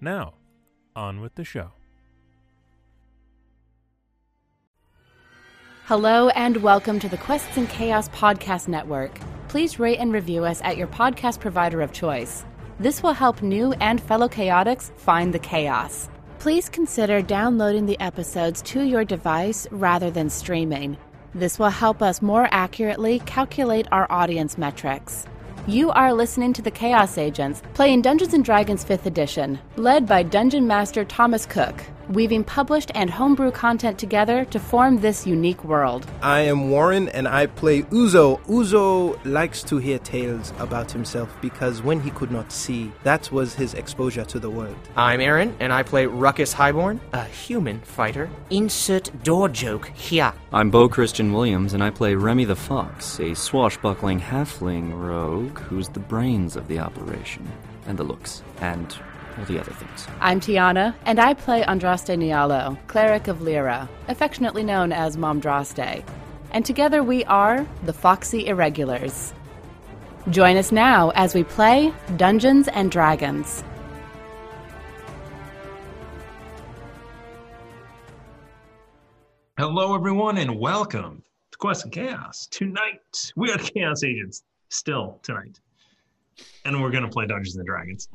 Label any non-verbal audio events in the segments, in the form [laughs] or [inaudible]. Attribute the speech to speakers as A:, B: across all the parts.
A: Now, on with the show.
B: Hello and welcome to the Quests and Chaos Podcast Network. Please rate and review us at your podcast provider of choice. This will help new and fellow chaotics find the chaos. Please consider downloading the episodes to your device rather than streaming. This will help us more accurately calculate our audience metrics. You are listening to the Chaos Agents, playing Dungeons and Dragons 5th Edition, led by Dungeon Master Thomas Cook, weaving published and homebrew content together to form this unique world.
C: I am Warren and I play Uzo. Uzo likes to hear tales about himself because when he could not see, that was his exposure to the world.
D: I'm Aaron, and I play Ruckus Highborn, a human fighter.
E: Insert door joke here.
F: I'm Bo Christian Williams, and I play Remy the Fox, a swashbuckling halfling rogue who's the brains of the operation, and the looks, and all the other things.
B: I'm Tiana, and I play Andraste Nialo, cleric of Lyra, affectionately known as Mom Draste. And together we are the Foxy Irregulars. Join us now as we play Dungeons and Dragons.
A: Hello, everyone, and welcome to Quest and Chaos. Tonight, we are the Chaos Agents, still tonight. And we're going to play Dungeons and Dragons.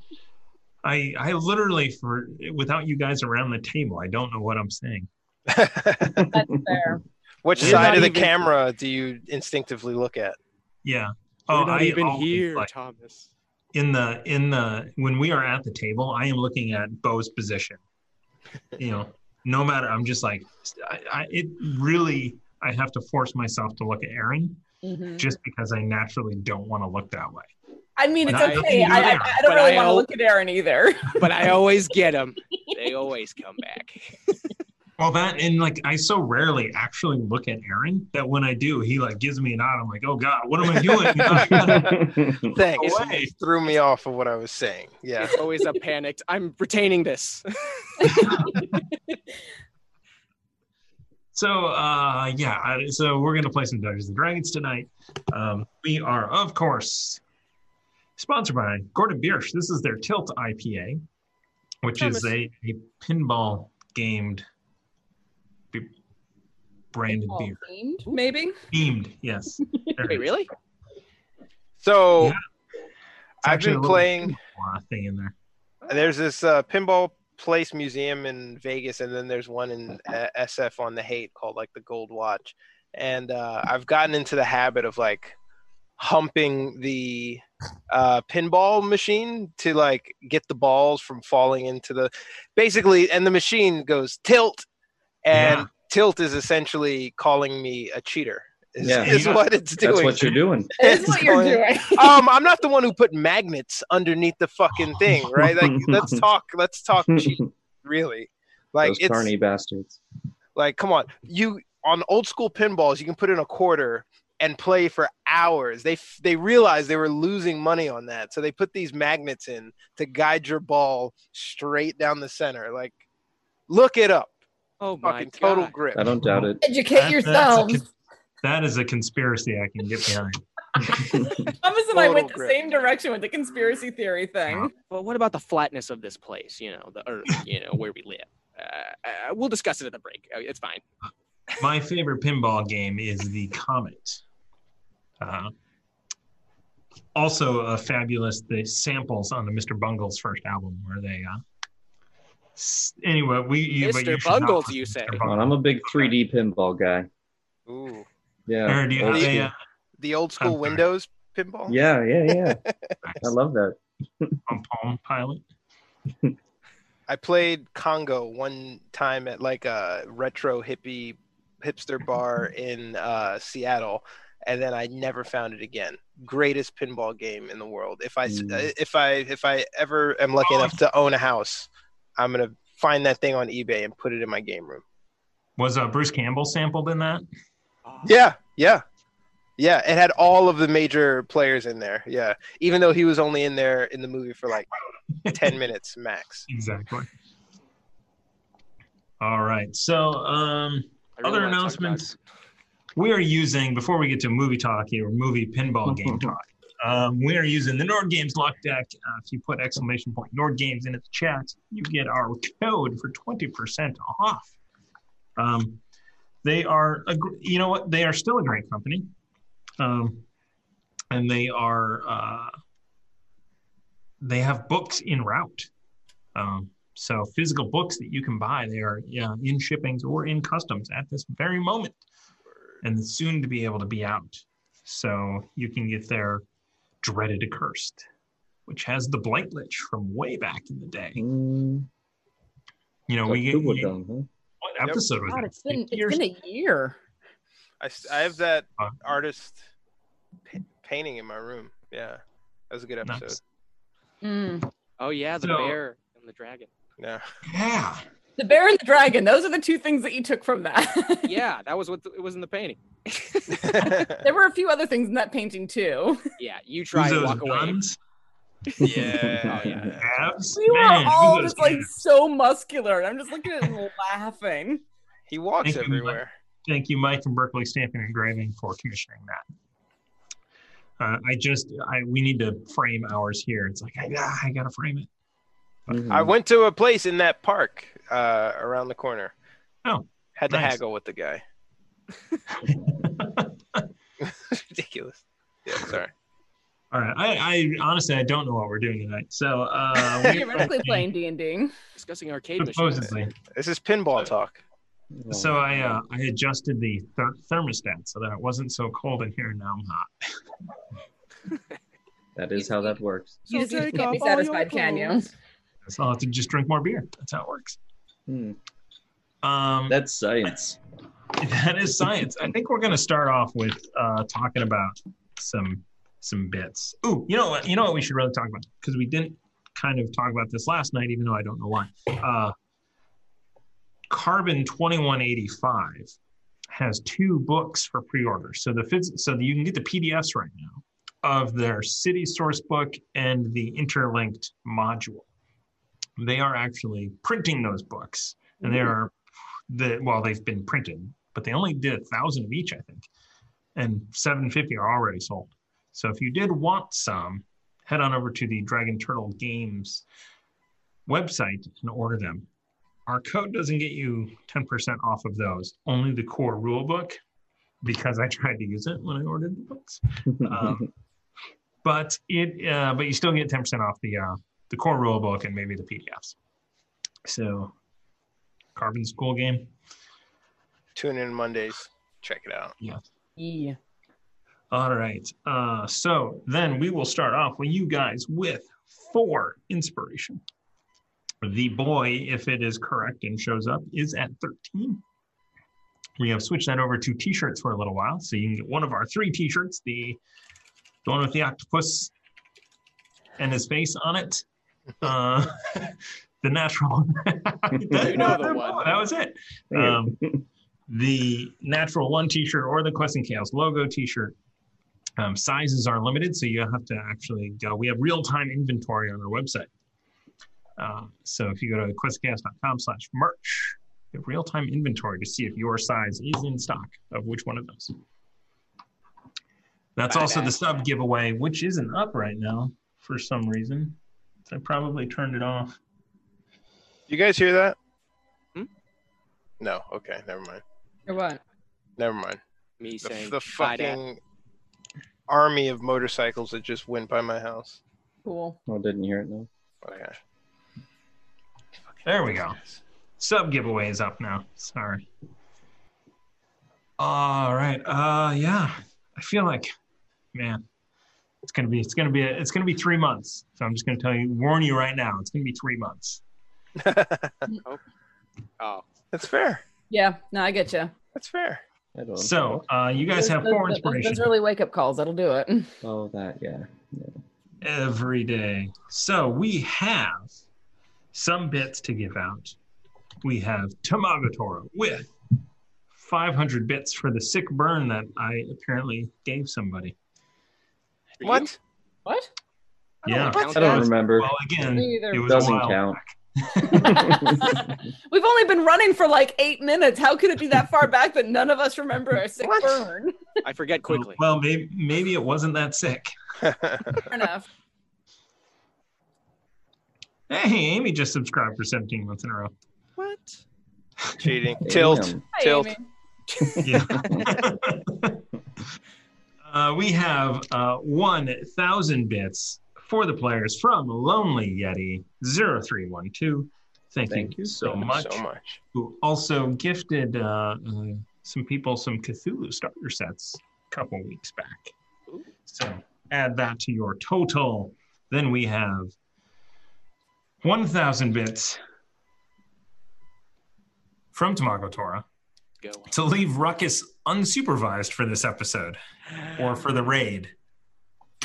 A: I, I literally, for without you guys around the table, I don't know what I'm saying.
G: Which
H: We're
G: side
H: not
G: of the
H: even-
G: camera do you instinctively look at?
A: Yeah. Oh,
H: You're not
A: I
H: even
A: always,
H: here,
A: like,
H: Thomas.
A: in the in the when we are at the table, I am looking at Bo's position. You know, no matter I'm just like I, I it really I have to force myself to look at Aaron just because I naturally don't want to look that way.
I: Mm-hmm. I mean, it's
A: But I-
I: okay. I, I, I don't
H: But
I: really
H: I
I: want to
H: al-
I: look at Aaron either.
H: [laughs] But I always get
I: [laughs]
H: them. They always come back.
A: Well, that and like I so rarely actually look at Aaron that when I do, he like gives me a nod. I'm like, oh god, what am I doing?
G: Thanks.
A: away.
G: You threw me off of what I was saying. Yeah.
H: It's always a panicked. I'm retaining
I: [laughs]
H: this.
A: so uh, yeah, I- so we're gonna play some Dungeons and Dragons tonight. Um, we are, of course, sponsored by Gordon Biersch. This is their Tilt IPA, which is a, a pinball gamed b- branded beer.
I: Maybe.
A: Themed, yes. There it
H: Wait,
A: is.
H: really?
G: So
A: Yeah. It's
G: I've
A: actually
G: been
A: a little
G: playing.
A: pinball thing in there.
G: There's this uh, pinball place museum in Vegas, and then there's one in uh, SF on the Hate called like the Gold Watch. And uh, I've gotten into the habit of like humping the uh, pinball machine to like get the balls from falling into the basically, and the machine goes tilt, and
A: Yeah.
G: tilt is essentially calling me a cheater. Is,
F: Yeah. [laughs]
G: is
A: Yeah.
G: what it's doing.
F: That's what you're doing.
I: It is what you're
G: It's
I: doing. [laughs]
G: um, I'm not the one who put magnets underneath the fucking thing,
F: [laughs]
G: right? Like, let's talk. Let's talk. Cheap, really, like
F: Those
G: it's
F: carny bastards.
G: like, come on. You on old school pinballs, you can put in a quarter and play for hours. They f- they realized they were losing money on that, so they put these magnets in to guide your ball straight down the center. Like, look it up.
H: Oh my
G: Fucking total
H: god!
G: grip.
F: I don't doubt it.
I: Educate
A: That- that's a
I: yourselves.
A: con- that is a conspiracy I can get behind.
I: Thomas and I
G: Total
I: went the
G: grip.
I: same direction with the conspiracy theory thing.
H: Well, what about the flatness of this place? You know, the earth. You know, where we live. Uh, uh, we'll discuss it at the break. Uh, It's fine.
A: my favorite pinball game is the Comet. Uh, also, a fabulous the samples on the Mr. Bungle's first album where they. Uh, s- anyway, we you, but you
H: Mr.
A: should not
H: Bungle,
A: listen
H: do you
A: to
H: say?
A: Mr.
F: Come on,
A: Bungle.
F: I'm a big 3D pinball guy.
G: Ooh,
F: Yeah.
A: Aaron, do you
F: old
A: have a,
F: school.
A: uh,
G: the old
A: I'm
G: school
A: sorry.
G: Windows pinball.
F: yeah, yeah, yeah. I love that.
A: on uh, Palm Pilot?
G: I played Congo one time at like a retro hippie hipster bar in uh, Seattle, and then I never found it again. Greatest pinball game in the world. If I s-
F: Mm.
G: if I if I ever am lucky enough to own a house, I'm gonna find that thing on eBay and put it in my game room.
I: Was uh, Bruce Campbell sampled in that?
G: Yeah, yeah, yeah. It had all of the major players in there. Yeah, even though he was only in there in the movie for like ten minutes max.
I: Exactly. All right. So, um,
H: I really
I: other
H: wanna talk
I: announcements. We are using before we get to movie talk here, movie
H: [laughs]
I: pinball game talk. Um, we are using the Nord Games lock deck. Uh, if you put exclamation point Nord Games in its chat, you get our code for twenty percent off. Um, they are, a, gr- you know what? They are still a great company, um, and they are uh, they have books in route. Um, so physical books that you can buy, they are yeah, in shippings or in customs at this very moment, and soon to be able to be out. So you can get their dreaded accursed, which has the blight lich from way back in the day. You know, we get what episode was
B: God,
I: that?
B: it's been
I: Six
B: it's
I: years?
B: been a year.
G: I, s- I have that
I: Huh.
G: artist pa- painting in my room. Yeah, that was a good episode.
I: Nice.
B: Mm.
H: Oh yeah, the
I: So-
H: bear and the dragon.
G: Yeah,
I: Yeah.
B: The bear and the dragon. Those are the two things that you took from that.
H: Yeah, that was what th- it was in the painting.
B: [laughs]
H: [laughs]
B: there were a few other things in that painting
I: [laughs]
B: too.
H: Yeah, you try and
I: Uzo's
H: walk away.
I: guns,
G: yeah,
H: yeah.
I: abs,
B: We were
I: man,
B: all
I: Uzo's
B: just like
I: guns.
B: so muscular, and I'm just looking at him [laughs] laughing.
G: [laughs] He walks
I: Thank you, Mike.
G: everywhere.
I: Thank you, Mike from Berkeley Stamping and Engraving, for commissioning that. Uh, I just, I we need to frame ours here. It's like, I, ah, I gotta frame it.
G: I went to a place in that park uh, around the corner.
I: Oh,
G: had to
I: nice.
G: haggle with the
I: [laughs]
G: guy. [laughs] Ridiculous. Yeah, sorry.
I: All right. I, I honestly, I don't know what we're doing tonight.
B: [laughs]
I: So, uh, we-
B: Theoretically playing D and D.
H: Discussing arcade machines.
I: supposedly.
G: This is pinball talk.
I: So I, uh, I adjusted the ther- thermostat so that it wasn't so cold in here. and Now I'm hot.
J: That is how that works.
B: You can't be satisfied, can you?
I: So I'll have to just drink more beer. That's how it works.
J: Hmm.
I: Um,
J: That's science.
I: that is science. I think we're going to start off with uh, talking about some some bits. Ooh, you know what? You know what we should really talk about because we didn't kind of talk about this last night, even though I don't know why. Uh, Carbon twenty one eighty five has two books for pre order. So the phys- so you can get the PDFs right now of their city source book and the interlinked module. They are actually printing those books, and they are the well they've been printed but they only did a thousand of each i think and 750 are already sold so if you did want some head on over to the dragon turtle games website and order them our code doesn't get you 10% off of those only the core rule book because i tried to use it when i ordered the books um, but it uh, but you still get 10% off the uh, the core rule book and maybe the pdfs so carbon school game
G: Tune in Mondays. Check it out.
B: Yeah.
I: All right. Uh, so then we will start off with you guys with four inspiration. The boy, if it is correct and shows up, is at 13. We have switched that over to t shirts for a little while. So you can get one of our three t shirts the, the one with the octopus and his face on it, uh, [laughs] the natural.
H: You know the one.
I: That was it um, the natural one t-shirt or the quest and chaos logo t-shirt um, sizes are limited so you have to actually go we have real-time inventory on our website um, so if you go to questandchaos.com slash merch you have real-time inventory to see if your size is in stock of which one of those that's
H: Buy
I: also
H: that.
I: the sub giveaway which isn't up right now for some reason i probably turned it off
G: You guys hear that?
H: Hmm?
G: No. Okay. Never mind.
B: Or what?
G: Never mind.
H: Me
G: The,
H: saying
G: the
H: "Buy that."
G: fucking army of motorcycles that just went by my house.
B: Cool.
J: Oh, didn't hear it now.
G: Okay.
I: There we go. Sub giveaway is up now. Sorry. All right. Uh yeah. I feel like man, it's gonna be it's gonna be it's gonna be three months. So I'm just gonna tell you warn you right now, it's gonna be three months.
H: Oh,
G: That's fair.
B: Yeah. No, I get you.
G: That's fair. [laughs]
J: I don't.
I: So uh you guys have
B: Those-
I: four
B: those-
I: inspiration
B: Those early wake up calls. That'll do it. [laughs]
J: oh, that yeah.
I: every day. So we have
A: some bits to give out. We have Tamagatoro with 500 bits for the sick burn that I apparently gave somebody.
H: For you?
G: What?
B: What?
A: yeah.
B: count
H: I don't
B: that.
I: remember.
A: Well, again,
B: Me either.
A: it was a
I: Doesn't
A: while
I: count. [laughs]
B: We've only been running for like eight minutes. How could it be that far back that none of us remember our sick
G: What?
B: burn?
H: I forget quickly.
A: Well, maybe maybe it wasn't that sick.
B: Fair enough.
A: Hey, Amy just subscribed for 17 months in a row. [laughs]
H: What?
G: Cheating. Tilt.
I: Damn.
B: Hi,
G: Tilt.
B: Amy.
A: Yeah. uh, we have uh, 1,000 bits for the players from Lonely Yeti 0312. Thank,
I: Thank
A: you
I: you.
A: so
I: Thank you
A: much.
G: So much.
A: Who also gifted uh, uh, some people some Cthulhu starter sets a couple weeks back. So add that to your total. Then we have 1,000 bits from Tamago Tora
H: Go.
A: to leave Ruckus unsupervised for this episode or for the raid.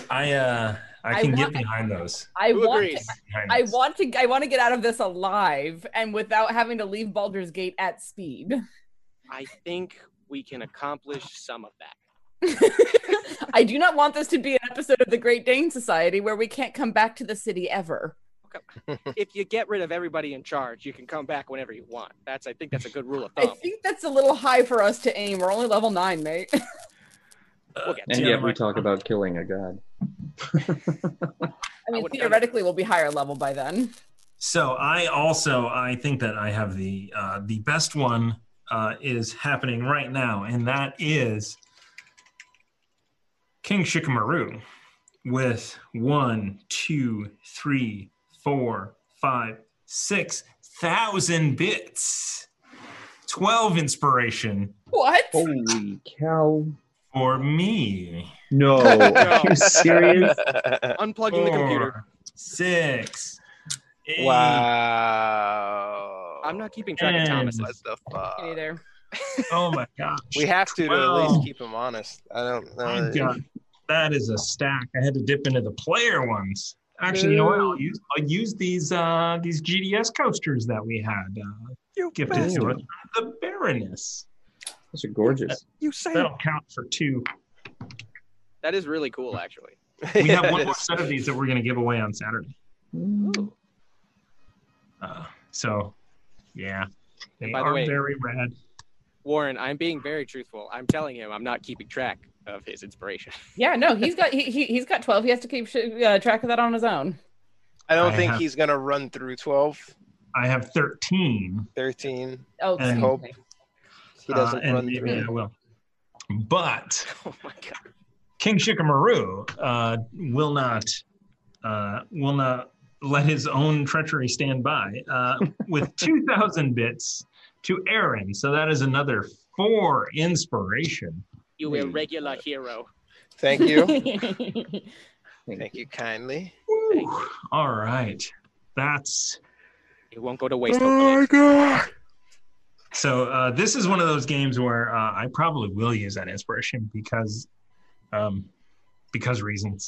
A: I uh I
B: I
A: can get
B: want-
A: behind those.
B: I
H: Who
B: want to,
H: agrees?
A: Behind
B: I
A: those.
B: want to I want to get out of this alive and without having to leave Baldur's Gate at speed. [laughs]
H: I think we can accomplish some of that.
A: [laughs]
B: I do not want this to be an episode of the Great Dane Society where we can't come back to the city ever.
H: If you get rid of everybody in charge, you can come back whenever you want. That's I think that's a good rule of
B: I
H: thumb.
B: think that's a little high for us to aim. We're only level nine, mate. [laughs]
H: We'll get
I: And
A: Yeah,
I: yet we
A: like-
I: talk about killing a god.
B: I mean,
H: would-
B: theoretically, we'll be higher level by then.
A: So I also I think that I have the uh the best one uh is happening right now, and that is King Shikamaru with one, two, three, four, five, six thousand bits. Twelve inspiration
B: What?
I: Holy cow.
A: for me.
I: No.
A: [laughs]
H: are you
I: serious?
H: Unplugging
A: Oh.
H: the computer.
A: Four, Six. eight,
G: Wow.
H: I'm not keeping track of Thomas.
A: And-
G: What the fuck?
B: Me neither.
A: [laughs] Oh my gosh.
G: We have to to at
A: Twelve.
G: least keep him honest. I don't
H: Uh,
A: I've
G: know.
A: got that is a stack. I had to dip into the player ones. Actually, you know what? I'll use I'll use these uh these GDS coasters that we had uh,
H: You
A: gifted to
I: bastard.
A: us. from The Baroness.
I: Those are gorgeous.
H: You say
A: That'll count for two.
H: that is really cool, actually.
A: [laughs] We have
G: Yeah,
A: one
H: [laughs]
G: it
A: more
G: is.
A: set of these that we're going to give away on Saturday. Uh, so, yeah, they
H: And by the
A: are
H: way-
A: very rad.
H: Warren, I'm being very truthful. I'm telling him I'm not keeping track of his inspiration. [laughs]
B: Yeah, no, he's got he, he he's got twelve. He has to keep sh- uh, track of that on his own.
G: I don't
A: I
G: think
A: have-
G: he's gonna run through 12,
A: I have thirteen.
G: 13.
B: Oh,
A: And-
B: excuse
G: Hope.
B: me.
G: He doesn't
A: Uh, and
G: run
A: maybe
G: through.
A: I will. But
H: Oh my god.
A: King Shikamaru uh, will not uh, will not let his own treachery stand by
H: [laughs]
A: uh, with two thousand bits to Aaron. So that is another four inspiration.
H: You irregular hero.
G: Thank you.
B: [laughs]
I: Thank
G: Thank you kindly.
A: Woo. All right, that's Oh
H: It won't go to waste. hopefully.
G: god.
A: so. Uh, this is one of those games where uh, I probably will use that inspiration because um, because reasons.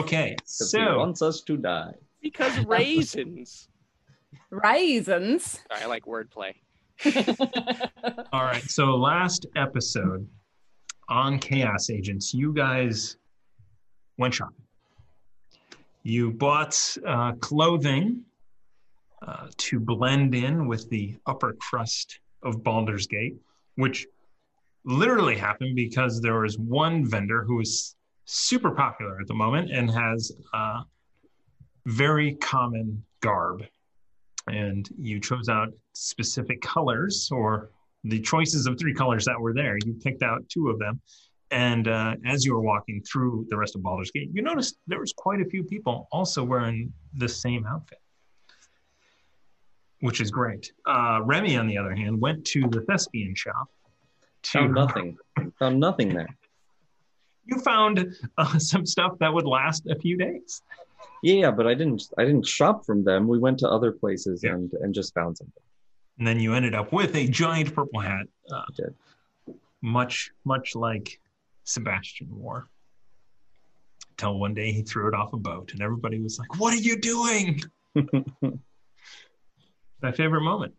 A: Okay,
I: Because he
A: so
I: wants us to die.
H: Because raisins.
B: Raisins.
H: I like wordplay.
A: All right. So last episode on Chaos Agents, you guys went shopping. You bought uh, clothing uh, to blend in with the upper crust of Baldur's Gate, which literally happened because there was one vendor who is super popular at the moment and has uh, very common garb. And you chose out specific colors or the choices of three colors that were there. You picked out two of them. And uh, as you were walking through the rest of Baldur's Gate, you noticed there was quite a few people also wearing the same outfit, which is great. Uh, Remy, on the other hand, went to the Thespian shop. To,
I: Found nothing. Found nothing there.
A: You found uh, [laughs] some stuff that would last a few days.
I: Yeah, but I didn't. I didn't shop from them. We went to other places
A: Yeah.
I: and and just found something.
A: And then you ended up with a giant purple hat, uh,
I: I did.
A: much, much like Sebastian wore. Till one day he threw it off a boat, and everybody was like, "What are you doing?" My favorite moment.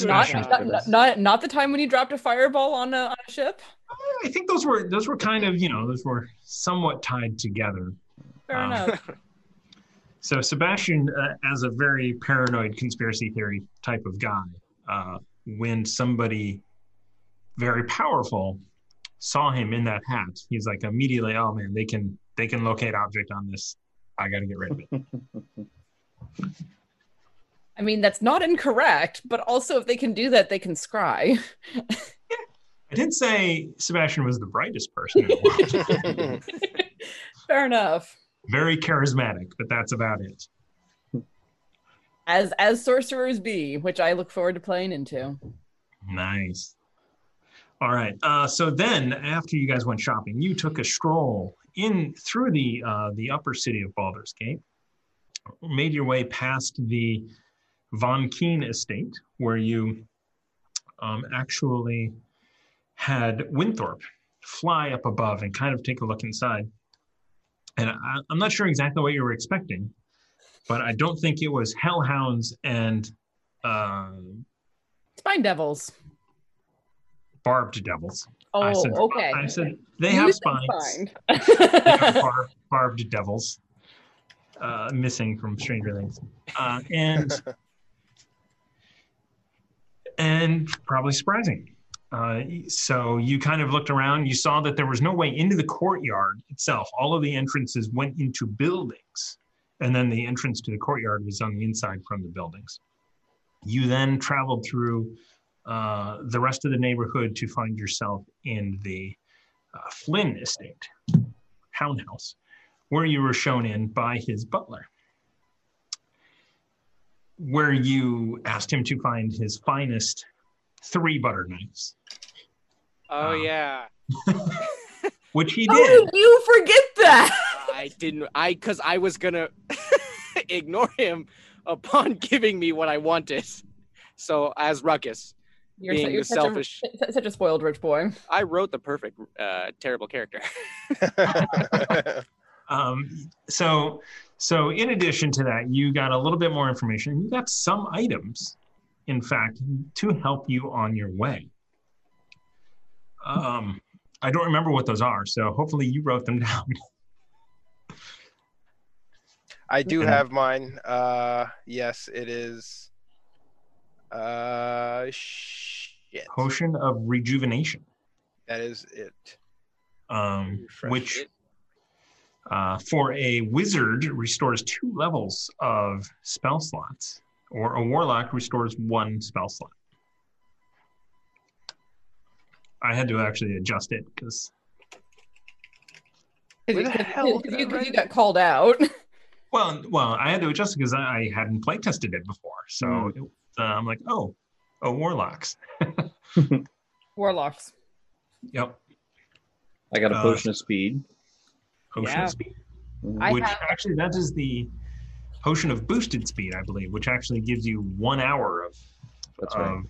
B: Not,
A: Smashing
B: not,
A: for
B: not,
A: this.
B: not not the time when you dropped a fireball on a, on a ship.
A: I think those were those were kind of you know those were somewhat tied together.
B: Fair
A: Um,
B: enough.
A: [laughs] So Sebastian, uh, as a very paranoid conspiracy theory type of guy, uh, when somebody very powerful saw him in that hat, he's like immediately, "Oh man, they can they can locate object on this. I got to get rid of it."
B: I mean, that's not incorrect, but also if they can do that, they can scry.
A: I didn't say Sebastian was the brightest person in
G: [laughs]
A: the world.
B: Fair enough.
A: very charismatic, but that's about it.
B: As as sorcerers be, which I look forward to playing into.
A: Nice. All right. Uh, so then, after you guys went shopping, you took a stroll in through the uh, the upper city of Baldur's Gate, made your way past the Von Keen estate, where you um, actually had Winthorpe fly up above and kind of take a look inside. And I, I'm not sure exactly what you were expecting, but I don't think it was hellhounds and um,
B: Spine devils.
A: barbed devils.
B: Oh,
A: I said-
B: okay.
A: I said they
B: You
A: have
B: said
A: spines.
B: spine.
A: [laughs] They
B: [laughs]
A: have [laughs] barb, barbed devils uh, missing from Stranger Things, uh, and and probably surprising. Uh, so you kind of looked around. You saw that there was no way into the courtyard itself. All of the entrances went into buildings, and then the entrance to the courtyard was on the inside from the buildings. You then traveled through uh, the rest of the neighborhood to find yourself in the uh, Flynn estate, Hound House, where you were shown in by his butler, where you asked him to find his finest three butter knives,
H: Oh yeah.
A: which he
B: How
A: did.
B: did you forget that?
H: I didn't. I because I was gonna [laughs] ignore him upon giving me what I wanted. So as Ruckus,
B: You're,
H: being the
B: such
H: selfish,
B: A, su- such a spoiled rich boy.
H: I wrote the perfect uh, terrible character. [laughs]
A: Um, so, so in addition to that, you got a little bit more information. You got some items, in fact, to help you on your way. Um, I don't remember what those are, so hopefully you wrote them [laughs] down.
G: I do
A: Yeah.
G: have mine. Uh, yes, it is. Uh, shit.
A: Potion of rejuvenation,
G: That is it.
A: um,
G: Refresh
A: which
G: it.
A: uh, for a wizard restores two levels of spell slots, or a warlock restores one spell slot. I had to actually adjust it because
G: Where the hell did
B: Because
G: I
B: you, 'cause you
G: write
B: got called out. [laughs]
A: Well, well, I had to adjust because I, I hadn't play tested it before, so it- uh, I'm like, oh, oh, warlocks.
B: Warlocks.
A: Yep,
I: I got a
A: Uh,
I: potion of speed.
A: potion
B: Yeah.
A: of speed,
B: I
A: which
B: have-
A: actually that is the potion of boosted speed, I believe, which actually gives you one hour of
I: That's
A: of
I: right.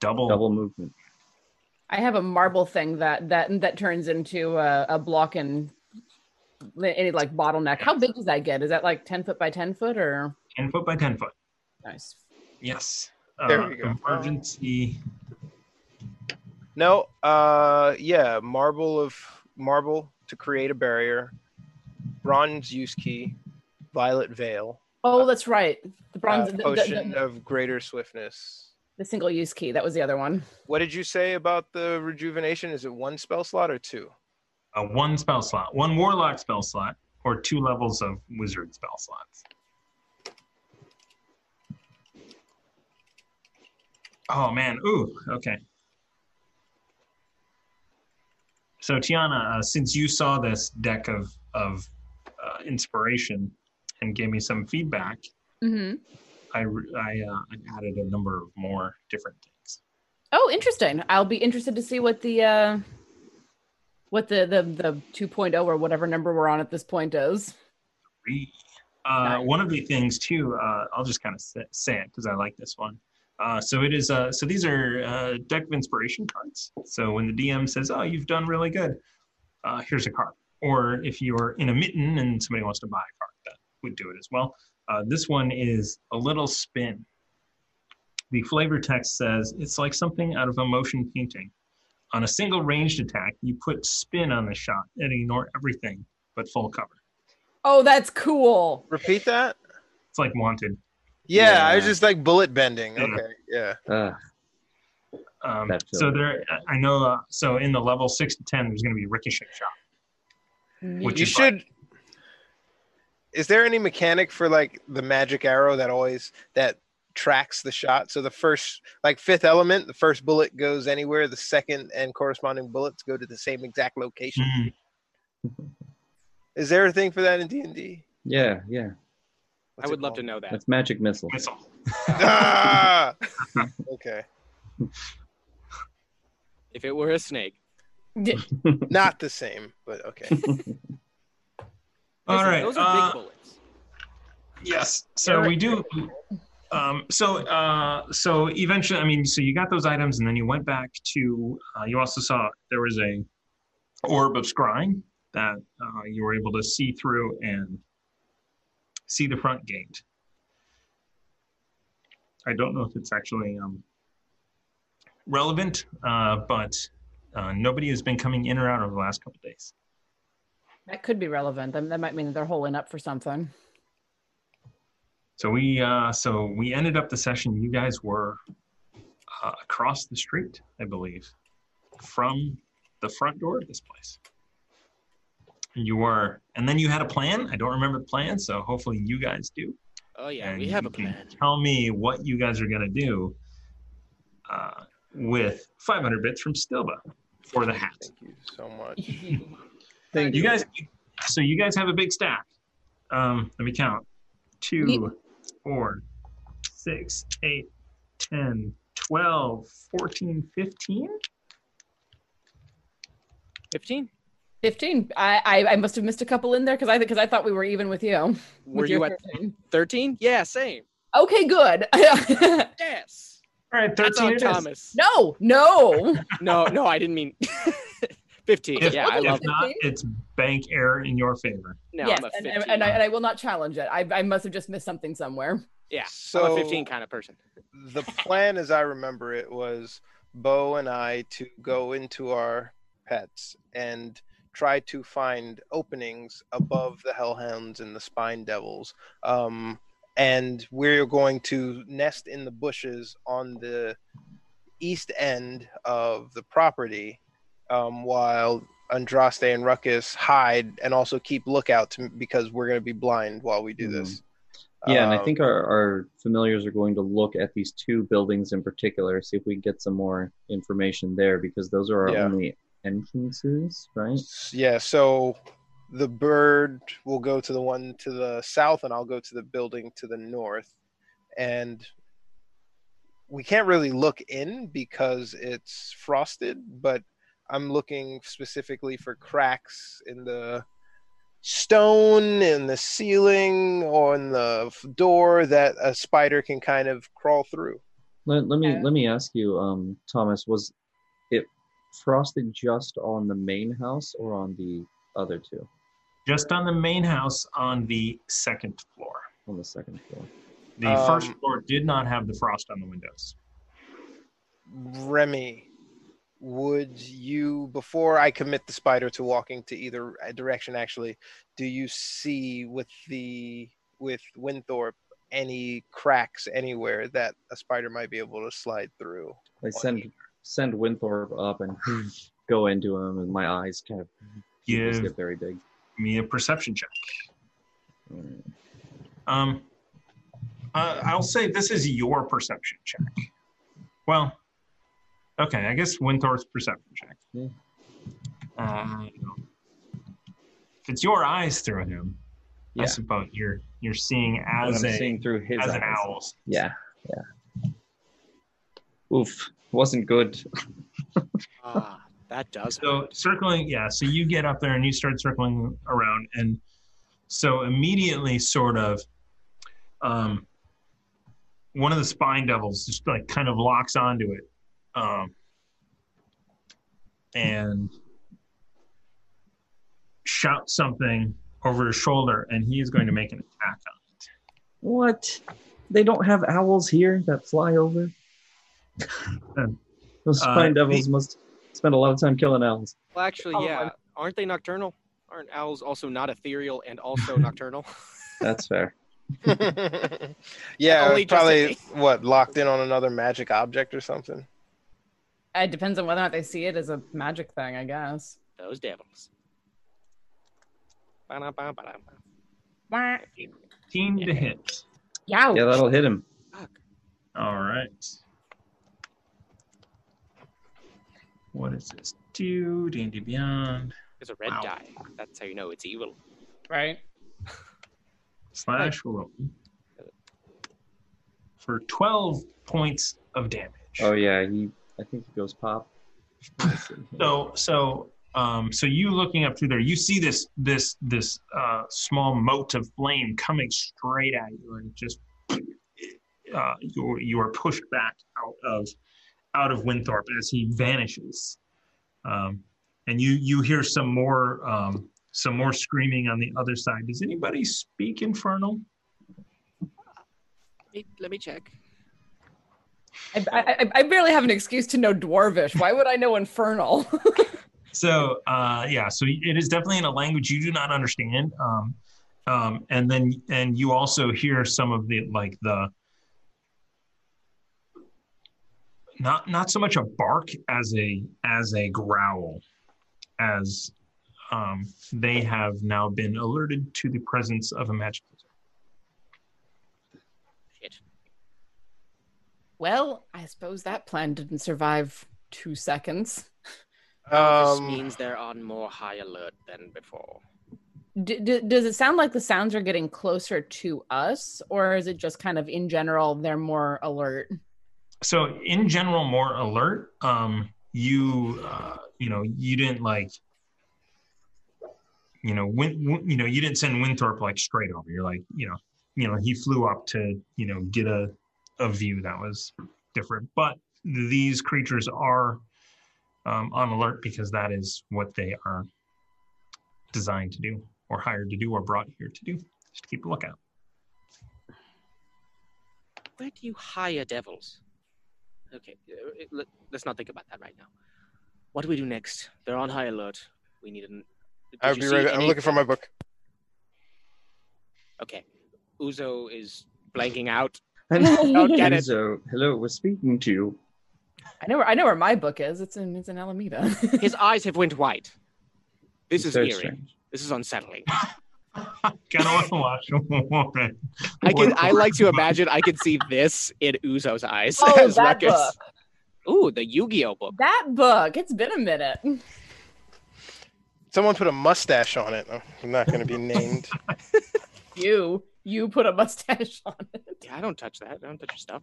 A: double.
I: Double movement.
B: I have a marble thing that that that turns into a, a block and any like bottleneck. How big does that get? Is that like ten foot by ten foot or
A: ten foot by ten foot.
B: nice?
A: Yes,
G: There we go.
A: Emergency.
G: No, uh, yeah, marble of marble to create a barrier, bronze use key, violet veil,
B: Oh, that's right. The
G: uh,
B: bronze the, the-
G: potion
B: the-
G: of greater swiftness.
B: the single use key. That was the other one.
G: What did you say about the rejuvenation? Is it one spell slot or two?
A: a one spell slot, one warlock spell slot, or two levels of wizard spell slots. Oh man, ooh, okay. So Tiana, uh, since you saw this deck of of uh, inspiration and gave me some feedback,
B: Mm-hmm.
A: I re- I, uh, I added a number of more different things.
B: Oh, interesting. I'll be interested to see what the uh what the the the 2.0 or whatever number we're on at this point is.
A: three. Uh, one of the things too, uh, I'll just kind of say, say it because I like this one. Uh, so it is. Uh, so these are uh, deck of inspiration cards. So when the DM says, "Oh, you've done really good," uh, here's a card. Or if you're in a mitten and somebody wants to buy a card, that would do it as well. Uh, this one is a little spin. The flavor text says it's like something out of a motion painting. On a single ranged attack, you put spin on the shot and ignore everything but full cover.
B: Oh, that's cool.
G: Repeat that.
A: It's like wanted.
G: Yeah, I was just like bullet bending. Okay, yeah.
I: uh,
A: Um,
G: That's
A: so
G: really
A: there, I know. Uh, so in the level six to ten, there's going to be ricochet shot. Which
G: you
A: is
G: should. Is there any mechanic for like the magic arrow that always that tracks the shot? So the first, like fifth element, the first bullet goes anywhere. The second and corresponding bullets go to the same exact location. Is there a thing for that in D and D?
I: Yeah, yeah.
H: I would love to know that.
I: That's magic missile.
G: Ah! okay.
H: If it were a snake.
G: Not the same, but okay.
A: All
H: Those are-
A: right,
H: Those are
A: uh,
H: big bullets.
A: Yes. So we
H: [laughs]
A: do. Um, so uh, so eventually, I mean, so you got those items, and then you went back to. Uh, you also saw there was a orb of scrying that uh, you were able to see through and see the front gate. I don't know if it's actually um, relevant, uh, but uh, nobody has been coming in or out over the last couple days.
B: That could be relevant. That, that might mean that they're holding up for something.
A: So we uh, so we ended up the session. You guys were uh, across the street, I believe, from the front door of this place. And You were, and then you had a plan. I don't remember the plan, so hopefully you guys do.
H: Oh yeah,
A: And
H: we have
A: you
H: a
A: can
H: plan.
A: Tell me what you guys are gonna do uh, with 500 bits from Stilba for the hat.
G: Thank you so much.
A: [laughs] Thank you guys. So you guys have a big stack. Um, let me count. Two, four, six, eight, ten, twelve, fourteen, fifteen.
H: 15?
B: Fifteen. I, I I must have missed a couple in there because I because I thought we were even with you.
H: Were
B: With
H: you
B: your
H: at
B: 13.
H: 13? Yeah, same.
B: Okay, good. [laughs]
H: Yes.
A: All right,
H: I thought
A: 13 it is.
H: Thomas.
B: no, no.
H: No, no, I didn't mean [laughs] 15.
A: If,
H: yeah, I
A: if
H: love
A: not, it's bank error in your favor.
H: No,
B: yes,
H: I'm a
B: and,
H: 15.
B: and, and I, and I will not challenge it. I, I must have just missed something somewhere.
H: yeah, I'm
G: So-
H: a 15 kind of person.
G: the plan as I remember it was Bo and I to go into our pets and try to find openings above the hellhounds and the spine devils. Um, and we're going to nest in the bushes on the east end of the property um, while Andraste and Ruckus hide and also keep lookout to, because we're going to be blind while we do this.
I: Mm-hmm. Yeah, and I
G: Um,
I: think our, our familiars are going to look at these two buildings in particular, see if we can get some more information there, because those are our
G: Yeah.
I: only entrances, right?
G: Yeah, so the bird will go to the one to the south, and I'll go to the building to the north. And we can't really look in because it's frosted, but I'm looking specifically for cracks in the stone, in the ceiling, or in the f- door that a spider can kind of crawl through.
I: Let, let me
B: Okay.
I: let me ask you, um, Thomas, was it frosted just on the main house or on the other two?
A: Just on the main house on the second floor.
I: On the second floor.
A: The
G: Um,
A: first floor did not have the frost on the windows.
G: Remy, would you, before I commit the spider to walking to either direction, actually, do you see with the with Winthorpe any cracks anywhere that a spider might be able to slide through?
I: I send send Winthorpe up and [laughs] go into him, and my eyes kind of
A: Give
I: get very big.
A: me a perception check. Um, uh, I'll say this is your perception check. Well, okay, I guess Winthorpe's perception check.
I: Yeah.
A: Uh, if it's your eyes through him,
I: Yeah.
A: I suppose you're you're seeing as
I: I'm
A: a
I: seeing through his
A: as an
I: eyes.
A: owl.
I: Yeah, yeah. Oof, wasn't good.
H: Ah, that does.
A: So circling, yeah. So you get up there and you start circling around, and so immediately, sort of, um, one of the spine devils just like kind of locks onto it, um, and shouts something
I: over his shoulder, and he is going to make an attack on it.
F: What? They don't have owls here that fly over? [laughs] Those
I: Uh,
F: fine devils
I: he-
F: must spend a lot of time killing owls.
H: Well, actually,
B: Oh,
H: yeah. Aren't they nocturnal? Aren't owls also not ethereal and [laughs] also nocturnal?
F: That's fair.
G: [laughs] yeah,
H: Only
G: it's probably
H: just
G: what locked in on another magic object or something.
B: It depends on whether or not they see it as a magic thing, I guess.
H: Those devils. Ba-dum-bum-ba-dum.
B: Yeah,
I: Team to hit.
F: Yeah, that'll hit him.
I: All right. What is this? Do D&D Beyond
H: It's a red die. That's how you know it's evil.
B: right?
I: slash roll for twelve points of damage.
F: Oh yeah, he. I think he goes pop.
I: So so um, so you looking up through there, you see this this this uh, small mote of flame coming straight at you, and just uh, you you are pushed back out of out of Winthorpe as he vanishes, um, and you you hear some more um, some more screaming on the other side. Does anybody speak Infernal?
H: Let me, let me check.
B: I, I, I- I barely have an excuse to know Dwarvish. Why would I know Infernal? [laughs]
I: So uh, yeah, so it is definitely in a language you do not understand. Um, um, and then and you also hear some of the like the not not so much a bark as a as a growl as um, they have now been alerted to the presence of a magic user.
B: well, I suppose that plan didn't survive two seconds.
G: Um,
H: Oh, this means they're on more high alert than before.
B: D- d- does it sound like the sounds are getting closer to us, or is it just kind of in general they're more alert?
I: so in general more alert um you uh, you know you didn't like you know win, win, you know you didn't send winthorpe like straight over you're like you know you know he flew up to you know get a a view that was different but these creatures are um, on alert because that is what they are designed to do or hired to do or brought here to do just keep a lookout
H: Where do you hire devils? Okay, uh, it- let- let's not think about that right now. What do we do next? They're on high alert. We need an. did
G: I'll
H: you
G: be
H: see
G: right, I'm
H: any-
G: looking for my book.
H: Okay, Uzo is blanking out.
F: [laughs] And
H: Don't get it.
F: So, hello, we're speaking to you.
B: I know where I know where my book is. It's in it's in Alameda. [laughs]
H: [laughs] His eyes have went white. This is
F: Very
H: eerie.
F: strange.
H: This is
F: [laughs]
H: unsettling.
I: kind of want [laughs] to watch more.
H: I can. I like to imagine. I can see this in Uzo's eyes
B: Oh,
H: as
B: that
H: Ruckus. Ooh, the Yu-Gi-Oh book.
B: that book. It's been a minute.
G: Someone put a mustache on it. I'm not going to [laughs] be named.
B: You you put a mustache on it.
H: Yeah, I don't touch that. I don't touch your stuff.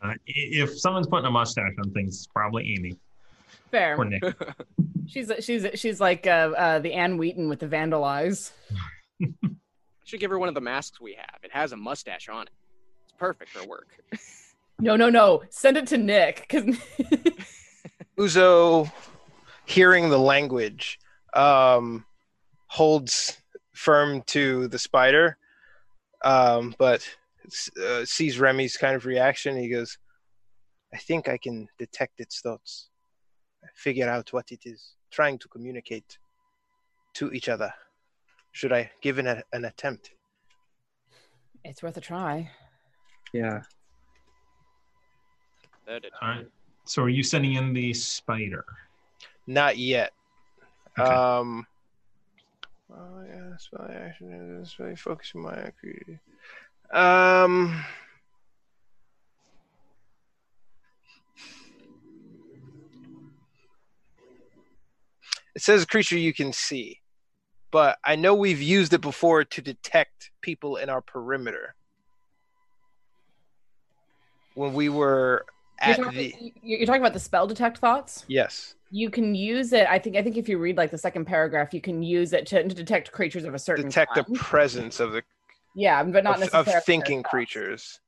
I: Uh, i- if someone's putting a mustache on things, it's probably Amy
B: Fair.
I: or Nick.
B: She's she's she's like uh, uh, the Anne Wheaton with the vandal eyes.
H: I should give her one of the masks we have. It has a mustache on it. It's perfect for work.
B: No, no, no. Send it to Nick [laughs] because
G: Uzo, hearing the language, um, holds firm to the spider, um, but uh, sees Remy's kind of reaction. He goes, I think I can detect its thoughts, figure out what it is trying to communicate to each other. Should I give it a, an attempt?
B: it's worth a try.
F: Yeah.
H: Loaded.
I: All right. So are you sending in the spider?
G: Not yet. Um, oh, yeah, spell action is really focusing my creative. Um, it says a creature you can see, but I know we've used it before to detect people in our perimeter. When we were
B: You're
G: at the
B: talking, you're talking about the spell detect thoughts.
G: yes,
B: You can use it. I think. I think if you read like the second paragraph, you can use it to, to detect creatures of a certain
G: detect the
B: kind.
G: presence of the
B: yeah, but not
G: of, of
B: necessarily
G: thinking creatures.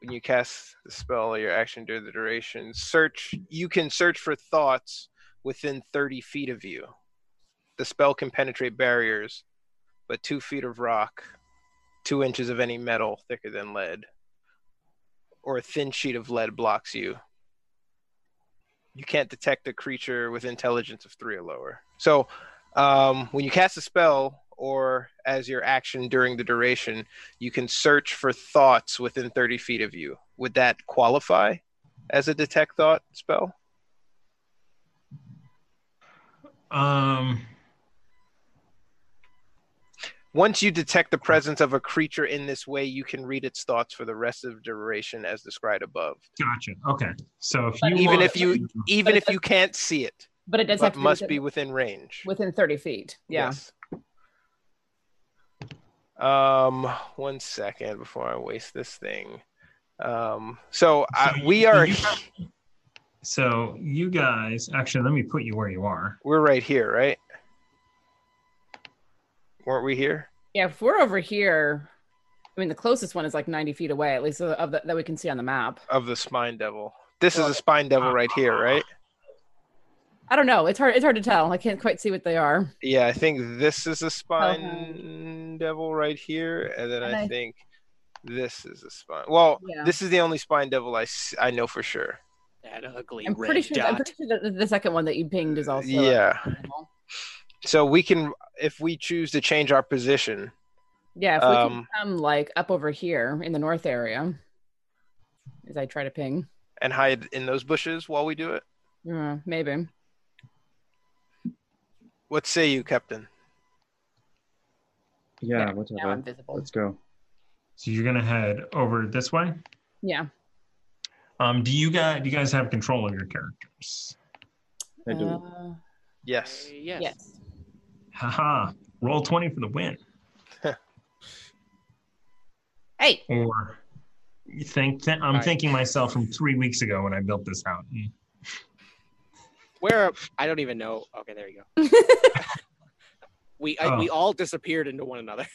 G: When you cast the spell or your action during the duration, search you can search for thoughts within 30 feet of you. The spell can penetrate barriers but two feet of rock, two inches of any metal thicker than lead, or a thin sheet of lead blocks you. You can't detect a creature with intelligence of three or lower. So, um, when you cast a spell or as your action during the duration, you can search for thoughts within 30 feet of you. Would that qualify as a detect thought spell?
I: Um,
G: Once you detect the presence of a creature in this way, you can read its thoughts for the rest of the duration as described above.
I: gotcha. Okay. So if you
G: even
I: want-
G: if you even if you can't see it,
B: But it does have to be
G: must
B: within-
G: be within range.
B: within 30 feet. Yeah.
G: Um, one second before I waste this thing. Um, so I, we are
I: so you guys actually let me put you where you are.
G: we're right here, right? Weren't we here?
B: Yeah, if we're over here, I mean, the closest one is like 90 feet away, at least uh, of of the, that we can see on the map.
G: Of the spine devil. This is a spine devil right here,
B: uh-huh.
G: right?
B: I don't know. It's hard. It's hard to tell. I can't quite see what they are.
G: Yeah, I think this is a spine devil right here, and then
B: Uh-huh. And
G: I
B: I-
G: think this is a spine. Well,
B: Yeah.
G: this is the only spine devil I s- I know for sure.
H: That ugly
B: I'm pretty sure. I'm pretty sure that the, the second one that you pinged is also. a-
G: Yeah. So we can, if we choose to change our position,
B: yeah. If we
G: Um,
B: can come like up over here in the north area, as I try to ping,
G: and hide in those bushes while we do it?
B: yeah, maybe.
G: What say you, Captain?
F: Yeah, whatever.
B: I'm visible.
F: Let's go.
I: So you're gonna head over this way.
B: Yeah.
I: Um, do you guys do you guys have control of your characters?
F: I do.
B: Uh,
G: Yes.
H: Yes.
B: yes.
I: Haha. Roll twenty for the win.
B: Hey.
I: Or you think th- I'm
H: Right.
I: thanking myself from three weeks ago when I built this out.
H: Where I don't even know. Okay, there you go. we I,
G: Oh.
H: we all disappeared into one another.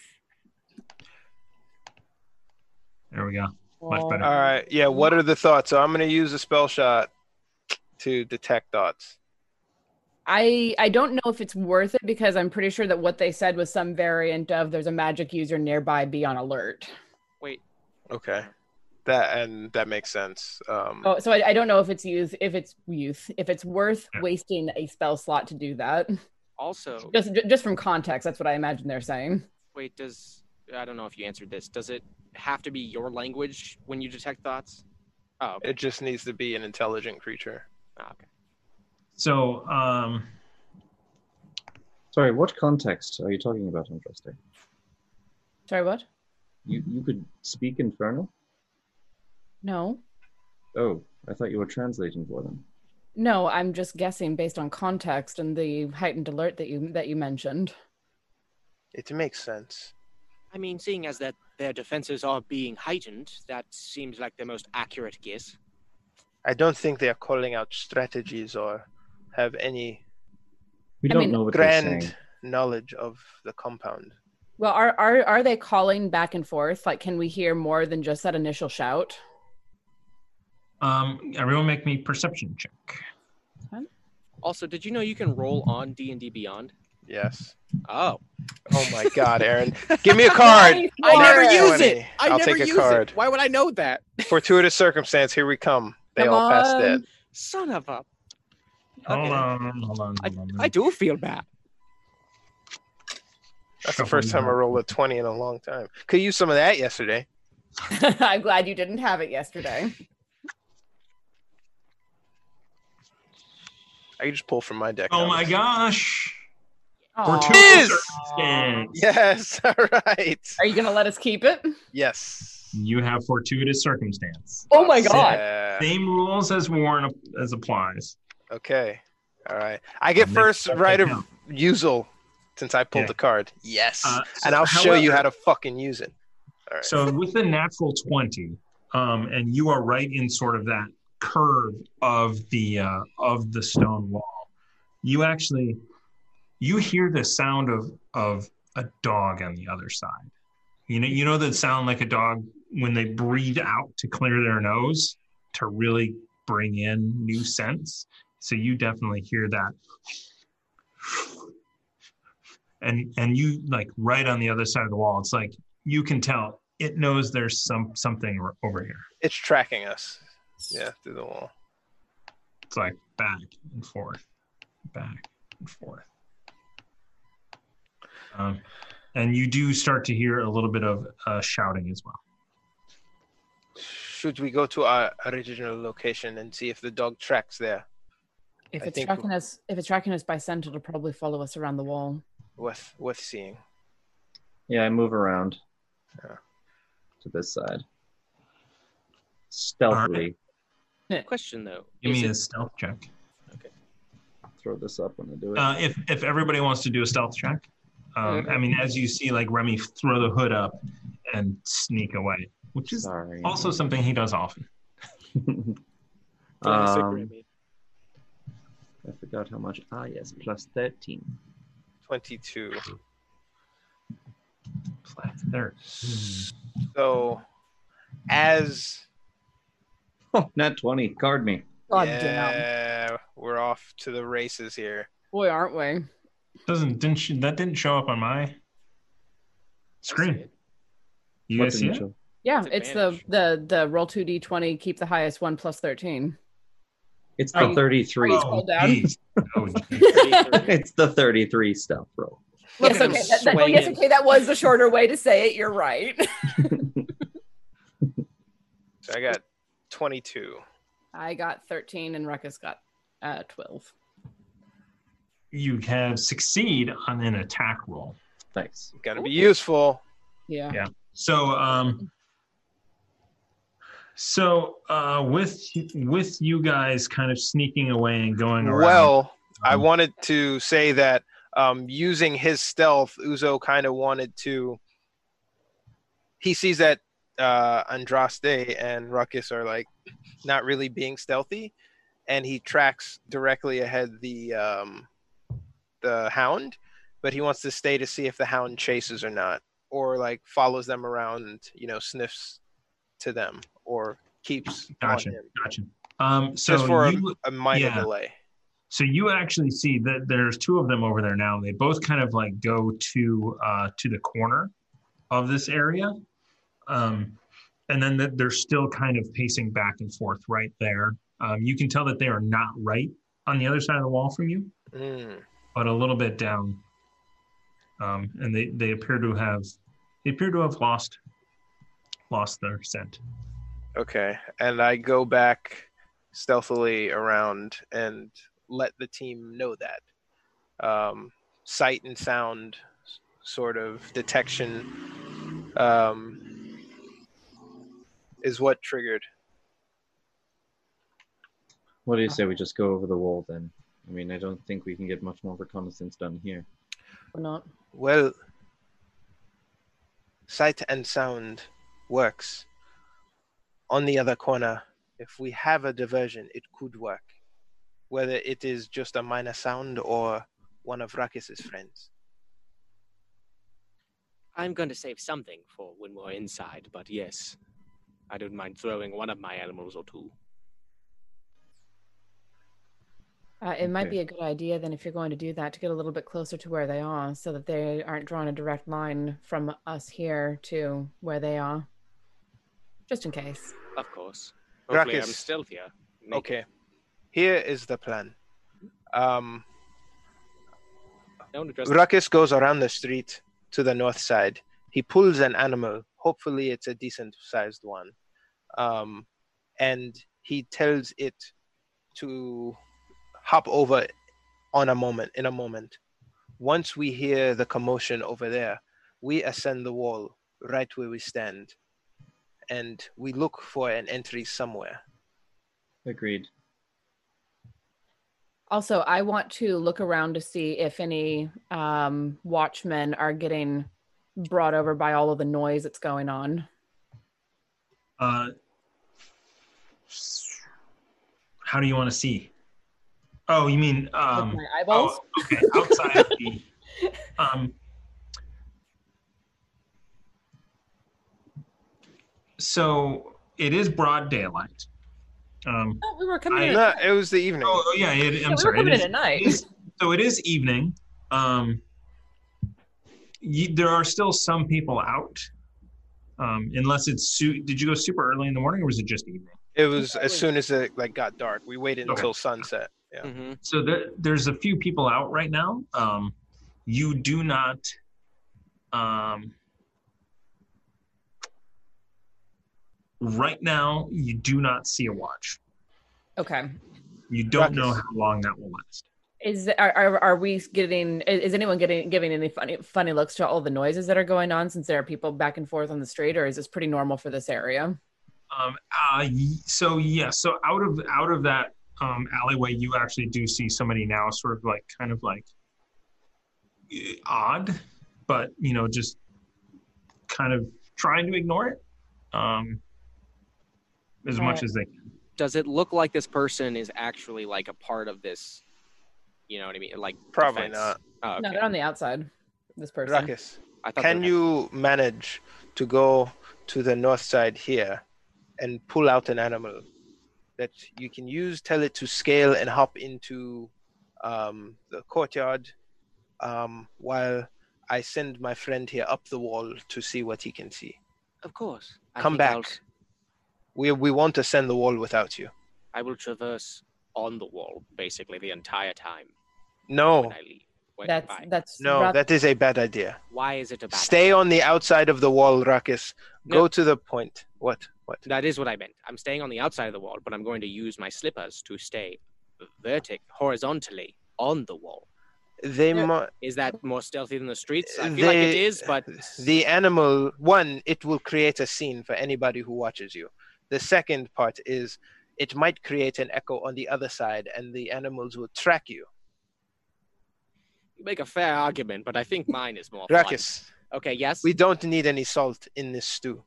I: There we go. Much better.
G: All right. Yeah. What are the thoughts? So I'm going to use a spell shot to detect thoughts.
B: I I don't know if it's worth it because I'm pretty sure that what they said was some variant of "there's a magic user nearby, be on alert."
H: [laughs] Wait,
G: Okay. That and that makes sense. Um,
B: Oh, so I, I don't know if it's youth, if it's youth, if it's worth wasting a spell slot to do that.
H: also,
B: Just ju- just from context, that's what I imagine they're saying.
H: wait, does I don't know if you answered this. Does it have to be your language when you detect thoughts? Oh, okay.
G: It just needs to be an intelligent creature.
H: Ah, okay.
I: So um,
F: Sorry, what context are you talking about, Andraste?
B: Sorry, what?
F: You you could speak Infernal?
B: No,
F: Oh, I thought you were translating for them.
B: no, I'm just guessing based on context and the heightened alert that you that you mentioned.
G: It makes sense.
H: I mean, seeing as that their defenses are being heightened, that seems like the most accurate guess.
G: I don't think they are calling out strategies or have any
F: We
B: I
F: don't
B: mean-
F: know what they're saying.
G: grand knowledge of the compound.
B: Well, are are are they calling back and forth? Like, can we hear more than just that initial shout?
I: um, everyone make me perception check.
H: Also, did you know you can roll on D and D Beyond?
G: Yes.
H: Oh,
G: Oh my God, Aaron! Give
B: [laughs]
G: me a card.
H: I never
G: Nat
H: use
G: 20.
H: it. I
G: I'll
H: never
G: take a
H: use
G: card.
H: it. Why would I know that?
G: Fortuitous circumstance. Here we come. They
B: Come
G: all passed
B: on.
G: that.
H: Son of a.
I: Hold
H: Okay.
I: on, hold on, hold on.
H: I do feel bad.
G: That's the first time I rolled a 20 in a long time. Could use some of that yesterday.
B: [laughs] I'm glad you didn't have it yesterday.
G: I could just pull from my deck.
I: Oh
G: now.
I: my gosh!
B: Aw.
G: Biz!
I: Fortuitous circumstance.
G: [laughs] Yes, all right.
B: Are you gonna let us keep it?
G: Yes.
I: You have fortuitous circumstance.
B: Oh my god!
G: Yeah.
I: Same rules as Warren as applies.
G: Okay. All right. I get
I: Make
G: first
I: that
G: right of
I: count.
G: usal since I pulled
I: Yeah.
G: the card. Yes.
I: Uh, so
G: and I'll show you how
I: however-
G: to fucking use it. All right.
I: So with the natural twenty, um, and you are right in sort of that curve of the uh, of the stone wall. You actually you hear the sound of of a dog on the other side. You know you know the sound like a dog when they breathe out to clear their nose to really bring in new scents. So you definitely hear that and and you like right on the other side of the wall. It's like you can tell it knows there's some something r- over here.
G: It's tracking us. Yeah, through the wall.
I: It's like back and forth, back and forth. Um, and you do start to hear a little bit of uh, shouting as well.
G: Should we go to our original location and see if the dog tracks there?
B: If
G: I
B: it's
G: think
B: tracking us, if it's tracking us by scent, it'll probably follow us around the wall.
G: worth worth seeing.
F: Yeah, I move around
G: Yeah.
F: to this side stealthily.
H: [laughs] Question though.
I: Give
H: is
I: me
H: it-
I: a stealth check.
F: Throw this up when I do it. Mm-hmm.
I: Uh, if if everybody wants to do a stealth check, um, I mean, as you see, like Remy throw the hood up and sneak away, which is
F: Sorry.
A: Oh,
I: also something he does often.
H: Classic
F: Um,
H: Remy.
F: I forgot how much. Ah, yes, plus thirteen.
G: Twenty-two.
I: Flat there.
G: So, as
F: Oh, not twenty. Guard me.
B: God damn.
G: yeah, we're off to the races here.
B: Boy, aren't we?
I: Doesn't didn't sh- that didn't show up on my screen? You
F: What
I: guys see
F: didn't
I: it?
F: you-
B: Yeah,
H: It's
B: it's the the the roll two d twenty, keep the highest one plus thirteen.
F: It's
B: Are
F: the
B: you-
F: thirty-three.
B: Please hold down.
I: geez. Oh, geez.
G: [laughs]
F: It's the thirty-three stealth roll.
H: Look
B: yes,
H: at him
B: okay. That, that- oh, yes,
H: swinging.
B: okay. That was the shorter way to say it. You're right. [laughs]
G: So I got twenty-two.
B: I got 13 and Ruckus got uh, 12.
I: you have succeed on an attack roll.
F: Nice.
G: Gonna be useful.
B: Yeah.
I: Yeah. So um so uh with with you guys kind of sneaking away and going around
G: Well, I
I: Um,
G: wanted to say that um, using his stealth, Uzo kind of wanted to. He sees that uh, Andraste and Ruckus are like not really being stealthy, and he tracks directly ahead the um, the hound, but he wants to stay to see if the hound chases or not, or like follows them around, and, you know, sniffs to them or keeps
I: gotcha
G: on him,
I: gotcha. Um so
G: just for
I: you,
G: a, a minor
I: yeah.
G: delay.
I: so you actually see that there's two of them over there now. They both kind of like go to uh to the corner of this area. Um and then that they're still kind of pacing back and forth right there. Um, you can tell that they are not right on the other side of the wall from you.
G: Mm.
I: but a little bit down. Um, and they, they appear to have they appear to have lost lost their scent.
G: Okay, and I go back stealthily around and let the team know that. Um, sight and sound s- sort of detection um, is what triggered.
F: What do you say we just go over the wall then? I mean, I don't think we can get much more reconnaissance done here.
B: We're not.
G: Well, sight and sound works. On the other corner, if we have a diversion, it could work. Whether it is just a minor sound or one of Rakis's friends.
H: I'm going to save something for when we're inside, but yes, I don't mind throwing one of my animals or two.
B: Uh, it might
F: Okay.
B: be a good idea then if you're going to do that to get a little bit closer to where they are so that they aren't drawing a direct line from us here to where they are. Just in case.
H: Of course. Hopefully, I'm
G: Rakis.
H: stealthier. Make
G: Okay. Here is the plan. Um,
H: it- Don't address
G: Ruckus goes around the street to the north side. He pulls an animal. Hopefully, it's a decent sized one. Um, and he tells it to hop over on a moment, in a moment. Once we hear the commotion over there, we ascend the wall right where we stand. And we look for an entry somewhere.
F: Agreed.
B: Also, I want to look around to see if any um, watchmen are getting brought over by all of the noise that's going on.
I: Uh, how do you want to see? Oh, you mean
B: With
I: um,
B: my eyeballs.
I: oh, okay, outside [laughs] the um. So it is broad daylight. Um,
B: Oh, we were coming
I: I-
B: in.
G: No, it was the evening.
I: oh, oh, yeah, it,
B: yeah, we
I: I'm
B: were
I: sorry. it
B: coming
I: is-
B: in at night.
I: is- so it is evening um you, there are still some people out, um, unless it's. Su- did you go super early in the morning, or was it just evening?
G: It was as soon as it like got dark. We waited until sunset. Yeah.
I: So there, there's a few people out right now. Um, you do not. Um, right now, you do not see a watch.
B: Okay.
I: You don't know how long that will last.
B: Is are, are are we getting? Is is anyone getting giving any funny funny looks to all the noises that are going on? Since there are people back and forth on the street, or is this pretty normal for this area?
I: Um, uh, y- so yeah, so out of out of that um, alleyway, you actually do see somebody now, sort of like kind of like eh, odd, but you know, just kind of trying to ignore it um, as much
H: Alright.
I: as they can.
H: Does it look like this person is actually like a part of this? You know what I mean? Like
G: Probably
H: defense?
G: not.
H: Oh,
B: No,
H: okay.
B: they're on the outside. This person.
G: Ruckus,
H: I thought
G: can
H: they
G: you manage to go to the north side here and pull out an animal that you can use? Tell it to scale and hop into um, the courtyard um, while I send my friend here up the wall to see what he can see.
H: Of course. I
G: Come
H: think I'll-
G: back. We, we won't ascend the wall without you.
H: I will traverse on the wall basically the entire time.
G: No,
H: Wait,
B: That's
H: why?
B: that's
G: no,
B: rough.
G: that is a bad idea.
H: Why is it a bad?
G: Stay on the outside of the wall, Ruckus. Go
H: No.
G: to the point. What? What?
H: That is what I meant. I'm staying on the outside of the wall, but I'm going to use my slippers to stay vertic horizontally on the wall.
G: They mu-
H: Is that more stealthy than the streets? I feel like it
G: They-
H: is, but
G: the animal one it will create a scene for anybody who watches you the second part is it might create an echo on the other side and the animals will track you
H: you make a fair argument. But I think mine is more.
G: Ruckus.
H: Fun. Okay. Yes.
G: we don't need any salt in this stew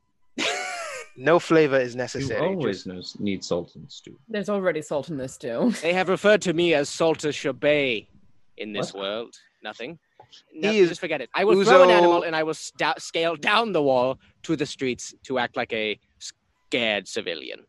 G: no flavor is
F: You
G: necessary
F: always knows- need salt and stew.
B: There's already salt in this
G: [laughs]
B: stew.
H: They have referred to me as Salter Shabay in this world. Nothing. No,
G: is-
H: just forget it. I will throw an
G: Uzo-
H: animal and I will sta- scale down the wall to the streets to act like a scared civilian.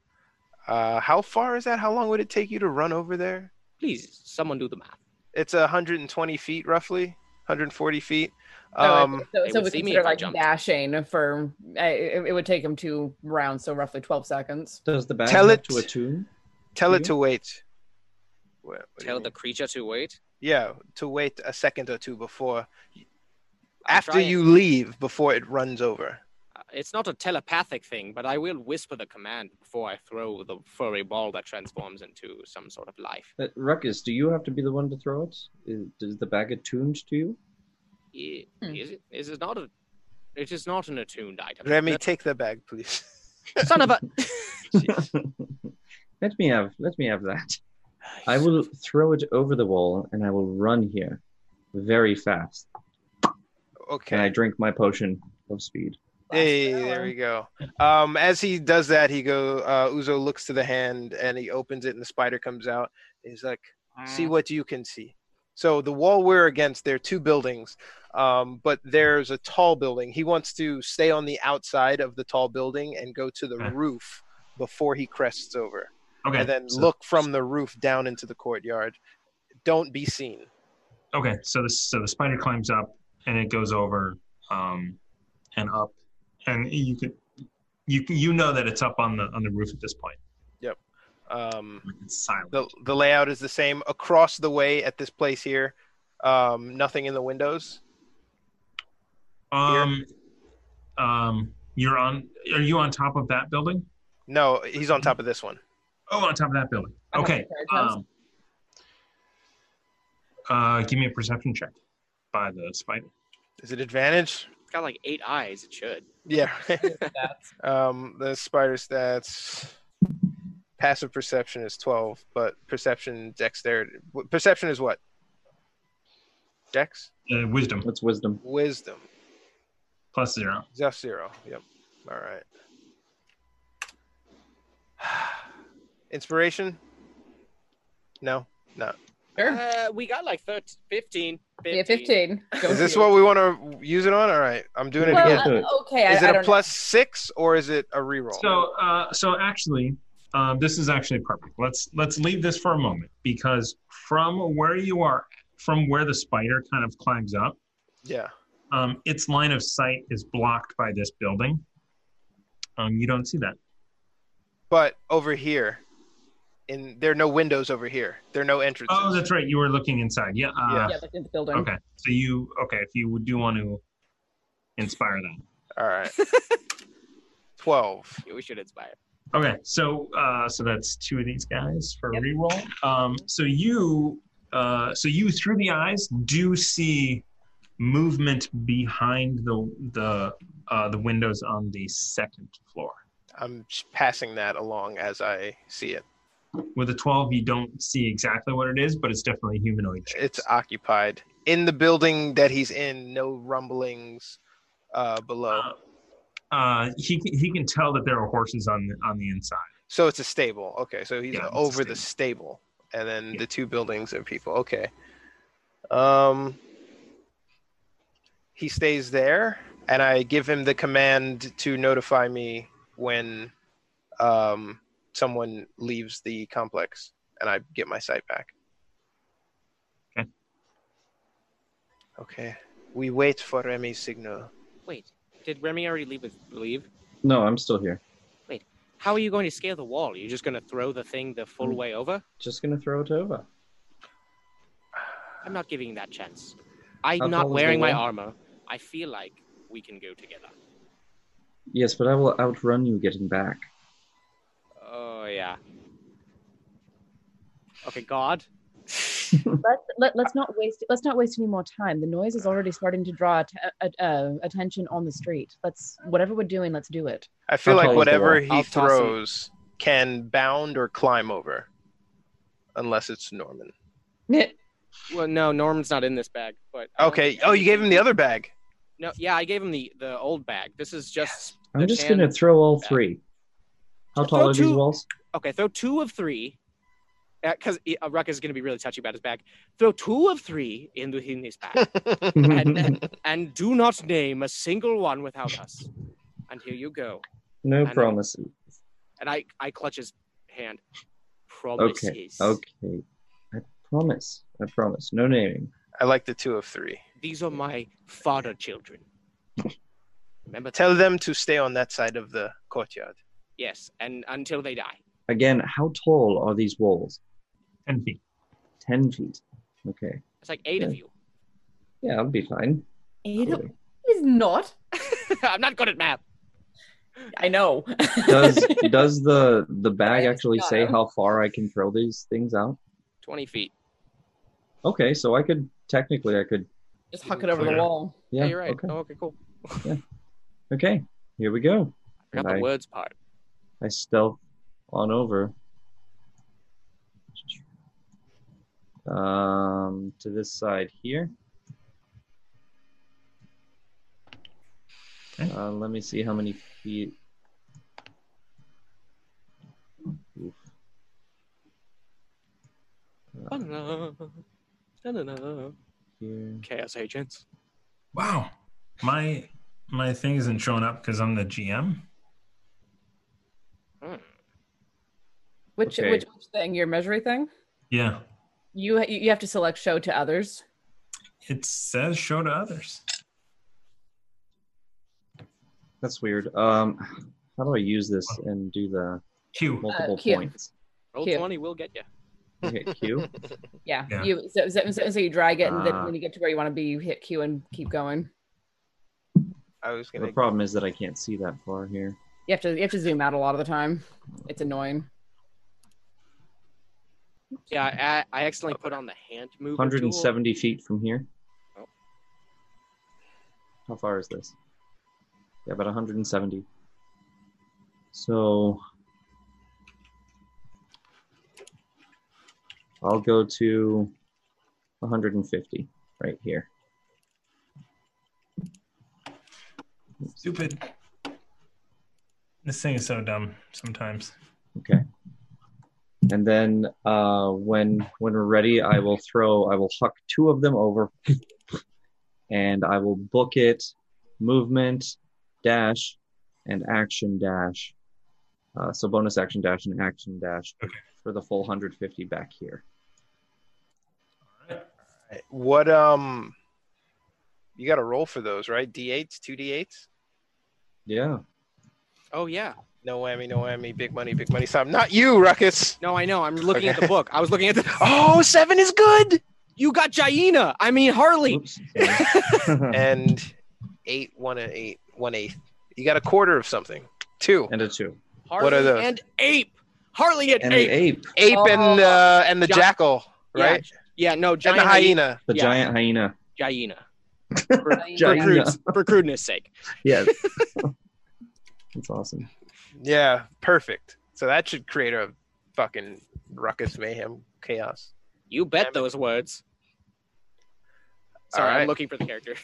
G: uh, how far is that how long would it take you to run over there
H: Please, someone do the math.
G: it's 120 feet roughly 140 feet
B: Oh,
G: um,
B: so,
H: they
B: so
H: would
B: we
H: see me
B: consider
H: if I
B: like
H: jumped.
B: dashing for uh, it, it would take him two rounds, so roughly twelve seconds.
F: Does the bag
G: Tell
F: have
G: it-
F: to attune?
G: tell it
F: you?
G: to wait Wha- what do you
H: Tell
G: mean?
H: the creature to wait.
G: Yeah, to wait a second or two before
H: I'll
G: after
H: try
G: you leave before it runs over.
H: Uh, It's not a telepathic thing, but I will whisper the command before I throw the furry ball that transforms into some sort of life.
F: Uh, Ruckus, do you have to be the one to throw it? Is, is the bag attuned to
G: [laughs]
F: you?
H: I-
B: Hmm.
H: Is it? Is it not a? It is not an attuned item.
G: Remy, take the bag, please. [laughs]
H: Son
F: [laughs]
H: of a! [laughs]
F: Let me have let me have that. I will throw it over the wall and I will run here very fast.
G: Okay.
F: And I drink my potion of speed.
G: Hey, there we go. Um, as he does that, he go. Uh, Uzo looks to the hand and he opens it, and the spider comes out. He's like, "See what you can see." So the wall we're against, there are two buildings, um, but there's a tall building. He wants to stay on the outside of the tall building and go to the
I: Okay.
G: roof before he crests over,
I: Okay,
G: and then
I: so-
G: look from the roof down into the courtyard. Don't be seen.
I: Okay, so the so the spider climbs up and it goes over um, and up, and you can you can, you know that it's up on the on the roof at this point.
G: Yep. Um,
I: It's silent.
G: the the layout is the same across the way at this place here. Um, nothing in the windows.
I: Um, um, you're on. Are you on top of that building?
G: No, he's on top of this one.
I: Oh, on top of that building.
G: On top
I: Okay.
G: of the third house?
I: Um, uh, give me a perception check by the spider.
G: Is it advantage?
H: It's got like eight eyes. It should.
B: [laughs]
G: Yeah. um, the spider stats. Passive perception is twelve, but perception dexterity. w- Perception is what? Dex.
I: Uh, wisdom.
F: That's wisdom.
G: Wisdom.
I: Plus zero.
G: Zeph zero. Yep. All right. [sighs] Inspiration. No, not.
B: Sure.
H: Uh, we got like 13, 15. 15.
B: Yeah, fifteen. Go
G: Is this
B: for it.
G: what we want to use it on? All right, I'm doing it
B: Well,
G: again.
B: uh, okay, I-
G: Is it
B: I
G: a
B: don't know.
G: plus six or is it a reroll?
I: So, uh, so actually, um, this is actually perfect. Let's let's leave this for a moment because from where you are, from where the spider kind of climbs up,
G: yeah.
I: Um, its line of sight is blocked by this building. Um, you don't see that.
G: But over here, in there are no windows over here. There are no entrances.
I: Oh, that's right. You were looking inside. Yeah. Uh,
B: yeah, like in the building.
I: Okay. So you okay? If you do want to inspire that.
G: All
I: [laughs]
G: right. Twelve.
H: We should inspire.
I: Okay. So uh, so that's two of these guys for reroll. Um, so you uh, so you through the eyes do see movement behind the the uh, the windows on the second floor.
G: I'm sh- passing that along as I see it.
I: With a 12, you don't see exactly what it is, but it's definitely humanoid. shape.
G: It's occupied in the building that he's in. No rumblings uh, below.
I: Uh, he can- he can tell that there are horses on the, on the inside.
G: so it's a stable. Okay, so he's
I: Yeah, it's a
G: over the stable, and then the two buildings are people. Okay. Um. He stays there, and I give him the command to notify me when um, someone leaves the complex, and I get my sight back.
I: Okay.
G: Okay. We wait for Remy's signal.
H: Wait, did Remy already leave? With, leave?
F: No, I'm still here.
H: How are you going to scale the wall? You're just going to throw the thing the
F: Hmm.
H: full way over?
F: Just gonna throw it over.
H: I'm not giving you that chance. I'm
F: How tall
H: not
F: is the
H: wearing my
F: wall?
H: armor. I feel like we can go together.
F: Yes, but I will outrun you getting back.
H: Oh yeah. Okay, God.
B: let's let, let's not waste let's not waste any more time. The noise is already starting to draw att- uh, uh, attention on the street. Let's whatever we're doing, let's do [laughs] it.
G: I feel
F: I'll
G: like
F: toss
G: whatever
F: the
G: he
F: wall. I'll toss it.
G: throws can bound or climb over, unless it's Norman.
H: Well, no, Norman's not in this bag, but I don't
G: Okay.
H: think
G: Oh, you gave him the
H: anything-
F: [laughs]
G: other bag.
H: No, yeah, I gave him the the old bag. This is just.
F: I'm
H: the
F: just
H: tan-
F: gonna throw all three. How
H: Throw
F: tall are these
H: two-
F: walls?
H: Okay, throw two of three, because uh, Ruck is gonna be really touchy about his bag. Throw two of three into in his
F: [laughs]
H: bag, and, and do not name a single one without us. And here you go.
F: No
H: And I-
F: promises.
H: And I I clutch his hand. Promises.
F: Okay. Okay. I promise. I promise. No naming.
G: I like the two of three.
H: These are my father children. Remember that?
G: Tell them to stay on that side of the courtyard.
H: Yes, and until they die.
F: Again, how tall are these walls?
I: Ten feet.
F: Ten feet. Okay.
H: It's like eight of
F: Yeah.
H: you. [laughs]
F: Yeah, I'll be fine.
B: It
F: Totally.
B: is not.
H: I'm not good at math.
B: I know.
F: Does does the the bag actually
B: got
F: say
B: him.
F: how far I can throw these things out?
H: 20 feet.
F: Okay, so I could technically I could
B: Just huck it over the
I: Yeah.
B: wall.
F: yeah.
H: you're right.
F: Okay.
H: Oh, okay, cool.
F: Okay. Here we go.
H: I got
F: And
H: the
F: I-
H: words part.
F: I stealth on over. Um, to this side here.
I: Okay.
F: Uh, let me see how many feet. Oof. Uh,
H: Da-da-da.
F: here.
H: Chaos agents.
I: Wow. My my thing isn't showing up because I'm the GM.
B: Which,
F: Okay.
B: which which thing? Your measuring thing?
I: Yeah.
B: You ha- you have to select show to others.
I: It says show to others.
F: That's weird. Um, how do I use this and do the
I: Q.
F: multiple
B: Uh, Q.
F: points?
H: Roll
B: Cute.
H: 20, we'll get you.
F: Okay, Q.
B: Yeah.
I: Yeah.
B: You so, so, so, so you drag it, and then
F: Ah.
B: when you get to where you want to be, you hit Q and keep going.
G: I was
F: the
G: gonna.
F: problem is that I can't see that far here.
B: You have to you have to zoom out a lot of the time. It's annoying.
H: Yeah, I, I accidentally put on the hand move.
F: 170 feet from here.
H: Oh.
F: How far is this? Yeah, about 170. So I'll go to 150 right here.
I: Stupid. This thing is so dumb sometimes.
F: Okay. And then uh, when when we're ready, I will throw I will huck two of them over, and I will book it, movement, dash, and action dash. Uh, so bonus action dash and action dash
I: Okay.
F: for the full 150 back here.
G: What um, You got to roll for those, right? D8s, two D8s.
F: Yeah.
H: Oh yeah.
G: No whammy, no whammy. Big money, big money. Stop. Not you, Ruckus.
H: No, I know. I'm looking at
G: Okay.
H: the book. I was looking at the.
G: Oh, seven is good.
H: You got Jaina. I mean Harley.
G: and eight, one and eight, one eighth. You got a quarter of something. Two.
F: And a two.
H: Harley
G: what are those?
H: And ape. Harley and,
F: And
H: ape.
F: an ape.
G: Ape and
H: Oh.
G: uh, and the
H: Gi-
G: jackal, right?
H: Yeah. No.
G: and
H: Jaina.
G: the hyena.
F: The
H: Yeah.
F: giant hyena.
H: Jaina. For,
F: Jaina.
H: crude, for crudeness' sake.
F: Yes. That's awesome.
G: Yeah, perfect. So that should create a fucking ruckus, mayhem, chaos.
H: You bet those words. Sorry,
G: All right.
H: I'm looking for the character.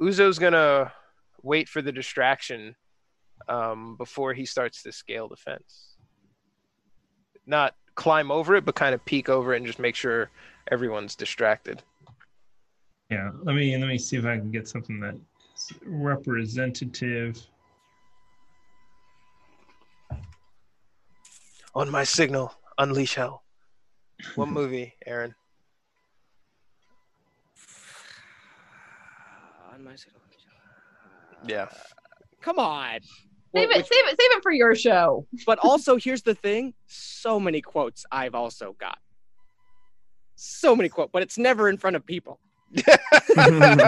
G: Uzo's gonna wait for the distraction um, before he starts to scale the fence. Not climb over it, but kind of peek over it and just make sure everyone's distracted.
I: Yeah, let me let me see if I can get something that's representative.
G: On my signal, unleash hell. What movie, Aaron?
B: Uh,
H: On my signal.
G: [laughs] Yeah.
H: Come on.
B: Save
H: Well,
B: it, save it, save it for your show.
H: But also, here's the thing: so many quotes I've also got. So many quotes, but it's never in front of people.
G: then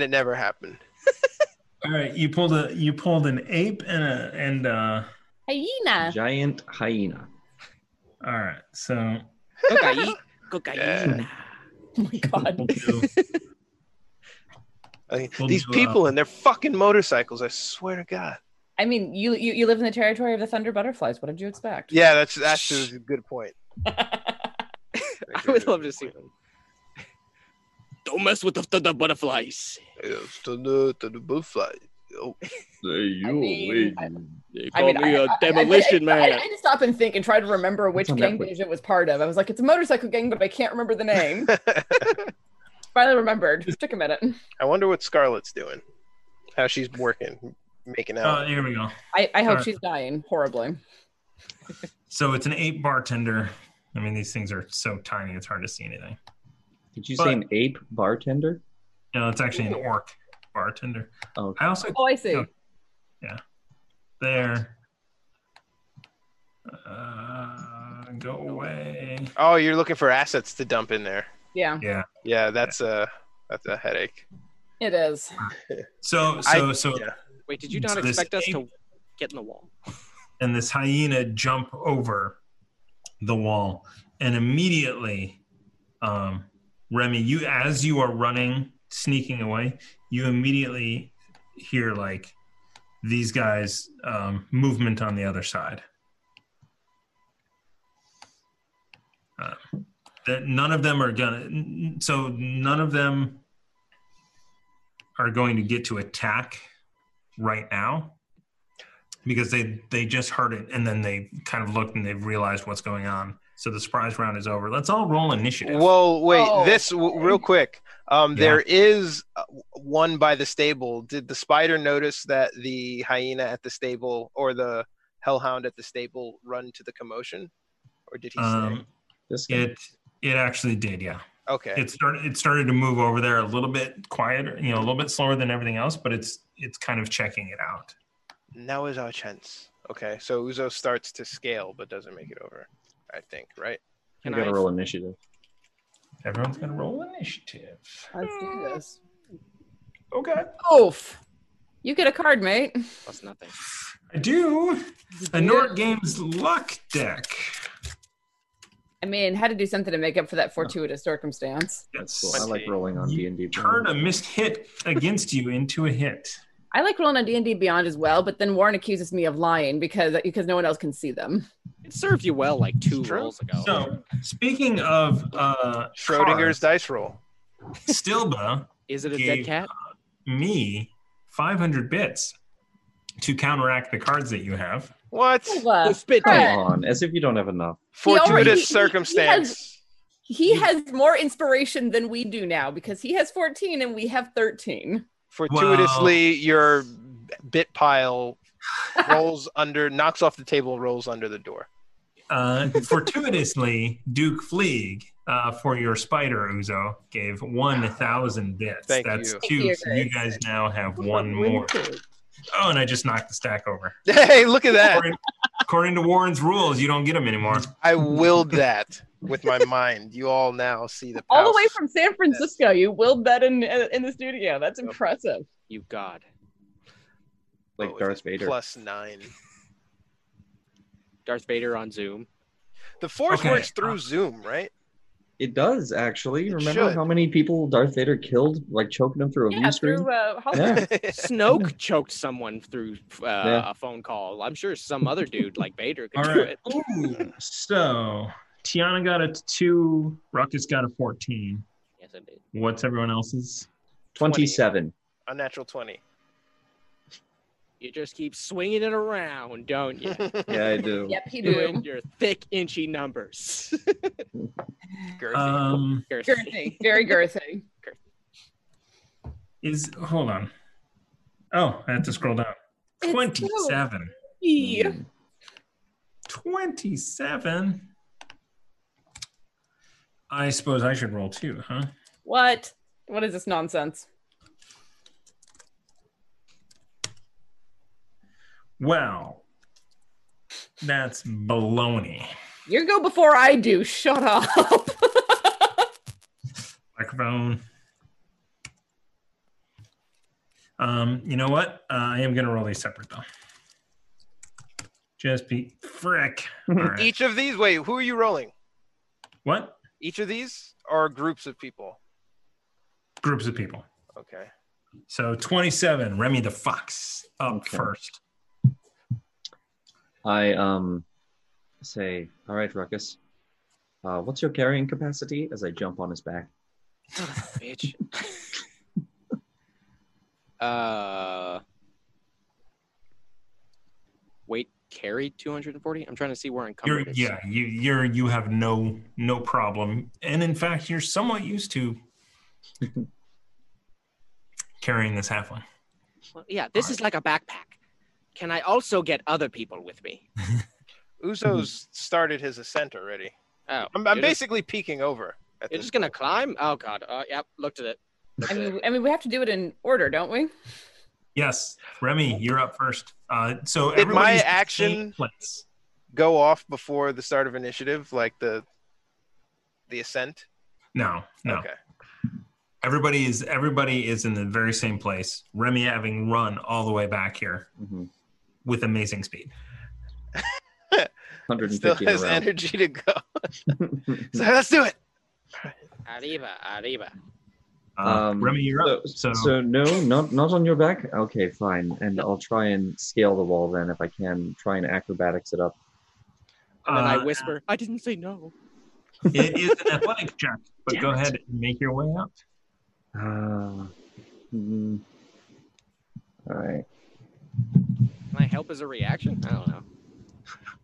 G: it never happened.
I: All right, you pulled a you pulled an ape and a and uh
B: Hyena.
F: Giant hyena.
I: all right. So
B: [laughs]
H: Cocaine. Cocaine.
B: Oh my god.
G: Like,
I: We'll
G: these
I: do, uh,
G: people and their fucking motorcycles, I swear to God.
B: I mean, you, you you live in the territory of the thunder butterflies. What did you expect?
G: Yeah, that's that's a good point.
H: [laughs] [laughs] I would love to see them. Don't mess with the, the, the butterflies.
G: to the, to the butterfly. Oh.
B: I mean, I,
H: They
B: I
H: call
B: mean,
H: me
B: I-
H: a
B: I- I-
H: demolition
B: I- I- I
H: man.
B: had to stop and think and try to remember which
F: on
B: gang
F: Netflix.
B: division it was part of. I was like, it's a motorcycle gang, but I can't remember the
H: [laughs]
B: name. Finally remembered. Took a minute.
G: I wonder what Scarlett's doing. How she's working, making
I: oh,
A: Uh,
G: out.
I: here we go.
B: I, I hope
I: Alright.
B: she's dying horribly.
I: So it's an ape bartender. I mean, these things are so tiny; it's hard to see anything.
F: Did you
I: But-
F: say an ape bartender?
I: No, it's actually an orc bartender.
F: Oh, okay.
I: I also
B: Oh, I see.
I: No. there. Uh, go away.
G: Oh, you're looking for assets to dump in there.
B: Yeah,
I: Yeah.
G: Yeah, that's a that's a headache.
B: it is.
I: So so so
G: yeah.
H: Wait, did you not
I: So this
H: expect us to
I: ape-
H: get in the wall?
I: and this hyena jump over the wall and immediately um, remy you as you are running sneaking away you immediately hear like these guys um, movement on the other side Uh, that none of them are gonna n- n- so none of them are going to get to attack right now because they they just heard it and then they kind of looked and they've realized what's going on. So the surprise round is over. Let's all roll initiative.
G: Whoa, wait.
B: Oh.
G: This w- real quick. Um,
I: Yeah.
G: There is uh, one by the stable. Did the spider notice that the hyena at the stable or the hellhound at the stable run to the commotion, or did he
I: um,
F: This guy.
I: it it actually did, yeah.
G: stay? Okay.
I: It started it started to move over there a little bit quieter, you know, a little bit slower than everything else, but it's it's kind of checking it out.
G: now is our chance. Okay, so Uzo starts to scale but doesn't make it over. I think, right?
F: You
H: Can
F: gotta
H: I-
F: roll initiative.
I: Everyone's gonna roll initiative.
B: Let's do this.
I: Okay.
B: Oof. You get a card, mate.
H: That's nothing.
I: I do. A Nord Games luck deck.
B: I mean, had to do something to make up for that fortuitous circumstance.
F: That's cool. I like rolling on D
I: You
F: and D.
I: Turn a missed hit against you into a hit.
B: I like rolling on D and D Beyond as well, but then Warren accuses me of lying because because no one else can see them.
H: It served you well like two
G: True.
H: rolls ago.
I: So, speaking of uh,
G: Schrodinger's dice roll.
I: cards, Stilba
H: Is it a
I: Gave-
H: dead cat?
I: me 500 bits to counteract the cards that you have.
G: What?
B: Silva,
H: Oh, spit
F: Come
B: Fred,
F: on, as if you don't have enough.
G: Fortuitous
B: already- he- he- he has-
G: circumstance.
B: he has more inspiration than we do now because he has 14 and we have 13.
G: Fortuitously, your bit pile rolls [laughs] under, knocks off the table, rolls under the door.
I: Uh, fortuitously, Duke Fleeg uh, for your spider Uzo gave one thousand bits.
G: Thank
I: That's
G: you.
I: two.
G: Thank you,
I: so you guys now have one more. Oh, and I just knocked the stack over.
G: [laughs] [laughs] Hey, look at that.
I: According, according to Warren's rules, you don't get them anymore.
G: I willed that with my mind. You all now see the
B: All
G: power.
B: the way from San Francisco, you willed that in uh, in the studio. That's impressive.
H: You god.
I: Oh,
F: Like Darth Vader.
G: Plus nine.
H: Darth Vader on
I: [laughs]
H: Zoom.
G: The force
F: Okay.
G: works through Zoom, right?
F: It does actually. Remember
G: should.
F: how many people Darth Vader killed, like choking them through a view screen?
B: uh,
G: [laughs]
F: Yeah.
H: Snoke choked someone through uh,
F: Yeah.
H: a phone call. I'm sure some other dude like Vader could
I: All
H: do
I: right.
H: it.
I: Ooh, so Tiana got a two. Ruckus got a fourteen.
H: Yes, I did.
I: What's everyone else's?
F: 27.
G: A natural 20.
H: You just keep swinging it around, don't
I: [laughs]
H: you?
F: Yeah, I do.
B: [laughs] Yep, he do.
H: Doing your thick, inchy numbers.
G: Girthy.
I: Um,
H: [laughs] Girthy.
B: Girthy, very girthy.
I: is hold on. Oh, I have to scroll down.
B: It's so-
I: Twenty-seven.
B: Yeah.
I: 27. I suppose I should roll too, huh?
B: What? What is this nonsense?
I: Wow. That's baloney.
B: You go before I do. Shut up. [laughs]
I: Microphone. Um, you know what? Uh, I am going to roll these separate though. Just be frick. All right.
G: Each of these, wait, who are you rolling?
I: What?
G: Each of these are groups of people.
I: Groups of people.
G: Okay.
I: So 27, Remy the Fox up first.
F: I um say, all right, Ruckus. Uh, what's your carrying capacity? As I jump on his back.
H: [laughs] Bitch. uh, weight carried 240. I'm trying to see where
I: You're,
H: encumbered is.
I: yeah, you, you're, you have no, no problem. And in fact, you're somewhat used to carrying this halfling.
H: Well, yeah, this is like a backpack. Can I also get other people with me?
F: Mm-hmm.
G: Uzo's started his ascent already.
H: Oh,
G: I'm, I'm
H: you're just-
G: basically peeking over. At
H: You're
G: this
H: just gonna climb? Oh god. Uh, yep. Looked at it. Looked
B: I
H: at
B: mean,
H: it.
B: I mean, we have to do it in order, don't we?
I: Yes, Remy, you're up first. Uh, so
G: Did my
I: everybody's in the
G: action-
I: same place.
G: go off before the start of initiative, like the the ascent.
I: No, no.
G: Okay.
I: Everybody is everybody is in the very same place. Remy having run all the way back here
F: Mhm.
I: with amazing speed.
G: Still
F: 150 in a
G: has
F: row. [laughs]
G: energy to go. so let's do it.
H: Arriba, arriba.
I: Uh, Remy, you're
F: so,
I: up. So,
F: so no, not not on your back. Okay, fine. And I'll try and scale the wall then if I can. Try and acrobatics it up.
H: And then I
I: uh,
H: whisper, I didn't say no.
I: it is an athletic check, but go ahead and make your way up.
F: Uh, mm, all right.
H: Can I help as a reaction? I don't know.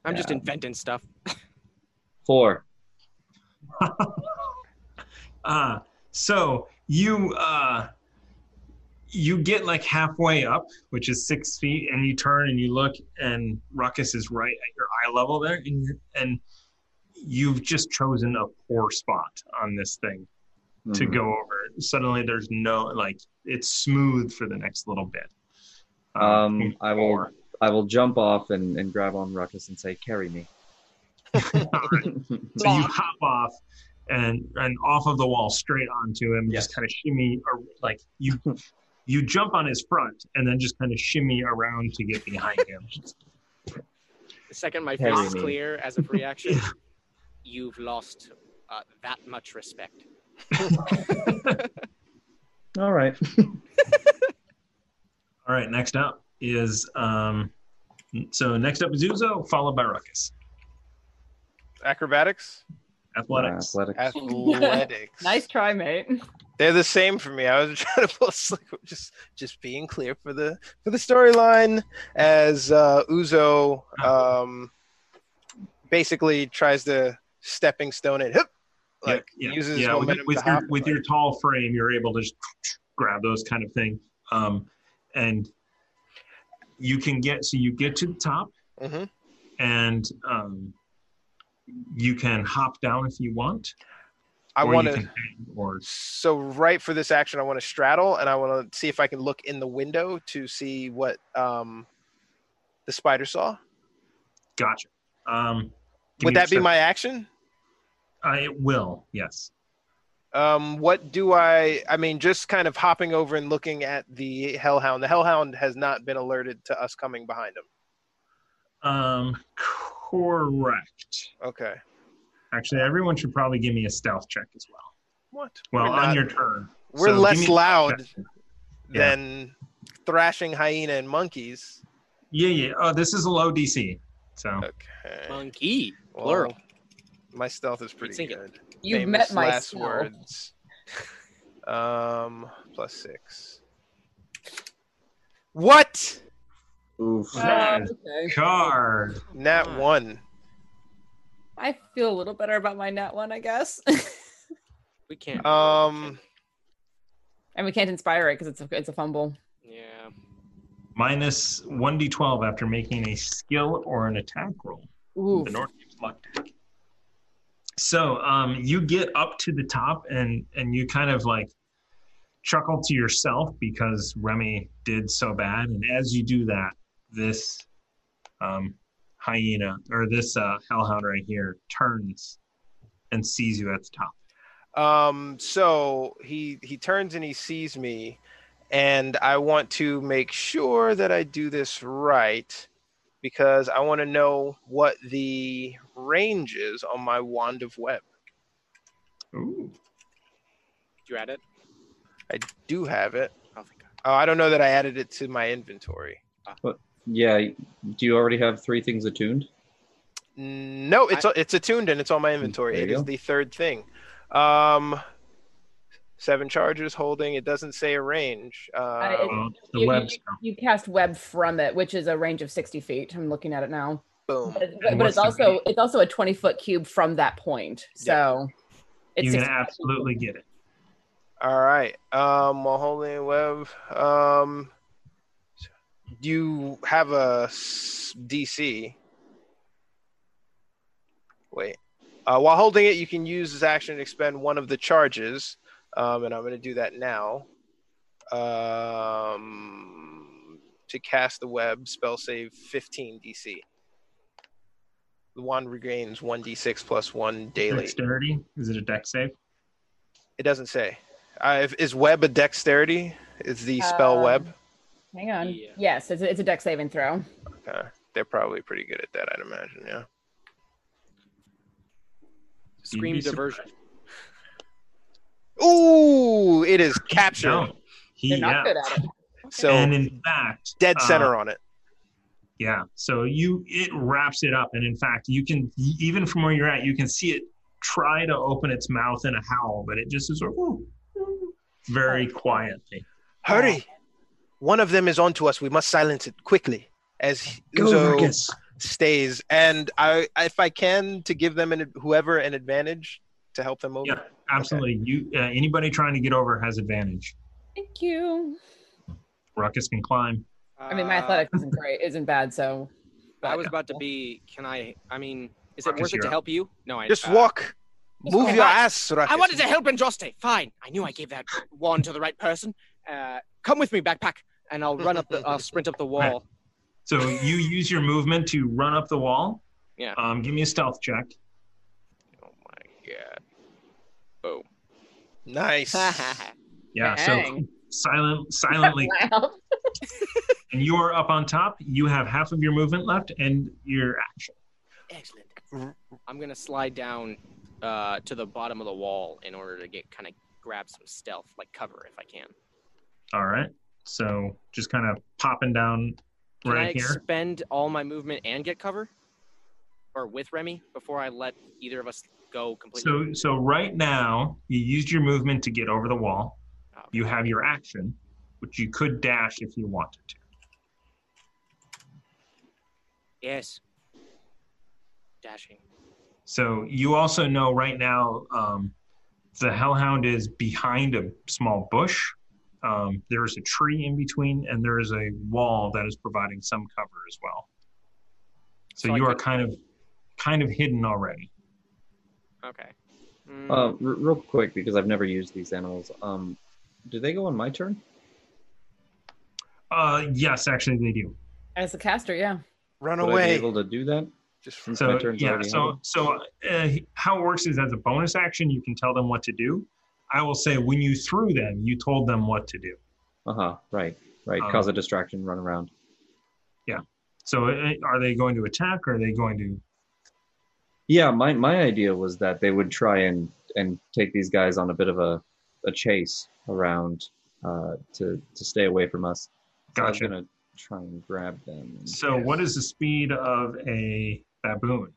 H: I'm just inventing stuff.
F: Four.
I: [laughs] Uh, so you uh, you get like halfway up, which is six feet, and you turn and you look, and Ruckus is right at your eye level there, and, you- and you've just chosen a poor spot on this thing to
F: Mhm.
I: go over. Suddenly, there's no like it's smooth for the next little bit. Uh,
F: Um, I will I will jump off and, and grab on Ruckus and say, carry me.
I: So you hop off and and off of the wall straight onto him, just kind of shimmy or like you you jump on his front and then just kind of shimmy around to get behind him. [laughs]
H: The second my
F: Carry
H: face is
F: me.
H: clear as a reaction,
I: [laughs]
H: you've lost uh, that much respect.
F: [laughs] all right.
I: All right, next up is um so next up is Uzo, followed by Ruckus.
G: Acrobatics,
I: Athletics.
B: [laughs]
G: athletics.
B: Nice try, mate.
G: They're the same for me. I was [laughs] trying to pull just just being clear for the for the storyline as uh, Uzo
I: Uh-huh.
G: um, basically tries to stepping stone it. Hup!
I: Yeah,
G: Like
I: yeah,
G: uses
I: yeah, with,
G: momentum
I: with
G: to
I: your
G: hop.
I: with your tall frame, you're able to just grab those kind of thing. Um and you can get so you get to the top
G: Mhm.
I: and um, you can hop down if you want.
G: I
I: Or you
G: want to.
I: can hang Or
G: So right for this action, I want to straddle, and I want to see if I can look in the window to see what um, the spider saw.
I: gotcha. Um, give
G: Would
I: me a
G: that be
I: sec-
G: my action?
I: Uh, it will. Yes.
G: Um, what do I? I mean, just kind of hopping over and looking at the hellhound. The hellhound has not been alerted to us coming behind him.
I: Um, correct.
G: Okay.
I: Actually, everyone should probably give me a stealth check as well.
G: What?
I: Well,
G: We're
I: on
G: not-
I: your turn.
G: We're
I: So give
G: less
I: me-
G: loud
I: Yeah.
G: than thrashing hyena and monkeys.
I: Yeah, yeah. Oh, this is a low DC. So
G: Okay.
H: Monkey,
G: Well,
H: plural.
G: my stealth is pretty good.
B: You've
G: Famous
B: met my
G: last
B: stealth.
G: words. [laughs] Um, plus six. What?
F: Oof.
B: Oh, okay.
I: card.
G: Nat one.
B: I feel a little better about my net one, I guess. [laughs]
H: We can't.
G: Um,
B: and we can't inspire it because it's a, it's a fumble.
H: yeah.
I: minus one d12 after making a skill or an attack roll.
B: Ooh.
I: The North keeps luck tag. So um, you get up to the top and and you kind of like chuckle to yourself because Remy did so bad. And as you do that, this um, hyena or this uh, hellhound right here turns and sees you at the top.
G: Um, so he he turns and he sees me, and I want to make sure that I do this right because I want to know what the range is on my wand of web.
I: Ooh.
H: You add it?
G: I do have it.
H: Oh,
G: Oh, I don't know that I added it to my inventory.
F: Yeah. Do you already have three things attuned?
G: No, it's it's attuned and it's on my inventory.
F: There
G: It
F: you
G: is
F: go.
G: the third thing. Um, seven charges holding. It doesn't say a range. Uh,
B: I- it-
I: Well,
B: you,
I: the
B: you,
I: web's
B: you cast web from it, which is a range of 60 feet. I'm looking at it now.
G: boom.
B: But, but- but
I: what's
B: it's
I: the
B: also
I: rate?
B: it's also a 20 foot cube from that point. So
I: you
B: it's
I: can
B: 60
I: absolutely get it.
G: All right. Um, while holding web, um, do you have a s- DC? Wait. Uh, while holding it, you can use this action to expend one of the charges, um, and I'm going to do that now. Um, to cast the web, spell save 15 DC. The wand regains 1d6 plus 1 daily.
I: Dexterity. Is it a dex save?
G: It doesn't say. Uh, if- is web a dexterity? Is the spell
H: Uh,
B: Um,
G: web?
B: Hang on.
H: Yeah.
B: Yes, it's a, it's a deck saving throw.
G: Okay. They're probably pretty good at that, I'd imagine. Yeah.
H: Scream
I: be
H: diversion.
G: Ooh, it is captured.
I: No. He,
B: They're
I: yeah.
B: not good at it.
G: So
I: and in fact,
G: dead
I: uh,
G: center on it.
I: Yeah. So you it wraps it up, and in fact, you can even from where you're at, you can see it try to open its mouth in a howl, but it just is like, "Woo, woo," very quietly.
G: Hurry! One of them is onto us. We must silence it quickly. As Uzo stays, and I, if I can, to give them an whoever an advantage to help them over.
I: Yeah, absolutely. You uh, anybody trying to get over has advantage.
B: Thank you.
I: Ruckus can climb.
B: I mean, my
H: Uh,
B: athletics isn't great, isn't bad. So
H: I was about to be. Can I? I mean, is it
I: Ruckus,
H: worth it
I: you're
H: to
I: up.
H: help you? No, I
G: Just
H: uh,
G: walk.
B: Just
G: Move
B: walk.
G: your ass, Ruckus.
H: I wanted to help Androste. Fine. I knew I gave that wand to the right person. Uh, come with me, backpack, and I'll run up the. I'll sprint
I: [laughs]
H: up the wall.
I: So you use your movement to run up the wall.
H: Yeah.
I: Um, give me a stealth check.
H: Oh my [laughs]
G: Nice.
H: god.
I: Yeah. So
B: Dang. [laughs]
I: silent, silently
B: wow.
I: and you are up on top. You have half of your movement left and your action.
H: Excellent. I'm gonna slide down uh, to the bottom of the wall in order to get kind of grab some stealth, like cover if I can.
I: All right. So just kind of popping down
H: Can I
I: right here.
H: expend all my movement and get cover, or with Remy before I let either of us go completely?
I: So so right now you used your movement to get over the wall.
H: Oh,
I: You have your action, which you could dash if you wanted to.
H: yes. Dashing.
I: So you also know right now um, the hellhound is behind a small bush. Um, there is a tree in between, and there is a wall that is providing some cover as well. So,
H: So I
I: you are
H: could-
I: kind of kind of hidden already.
H: Okay. Hmm,
F: Uh, r- real quick, because I've never used these animals. Um, do they go on my turn?
I: Uh, yes, actually they do.
B: As a caster, yeah.
G: Run
F: Would I be able to do that?
G: Just
F: since Mm-hmm. my
I: So
F: turn's
I: yeah,
F: already
I: so
F: ended?
I: so uh, how it works is as a bonus action, you can tell them what to do. I will say when you threw them, you told them what to do.
F: Uh huh. Right. Right.
I: Um,
F: Cause a distraction. Run around.
I: Yeah. So uh, are they going to attack? Or are they going to?
F: Yeah. My my idea was that they would try and and take these guys on a bit of a a chase around uh, to to stay away from us. So
I: Gotcha.
F: I'm gonna try and grab them. and-
I: So what is the speed of a baboon?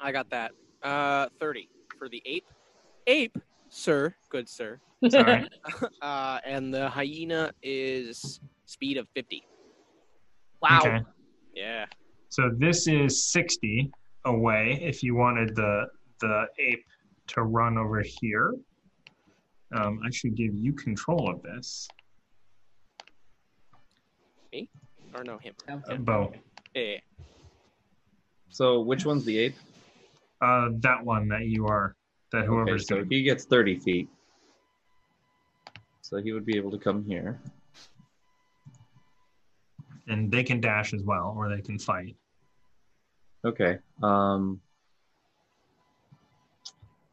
H: I got that. Uh, 30 for the ape. Ape, sir. Good, sir.
B: [laughs]
I: Sorry.
H: uh, and the hyena is speed of 50.
I: Okay.
H: Yeah.
I: So this is 60 away if you wanted the the ape to run over here. Um, I should give you control of this.
H: Me? Or no, him.
I: Uh, Bo.
H: Yeah.
F: So which one's the ape?
I: Uh, that one that you are, that whoever's
F: okay, so
I: doing.
F: he gets 30 feet. So he would be able to come here.
I: And they can dash as well, or they can fight.
F: Okay. Um,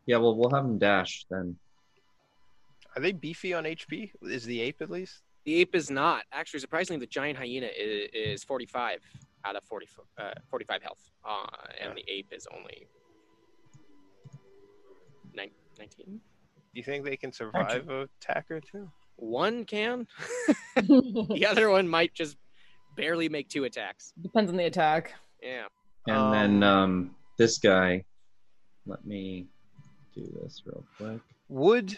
F: yeah, well, we'll have him dash then.
G: Are they beefy on HP? Is the ape at least?
H: The ape is not. Actually, surprisingly, the giant hyena is, is 45 out of 40, uh, 45 health. Uh, and the ape is only nine, 19.
G: Do you think they can survive a attacker too?
H: One can. [laughs] the other one might just barely make two attacks.
B: [laughs] Depends on the attack.
H: Yeah.
F: And then um, this guy. Let me do this real quick.
G: Would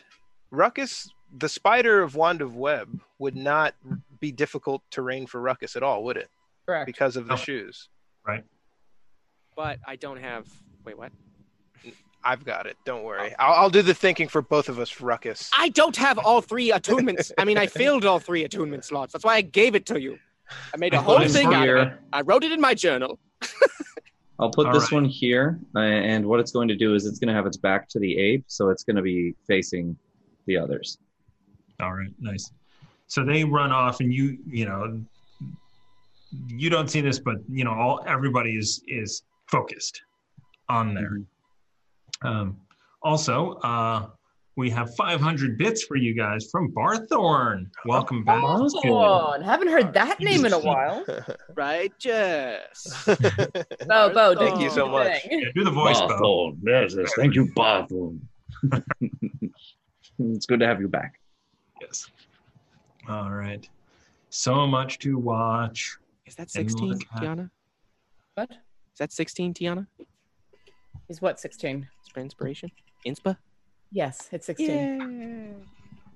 G: Ruckus, the spider of Wand of Web, would not be difficult terrain for Ruckus at all, would it?
B: Correct.
G: Because of the
I: No.
G: shoes.
I: Right.
H: But I don't have. Wait, what?
G: I've got it. Don't worry. I'll, I'll do the thinking for both of us,
H: [laughs]
G: Ruckus.
H: I don't have all three attunements. I mean, I failed all three attunement slots. That's why I gave it to you. I made a
F: I'll
H: whole
F: put it
H: thing out of it.
F: here.
H: I wrote it in my journal.
F: I'll put
I: All
F: this
I: right.
F: one here, uh, and what it's going to do is it's going to have its back to the ape, so it's going to be facing the others.
I: All right, nice. So they run off, and you you know you don't see this, but you know all everybody is is focused on there. Um, also, uh, we have 500 bits for you guys from Barthorn. Welcome back.
B: Oh, and haven't heard that name in a while.
H: Righteous.
B: Bo, Bo,
G: Thank you so much.
I: Yeah, do the voice, Bo.
F: Barthorn. Yes, yes. Thank you, Barthorn. [laughs] it's good to have you back.
I: Yes. All right. So much to watch.
H: Is that
I: And
H: 16,
I: look at-
H: Tiana?
B: What?
H: Is that 16, Tiana?
B: He's what, 16?
H: It's my inspiration. Inspa?
B: Yes, it's 16.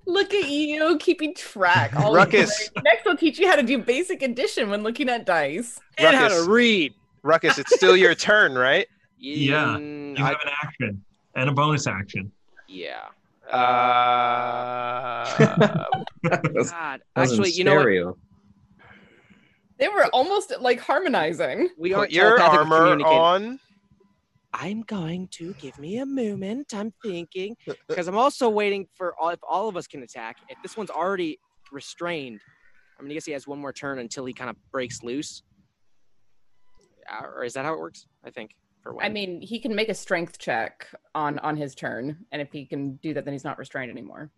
B: Look at you keeping track. All
G: Ruckus.
B: Next, we'll teach you how to do basic addition when looking at dice.
H: And how to
G: Ruckus.
H: read.
G: Ruckus, it's still your turn, right?
I: Yeah,
H: Mm,
I: You
H: I-
I: have an action and a bonus action.
F: [laughs]
H: yeah.
G: Uh,
F: That's-
H: God.
F: that's in
H: Actually, you know what?
F: stereo.
B: They were almost like harmonizing.
H: We are
G: put your armor on.
H: I'm going to give me a moment. I'm thinking because I'm also waiting for all, if all of us can attack. If this one's already restrained, I mean, I guess he has one more turn until he kind of breaks loose. Uh, Or is that how it works? I think. For when.
B: I mean, he can make a strength check on on his turn, and if he can do that, then he's not restrained anymore.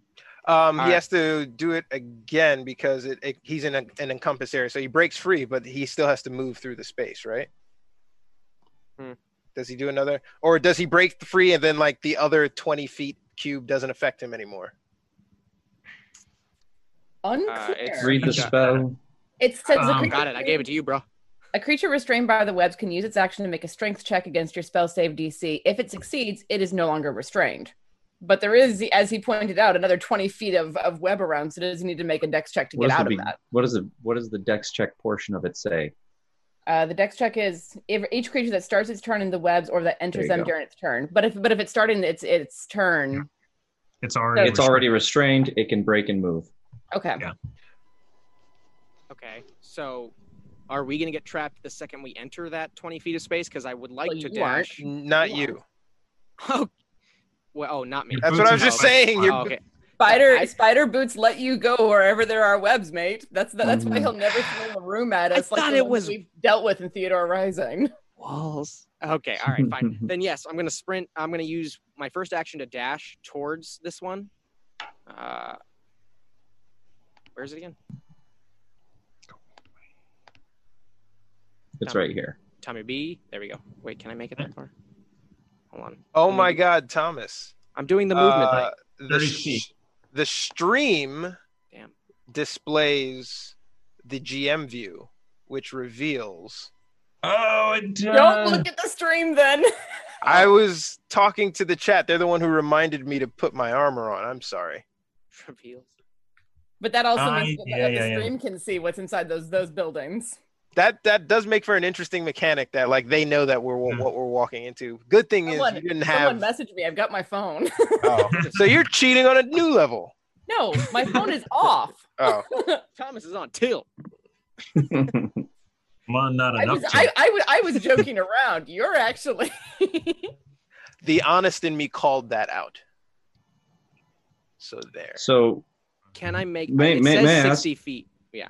G: Um,
H: All
G: he
H: right.
G: has to do it again because it, it he's in a, an encompassed area, so he breaks free, but he still has to move through the space, right?
H: Hmm.
G: Does he do another, or does he break free and then like the other twenty feet cube doesn't affect him anymore?
H: Uh, it's-
B: Unclear.
F: Read
H: [laughs]
F: the spell.
B: it says
I: Um,
B: the creature,
H: got it. I gave it to you, bro.
B: a creature restrained by the webs can use its action to make a strength check against your spell save DC. If it succeeds, it is no longer restrained. But there is, as he pointed out, another twenty feet of, of web around, so does he need to make a dex check to
F: What
B: get
F: does,
B: out
F: the,
B: of
F: be-
B: that?
F: what, is the, what does the dex check portion of it say?
B: Uh, the dex check is if each creature that starts its turn in the webs or that enters
F: you
B: them
F: go.
B: during its turn. But if but if it's starting its its turn,
I: It's already.
F: It's already restrained. It can break and move.
B: okay.
I: Yeah.
H: Okay. So, are we gonna get trapped the second we enter that 20 feet of space? Because I would like
B: Well,
H: to
B: you aren't.
H: dash.
G: Not you.
H: [laughs] Oh, Well, oh, not me.
I: That's what I was just saying, your
H: Oh,
I: bo-
H: okay.
B: Spider spider boots let you go wherever there are webs, mate. That's the, that's
F: Mm-hmm.
B: why
H: Mhm.
B: he'll never throw a room at us. like
H: thought
B: the
H: it
B: ones
H: was-
B: we've dealt with in Theodore Rising.
H: Walls. Okay, all right,
F: [laughs]
H: fine. then yes, I'm gonna sprint. I'm gonna use my first action to dash towards this one. Uh, where is it again?
F: It's right here.
H: Tommy B. There we go. Wait, can I make it that far? Hold on.
G: Oh my God, Thomas!
H: I'm doing the movement [laughs]
G: Uh,
H: thing.
G: the, sh- the stream
H: Damn.
G: displays the GM view, which reveals.
I: Oh, it does.
B: Don't look at the stream then.
G: I was talking to the chat. They're the one who reminded me to put my armor on. I'm sorry.
H: Reveals.
B: But that also
G: Ah,
B: means that
G: yeah,
B: the,
G: yeah,
B: the
G: yeah.
B: stream can see what's inside those those buildings.
G: That that does make for an interesting mechanic that like they know that we're what we're walking into. Good thing
B: Someone,
G: is you didn't
B: someone
G: have.
B: messaged me. I've got my phone. [laughs]
G: Oh. [laughs] so you're cheating on a new level.
B: no, my phone is off.
G: Oh.
H: Thomas is on tilt.
I: Well, not
B: I was I, I, was- I was joking around. You're actually
G: the honest in me called that out. So there.
F: So
H: Can I make?
F: May-
H: it
F: may-
H: says
F: may I ask-
H: sixty feet. Yeah.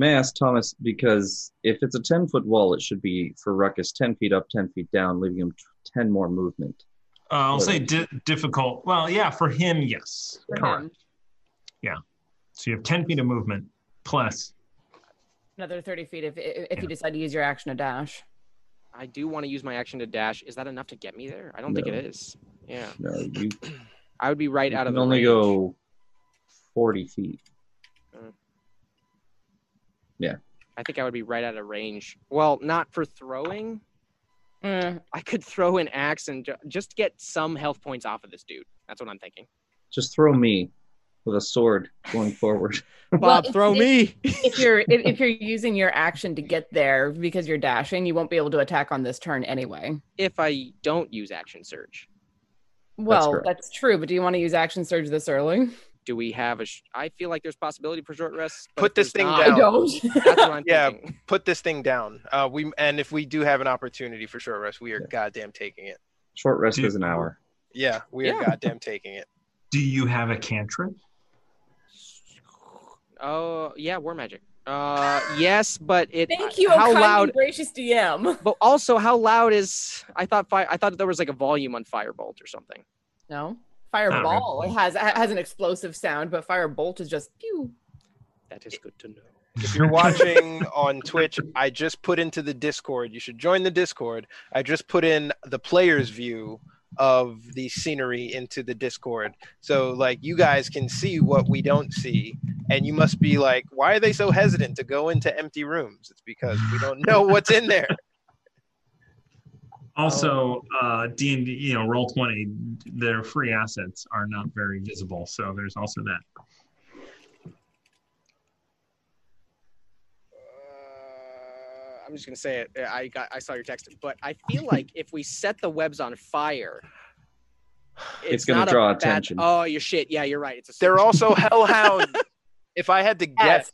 F: May I ask Thomas, because if it's a 10 foot wall, it should be for Ruckus 10 feet up, 10 feet down, leaving him 10 more movement.
I: Uh, I'll say di- difficult. Well, yeah, for him, yes. Correct. Yeah. So you have 10 feet of movement plus.
B: another thirty feet if if you decide to use your action to dash.
H: I do want to use my action to dash. Is that enough to get me there? I don't think
F: No.
H: it is. Yeah.
F: No, you
H: I would be right
F: you
H: out of
F: can
H: the
F: only
H: range.
F: go 40 feet.
H: Mm.
F: Yeah.
H: I think I would be right out of range. Well, not for throwing.
B: Mm.
H: I could throw an axe and ju- just get some health points off of this dude. That's what I'm
F: [laughs]
H: thinking.
F: Just throw me with a sword going forward.
H: Bob, throw me.
B: if you're if, if you're using your action to get there because you're dashing, you won't be able to attack on this turn anyway.
H: If I don't use action surge,
B: Well,
H: correct.
B: that's, true, but do you want to use action surge this early?
H: do we have a? Sh- I feel like there's possibility for short rests. but
G: Put
H: if
G: this
H: there's
G: thing
B: [laughs]
H: not-
G: down.
H: That's what I'm
G: [laughs] yeah,
H: thinking.
G: put this thing down. Uh, we and if we do have an opportunity for short rest, we are goddamn taking it.
F: Short rest is an hour.
G: Yeah, we are
H: Yeah.
G: goddamn taking it.
I: Do you have a cantrip?
H: Oh yeah, war magic. Uh, yes, but it.
B: Thank you,
H: How
B: oh, kind
H: loud?
B: and gracious DM.
H: But also, how loud is? I thought fire. I thought there was like a volume on firebolt or something.
B: No, fireball It has it has an explosive sound, but firebolt is just pew.
H: That is good to know.
G: If you're watching on Twitch, I just put into the Discord. You should join the Discord. I just put in the player's view of the scenery into the Discord. So like you guys can see what we don't see and you must be like, why are they so hesitant to go into empty rooms? It's because we don't know what's in there.
I: Also,
H: Oh.
I: uh, D&D, you know, Roll20, their free assets are not very visible. So there's also that.
H: Uh, I'm just gonna say it. I got. I saw your text, but I feel [laughs] like if we set the webs on fire,
F: It's gonna
H: not a
F: draw
H: bad-
F: attention.
H: Oh, your shit. Yeah, you're right. It's a.
G: They're also hellhound. if I had to guess
B: Yes.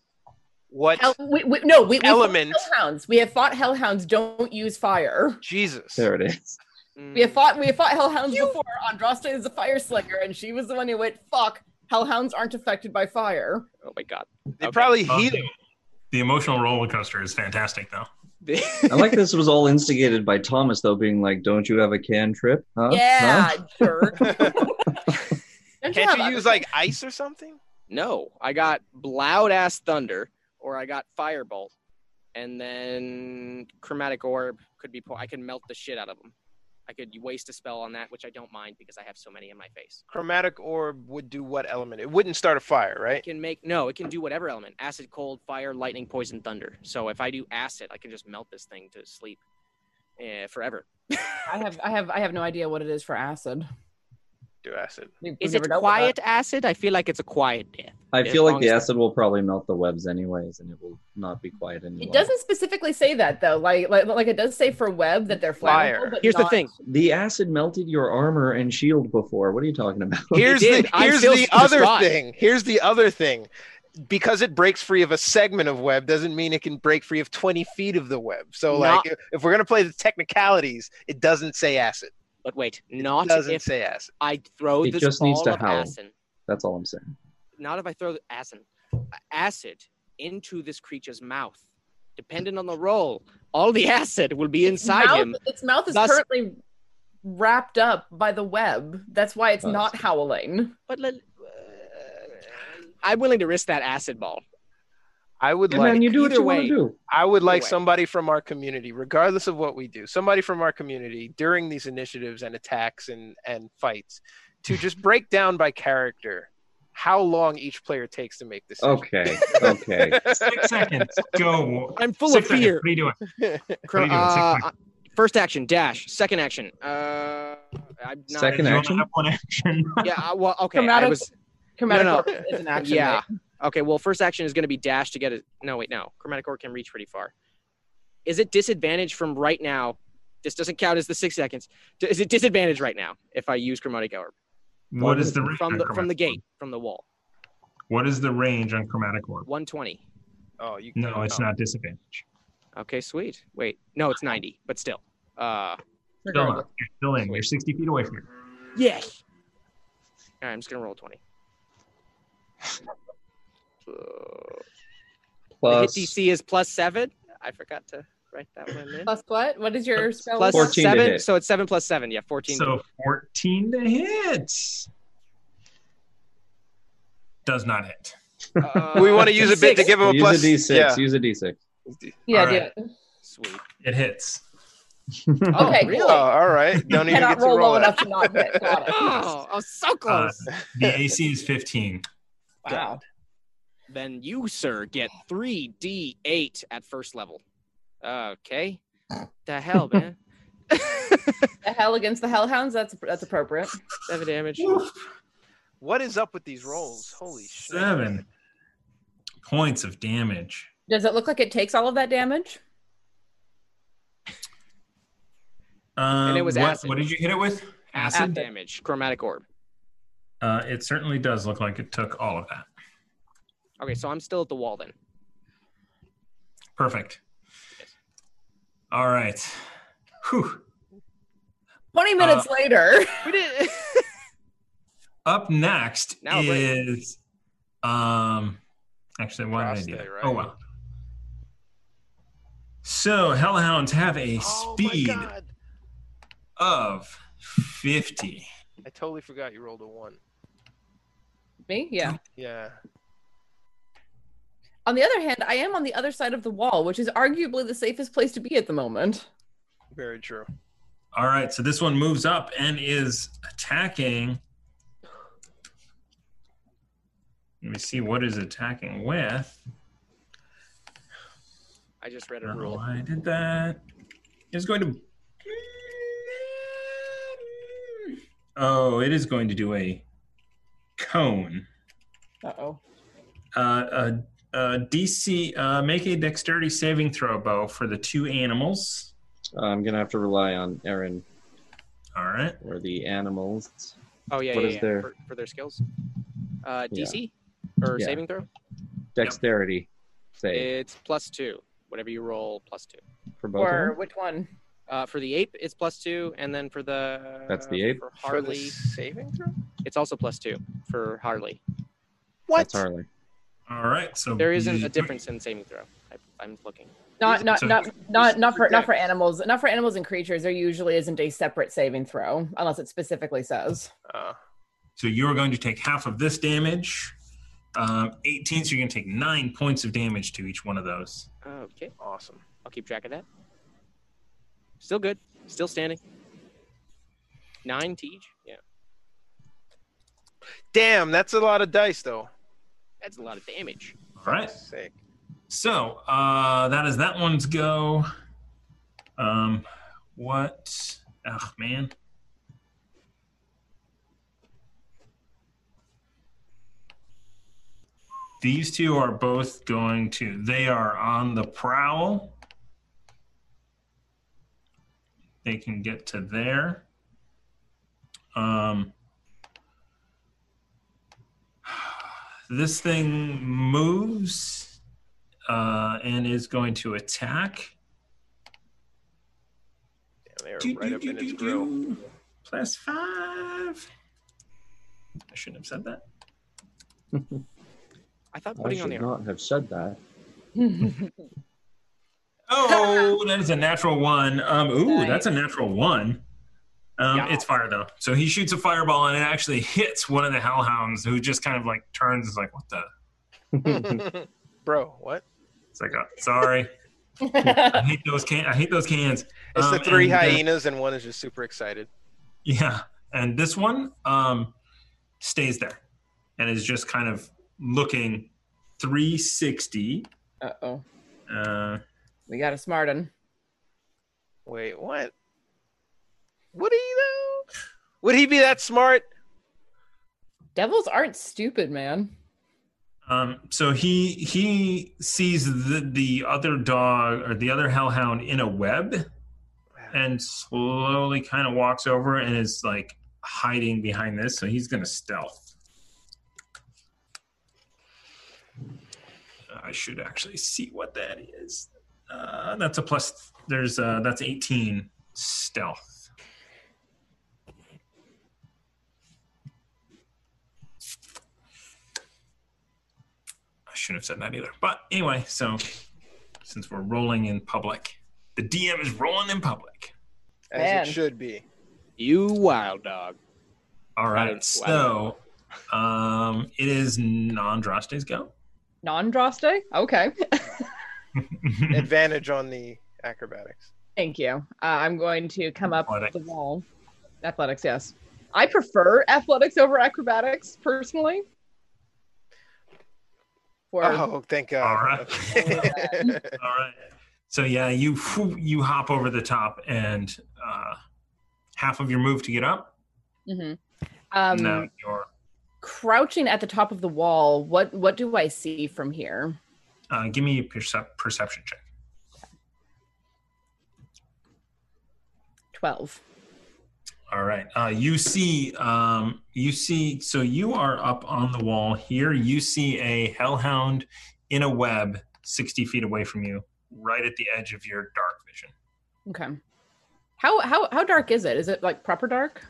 G: what
B: Hell, we, we, no, we, we fought
G: Element.
B: hellhounds. We have fought hellhounds. Don't use fire.
G: Jesus.
F: There it is.
H: Mm,
B: We have fought we have fought hellhounds before. Andraste is a fire slinger, and she was the one who went fuck. Hellhounds aren't affected by fire.
H: oh my [laughs] god.
G: They probably
I: Uh,
G: heat
I: The emotional roller coaster is fantastic, though.
F: I like this was all instigated by Thomas, though, being like, don't you have a cantrip? Huh?
B: yeah,
F: Huh?" [laughs]
B: jerk.
G: Can't you use like ice or something?
H: No, I got loud ass thunder, or I got firebolt, and then chromatic orb could be. Po- I could melt the shit out of them. I could waste a spell on that, which I don't mind because I have so many in my face.
G: Chromatic orb would do what element? It wouldn't start a fire, right?
H: It can make no. It can do whatever element: acid, cold, fire, lightning, poison, thunder. So if I do acid, I can just melt this thing to sleep, eh, forever.
B: I have I have I have no idea what it is for acid.
G: Do acid.
B: We- we've
H: Is
B: never
H: it
B: dealt with that.
H: quiet acid? I feel like it's a quiet death.
F: I
H: As
F: feel like
H: long
F: the
H: as-
F: acid will probably melt the webs anyways, and it will not be quiet anymore.
B: It doesn't specifically say that though. Like like like it does say for web that they're
G: Fire.
B: flammable. But
H: Here's the
B: not-
H: thing.
F: The acid melted your armor and shield before. What are you talking about?
G: Here's
H: did.
G: the
H: I'm
G: here's
H: still
G: the other
H: distraught.
G: thing. Here's the other thing. Because it breaks free of a segment of web doesn't mean it can break free of 20 feet of the web.
H: Not-
G: So, like, if- if we're going to play the technicalities, it doesn't say acid.
H: But wait, not
G: doesn't
H: if
G: say acid.
H: I throw
I: It
H: this
I: just
H: ball
I: needs to
H: of
I: howl.
H: acid.
I: That's all I'm saying.
H: Not if I throw the acid, acid into this creature's mouth. Depending on the roll, all the acid will be inside
B: mouth,
H: him.
B: Its mouth is
H: Thus-
B: currently wrapped up by the web. That's why it's
H: Oh, I
B: not howling.
H: But let, Uh, I'm willing to risk that acid ball.
G: I would
H: Yeah,
G: like
H: man, you do what
G: either
H: you wanna
G: way,
H: do.
G: I would
H: Either
G: like
H: way.
G: somebody from our community, regardless of what we do, somebody from our community during these initiatives and attacks and, and fights
H: [laughs]
G: to just break down by character how long each player takes to make this. [laughs]
I: Okay. Okay.
H: [laughs]
A: Six seconds. Go.
H: I'm full
A: Six
H: of
A: seconds.
H: fear.
A: What are you doing?
H: Cro-
A: What are you doing? Six
H: uh,
A: seconds.
H: first action, dash. Second action. Uh, I'm not,
I: Second
A: You only
I: action?
A: have one
H: [laughs]
A: action.
H: Yeah. I- Well, okay. I
B: Chromatic-
H: was.
B: Chromatic
H: No, no.
B: orb is
G: [laughs]
B: an action.
H: yeah.
B: right?
H: Okay. Well, first action is going to be dash to get it. No, wait. No. Chromatic orb can reach pretty far. Is it disadvantage from right now? This doesn't count as the six seconds. D- Is it disadvantage right now if I use chromatic orb
A: What is the range
H: from
A: on
H: the
A: chromatic
H: from the
A: orb?
H: gate from the wall?
A: What is the range on chromatic orb?
H: 120.
G: Oh, you
A: No, it's
G: oh.
A: not disadvantage.
H: Okay. Sweet. Wait. No, it's 90. But still. Uh.
A: Still not. You're still in. You're 60 feet away from it.
H: Yes. All right, I'm just gonna roll twenty. Uh,
G: Oh.
H: the hit
I: Plus
H: DC is plus seven. I forgot to write that one in.
B: Plus what? What is your spell?
H: Plus
I: 14 to
H: seven,
I: hit.
H: so it's seven plus seven. Yeah, fourteen.
A: So 14 to hit. Does not hit. [laughs]
H: Uh,
G: We want to use a bit to
B: D6.
G: give him a
I: use
G: plus.
I: a d6.
G: Yeah.
I: Use a d6.
B: yeah,
A: All right.
B: do it.
H: Sweet.
A: It hits.
B: Okay,
G: Oh,
B: cool.
G: all right. Don't even get
B: Cannot
G: to
B: roll
G: roll,
B: low
G: it.
B: enough to not hit. Got
G: [laughs]
B: it.
H: Oh, I was
A: Uh,
H: so close. [laughs]
A: The AC is 15.
B: Wow.
H: then you, sir, get three d eight at first level. Okay. The hell, man.
B: The hell against the hellhounds. That's that's appropriate.
H: seven damage.
G: What is up with these rolls? Holy shit.
A: Seven points of damage.
B: Does it look like it takes all of that damage?
A: Um,
H: it was
A: what,
H: acid.
A: What did you hit it with?
H: Acid
A: Acid.
H: damage. Chromatic orb.
A: Uh, it certainly does look like it took all of that.
H: Okay, so I'm still at the wall then.
A: Perfect. All right. Whew.
B: Twenty
I: Uh.
B: minutes
I: [laughs]
B: later.
H: We did.
A: Up next
H: Now, but-
A: is um actually what did I do?
G: Prostate, right?
A: Oh wow. So hellhounds have a
G: Oh
A: speed
G: my god.
A: of fifty.
G: I totally forgot you rolled a one.
B: Me? Yeah.
G: Yeah.
B: On the other hand, I am on the other side of the wall, which is arguably the safest place to be at the moment.
G: Very true.
A: All right, so this one moves up and is attacking. Let me see what is attacking with.
H: I just read
A: I
H: a
A: don't know
H: rule.
A: why I did that. It is going to. Oh, it is going to do a cone.
B: Uh oh.
A: Uh, a, a DC, uh, make a dexterity saving throw, Bo, for the two animals.
I: I'm gonna have to rely on Aaron
A: All right.
I: or the animals.
H: Oh yeah,
I: What
H: yeah,
I: is
H: yeah.
I: their-
H: For, for their skills. Uh,
I: Yeah.
H: DC or
I: Yeah.
H: saving throw?
I: Dexterity save
H: It's plus two. Whatever you roll, plus two.
I: for both.
B: Or
I: of them?
B: which one?
H: Uh, for the ape, it's plus two, and then for the
I: That's the ape?
H: For
G: For the
H: Harley,
G: saving throw?
H: it's also plus two for Harley.
G: What?
I: That's Harley.
A: All right. So
H: There isn't a difference in saving throw. I, I'm looking.
B: Not not
A: So-
B: not not not for not for animals. Not for animals and creatures. There usually isn't a separate saving throw unless it specifically says. [laughs]
G: Uh,
A: So you are going to take half of this damage. Um, 18, so you're going to take nine points of damage to each one of those.
H: Okay,
G: awesome.
H: I'll keep track of that. Still good. Still standing. Nine Tej. Yeah,
G: Damn, that's a lot of dice though.
H: that's a lot of damage.
A: All right.
G: Sick.
A: So uh, that is that one's go. Um, what? Oh man. These two are both going to. They are on the prowl. They can get to there. Um, [sighs] this thing moves uh, and is going to attack.
G: Damn, they are right up in his grill.
A: Do-do-do-do-do. plus five. I shouldn't have said that.
H: I thought
K: I
H: putting on the
K: should not have said that.
A: Oh, [laughs] that is a natural one. Um, ooh, that's a natural one. Um, It's fire though, so he shoots a fireball and it actually hits one of the hellhounds, who just kind of like turns, and is like, "What the?" [laughs]
G: Bro, what?
A: It's like, oh, "Sorry, I hate those can. I hate those cans."
G: It's the
A: Um,
G: three
A: and, uh,
G: hyenas and one is just super excited.
A: Yeah, and this one um, stays there and is just kind of looking 360.
B: Uh-oh.
A: Uh
B: We got a smart one.
G: Wait, what? Would he though? Would he be that smart?
B: Devils aren't stupid, man.
A: Um, so he he sees the the other dog or the other hellhound in a web, and slowly kind of walks over and is like hiding behind this. So he's gonna stealth. I should actually see what that is. Uh, that's a plus. There's uh, that's 18 stealth. I shouldn't have said that either. But anyway, so since we're rolling in public, the DM is rolling in public.
G: As
A: Man.
G: it should be.
H: You wild dog.
A: All right,
H: I
A: so um, it is Nandraste's go.
B: Non-Droste? Okay.
G: Advantage on the acrobatics.
B: Thank you. Uh, I'm going to come up
G: Athletics.
B: the wall. Athletics, yes. I prefer athletics over acrobatics personally. For
G: Oh, thank God.
A: All right.
G: [laughs]
A: All right. So yeah, you you hop over the top and uh, half of your move to get up.
B: Mhm. um,
A: now you're
B: crouching at the top of the wall, what what do I see from here?
A: uh, give me a percep- perception check.
B: Twelve.
A: All right. Uh, you see, um, you see. So you are up on the wall here. You see a hellhound in a web, sixty feet away from you, right at the edge of your dark vision.
B: Okay. How how how dark is it? Is it like proper dark?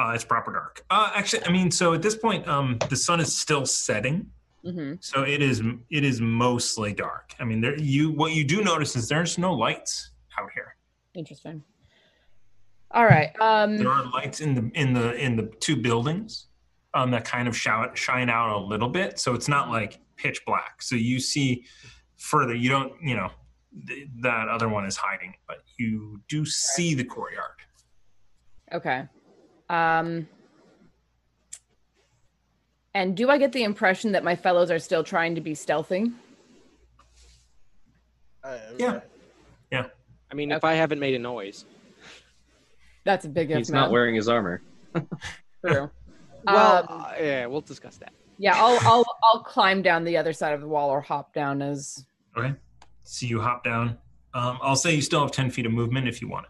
A: Uh, it's proper dark. Uh, actually, I mean, so at this point, um, the sun is still setting,
B: Mm-hmm.
A: so it is it is mostly dark. I mean, there you what you do notice is there's no lights out here.
B: Interesting. All right. Um,
A: There are lights in the in the in the two buildings um, that kind of shout, shine out a little bit, so it's not like pitch black. So you see further. You don't, you know, th- that other one is hiding, but you do see the courtyard.
B: Okay. Um and do I get the impression that my fellows are still trying to be stealthy?
A: Yeah. Yeah.
H: I mean, if I haven't made a noise.
B: That's a big if
K: He's not
B: man.
K: wearing his armor.
B: True.
H: Well,
B: Um,
H: uh, yeah, we'll discuss that.
B: yeah, I'll I'll I'll climb down the other side of the wall or hop down as
A: Okay. So you hop down. Um, I'll say you still have ten feet of movement if you want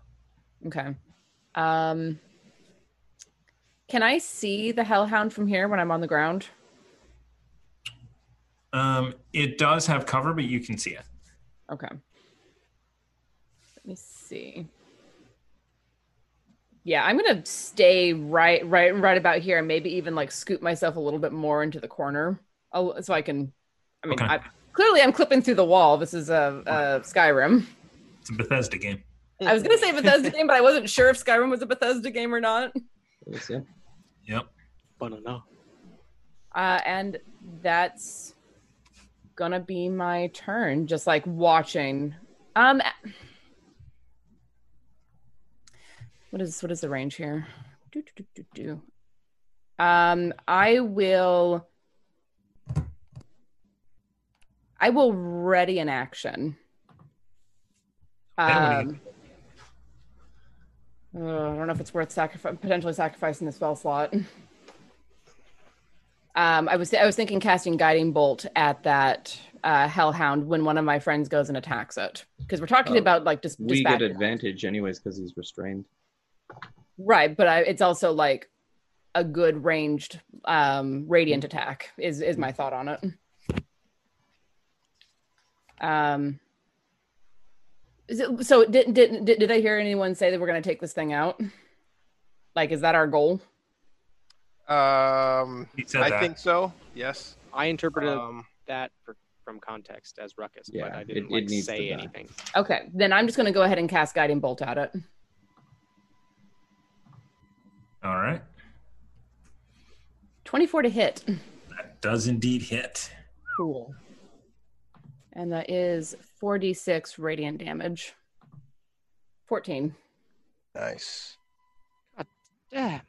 A: it.
B: okay. Um can I see the hellhound from here when I'm on the ground?
A: Um, it does have cover, but you can see it.
B: Okay. Let me see. Yeah, I'm gonna stay right, right, right about here, and maybe even like scoot myself a little bit more into the corner, oh, so I can. I mean,
A: Okay.
B: I, clearly I'm clipping through the wall. This is a, a Skyrim.
A: It's a Bethesda game.
B: I was gonna say Bethesda game, but I wasn't sure if Skyrim was a Bethesda game or not.
A: Yep.
H: But no.
B: Uh, and that's gonna be my turn. Just like watching. Um, what is what is the range here? Do, do, do, do, do. Um, I will. I will ready an action. Um, uh, I don't know if it's worth sacrifi- potentially sacrificing the spell slot. [laughs] Um, I was I was thinking casting guiding bolt at that uh, hellhound when one of my friends goes and attacks it because we're talking
K: Oh,
B: about like dis-
K: We get
B: dispatch,
K: advantage anyways because he's restrained.
B: right? But I, it's also like a good ranged um, radiant attack is is my thought on it. Um, is it, so did, did did did I hear anyone say that we're going to take this thing out? Like, is that our goal?
G: Um,
I: said
G: I
I: that.
G: think so. Yes.
H: I interpreted
G: Um,
H: that for, from context as ruckus, but
F: Yeah,
H: I
F: it-
H: didn't
F: it
H: like,
F: needs
H: say
F: the dot.
H: anything.
B: Okay, then I'm just going to go ahead and cast Guiding Bolt at it.
I: All right.
B: 24 to hit.
I: That does indeed hit.
B: Cool. And that is 4d6 radiant damage. 14.
G: Nice.
H: Yeah.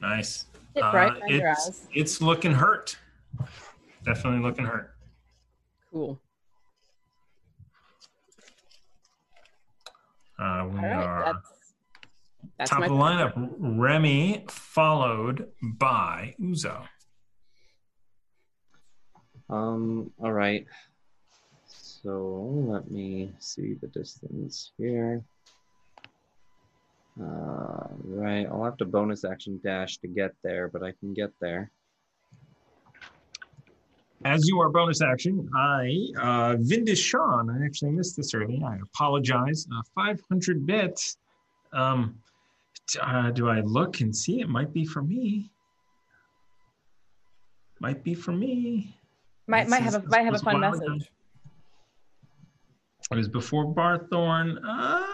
I: Nice.
B: Hit right under your
I: Uh, it's,
B: eyes.
I: it's looking hurt. Definitely looking hurt.
B: Cool.
I: Uh, we
B: All right.
I: are
B: That's, that's
I: top
B: my
I: of the lineup. Remy followed by Uzo.
F: Um, all right. So let me see the distance here. Uh, right, I'll have to bonus action dash to get there, but I can get there.
I: As you are bonus action, I, uh, Vindis Sean, I actually missed this early. I apologize. Uh, 500 bits. Um, t- uh, do I look and see? It might be for me. Might be for me.
B: Might,
I: This
B: might
I: is-
B: have a,
I: this
B: might have a
I: was
B: fun
I: wild.
B: message.
I: It was before Barthorn. Uh,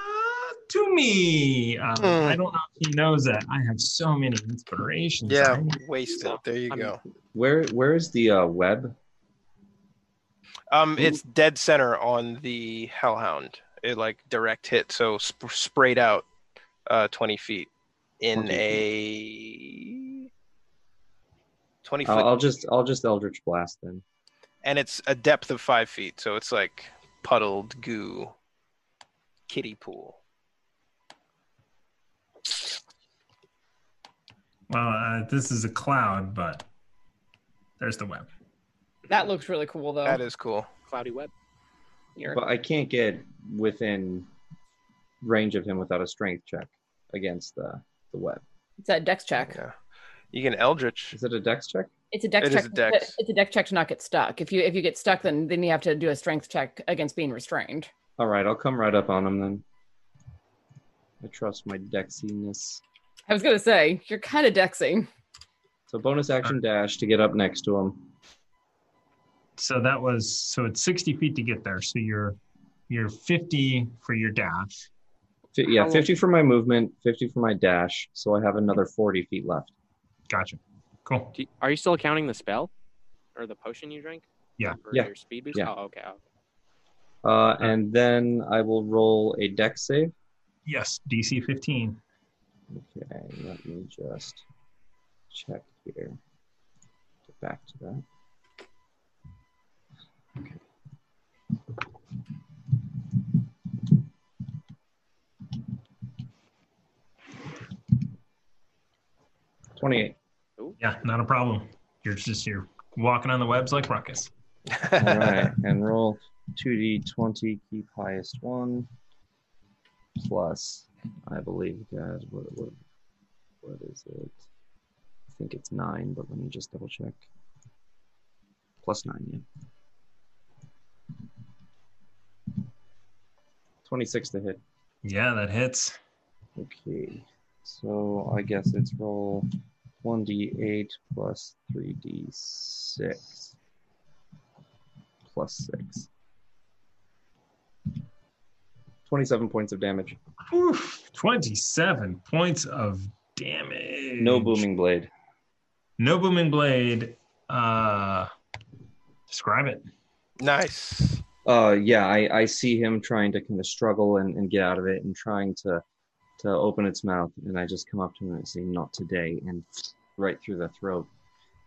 I: to me. Um,
G: Hmm.
I: I don't know if he knows that. I have so many inspirations.
G: Yeah,
I: I-
G: waste it. There you go.
F: Where where is the uh, web?
G: Um, it's dead center on the Hellhound. It like direct hit, so sp- sprayed out, uh, twenty feet in
F: 20
G: a twenty foot,
F: I'll, I'll just I'll just Eldritch Blast then.
G: and it's a depth of five feet, so it's like puddled goo, kiddie pool.
I: Well, uh, this is a cloud, but there's the web.
B: That looks really cool, though.
G: That is cool.
H: Cloudy web.
B: Here.
F: But I can't get within range of him without a strength check against the, the web.
B: It's a dex check.
G: Yeah, you can Eldritch.
F: Is it a dex check?
B: It's a dex
G: It is
B: check.
G: a dex.
B: It's a dex check to not get stuck. If you if you get stuck, then then you have to do a strength check against being restrained.
F: All right, I'll come right up on him then. I trust my dexiness.
B: I was gonna say you're kind of dexing.
F: So bonus action dash to get up next to him.
I: So that was so it's 60 feet to get there. So you're you're 50 for your dash.
F: [laughs] Fi yeah,
I: How-
F: 50 for my movement, 50 for my dash, so I have another 40 feet left.
I: Gotcha. Cool.
H: Do you, are you still counting the spell or the potion you drank?
I: Yeah.
H: Or
F: Yeah.
H: Your speed boost.
F: Yeah.
H: Oh, okay. Oh,
F: Uh, and then I will roll a dex save.
I: Yes, DC 15.
F: Okay, let me just check here. Get back to that. Twenty-eight.
I: Yeah, not a problem. You're just you're walking on the webs like ruckus.
F: All
G: [laughs]
F: right, and roll two d twenty. Keep highest one. Plus, I believe, guys. What what what is it? I think it's nine, but let me just double check. Plus nine, yeah. Twenty-six to hit.
I: Yeah, that hits.
F: Okay, so I guess it's roll one d eight plus three d six plus six. Twenty-seven points of damage.
I: Oof, 27 points of damage.
F: No booming blade.
I: No booming blade. Uh describe it.
G: Nice.
F: Uh, yeah, I, I see him trying to kind of struggle and, and get out of it and trying to to open its mouth, and I just come up to him and say, "Not today," and right through the throat,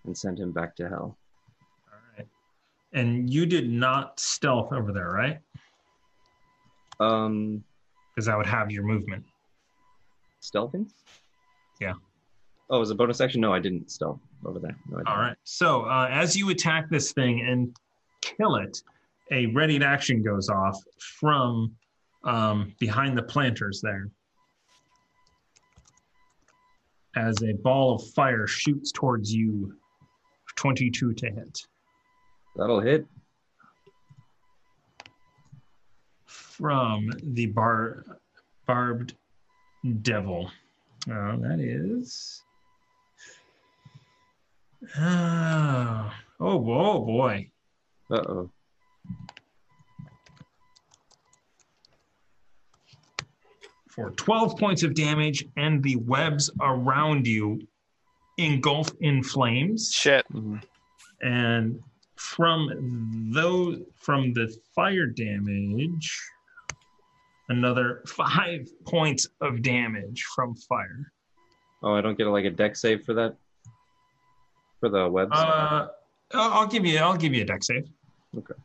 F: and send him back to hell.
I: All right. And you did not stealth over there, right?
F: Um,
I: Because that would have your movement.
F: stealthing?
I: Yeah.
F: Oh, as a bonus action? No, I didn't stealth over there. No, I didn't.
I: All right. So uh, as you attack this thing and kill it, a readied action goes off from um, behind the planters there. As a ball of fire shoots towards you, 22 to hit.
F: That'll hit.
I: From the bar, barbed devil. Uh, that is. Ah. oh, whoa, boy.
F: Uh oh.
I: For 12 points of damage, and the webs around you engulf in flames.
G: Shit.
I: Mm-hmm. And from those, from the fire damage, another five [laughs] points of damage from fire.
F: Oh, I don't get like a deck save for that. For the webs.
I: Uh, I'll I'll give you. I'll give you a deck save.
F: Okay.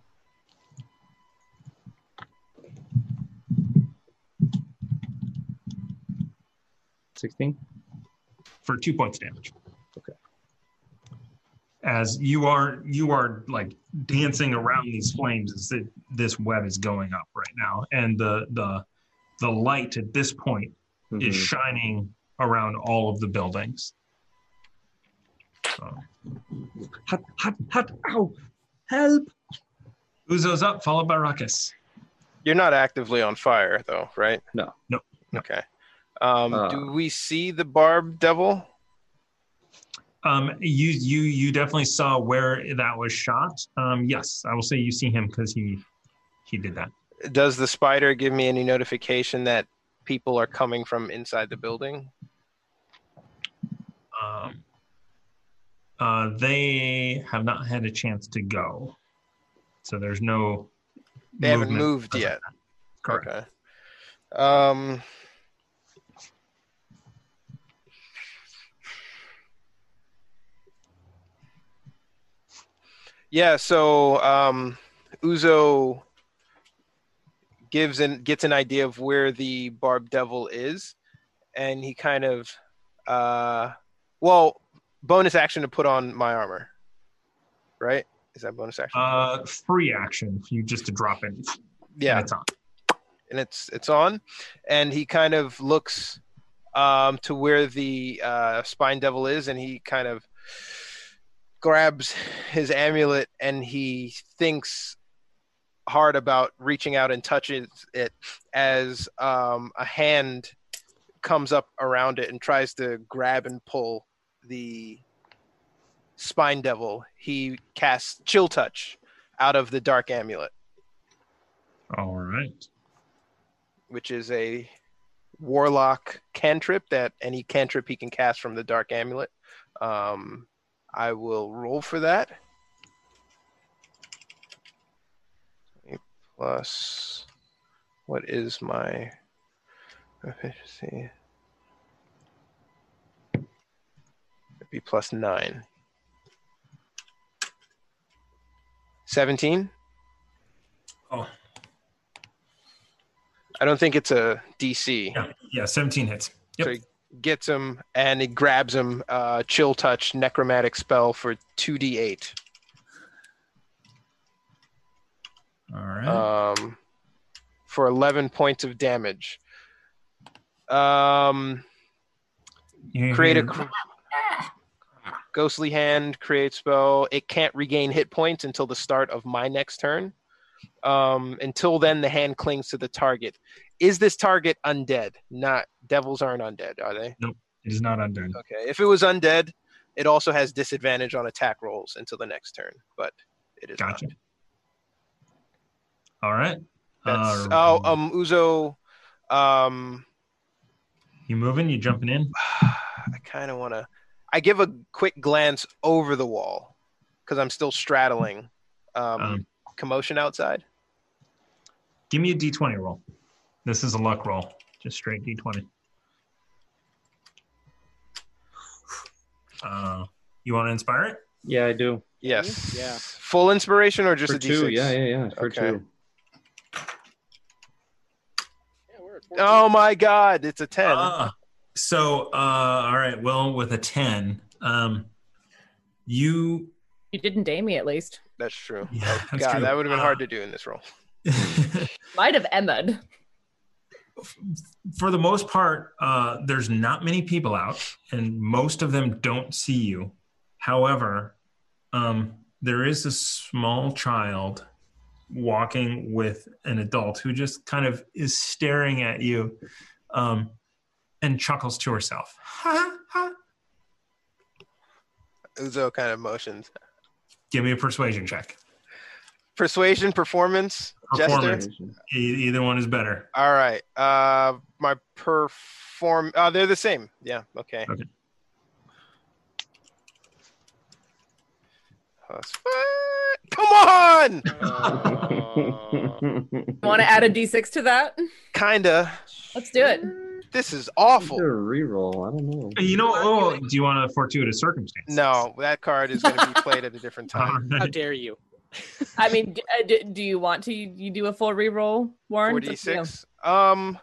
F: Sixteen.
I: For two points damage. As you are, you are like dancing around these flames as it, this web is going up right now, and the the the light at this point
F: Mhm.
I: is shining around all of the buildings. So. Hot, hot, hot! Ow! Help! Uzo's up, followed by Ruckus.
G: You're not actively on fire, though, right?
F: No.
I: No.
G: Okay. Um,
I: Uh.
G: do we see the barb devil?
I: Um, you you you definitely saw where that was shot. Um, yes, I will say you see him because he he did that.
G: Does the spider give me any notification that people are coming from inside the building?
I: Um, uh, they have not had a chance to go, so there's no.
G: They haven't
I: movement.
G: moved yet. Correct. Okay. Um, yeah, so um, Uzo gives and gets an idea of where the Barb Devil is, and he kind of, uh, well, bonus action to put on my armor, right? Is that bonus action?
I: Uh, free action. You just to drop it.
G: Yeah.
I: It's on.
G: and it's it's on and he kind of looks um, to where the uh, spine devil is and he kind of grabs his amulet and he thinks hard about reaching out and touches it as um, a hand comes up around it and tries to grab and pull the spine devil he casts chill touch out of the dark amulet
I: All right.
G: which is a warlock cantrip that any cantrip he can cast from the dark amulet. Um, I will roll for that. Plus, what is my efficiency? It'd be plus nine. 17?
I: Oh.
G: I don't think it's a DC.
I: Yeah, yeah 17 hits.
G: So he gets him and he grabs him. Uh, chill touch necromantic spell for two d eight.
I: All right.
G: Um, for eleven points of damage. Um,
I: You
G: create a
I: hear-
G: cr- ghostly hand. Create spell. It can't regain hit points until the start of my next turn. Um, until then, the hand clings to the target. Is this target undead? Not devils aren't undead, are they?
I: Nope. It is not undone.
G: Okay. If it was undead, it also has disadvantage on attack rolls until the next turn, but it is
I: Gotcha. All right.
G: That's,
I: Uh,
G: oh, um, Uzo, um, [sighs]
I: you moving? You jumping in?
G: I kind of want to. I give a quick glance over the wall because I'm still straddling. Um, commotion outside.
I: Give me a d20 roll. This is a luck roll. Just straight d20. Uh, you want to inspire it?
F: Yeah, I do.
G: Yes. Yeah. Full inspiration or just
F: for
G: a
F: two.
G: D6?
F: Yeah, yeah, yeah. For two.
G: Oh my God! It's a ten.
I: Ah, so, uh, all right. Well, with a 10, um, you. [laughs]
B: You didn't dame me at least.
G: That's true.
I: Yeah, that's
G: Oh, God,
I: true.
G: that would have been
I: Uh,
G: hard to do in this role.
B: Might have Emma'd.
I: for the most part, [laughs] uh, there's not many people out, and most of them don't see you. However, um, there is a small child walking with an adult who just kind of is staring at you. Um, and chuckles to herself.
G: Uzo kind of motions.
I: Give me a persuasion check.
G: Persuasion, performance,
I: Performance.
G: gesture.
I: E- either one is better.
G: All right. Uh, my perform. Oh, they're the same. Yeah. Okay.
I: Okay.
G: Plus- Come on.
B: Want to add a d6 to that?
G: Kinda.
B: Let's do it.
G: This is awful.
F: Reroll. I don't know.
I: You know, oh, do you want a fortuitous circumstance?
G: No, that card is going to be played at a different time.
H: How dare you?
B: I mean, d- uh, d- do you want to? You, you do a full reroll, Warren?
G: Forty six. Um,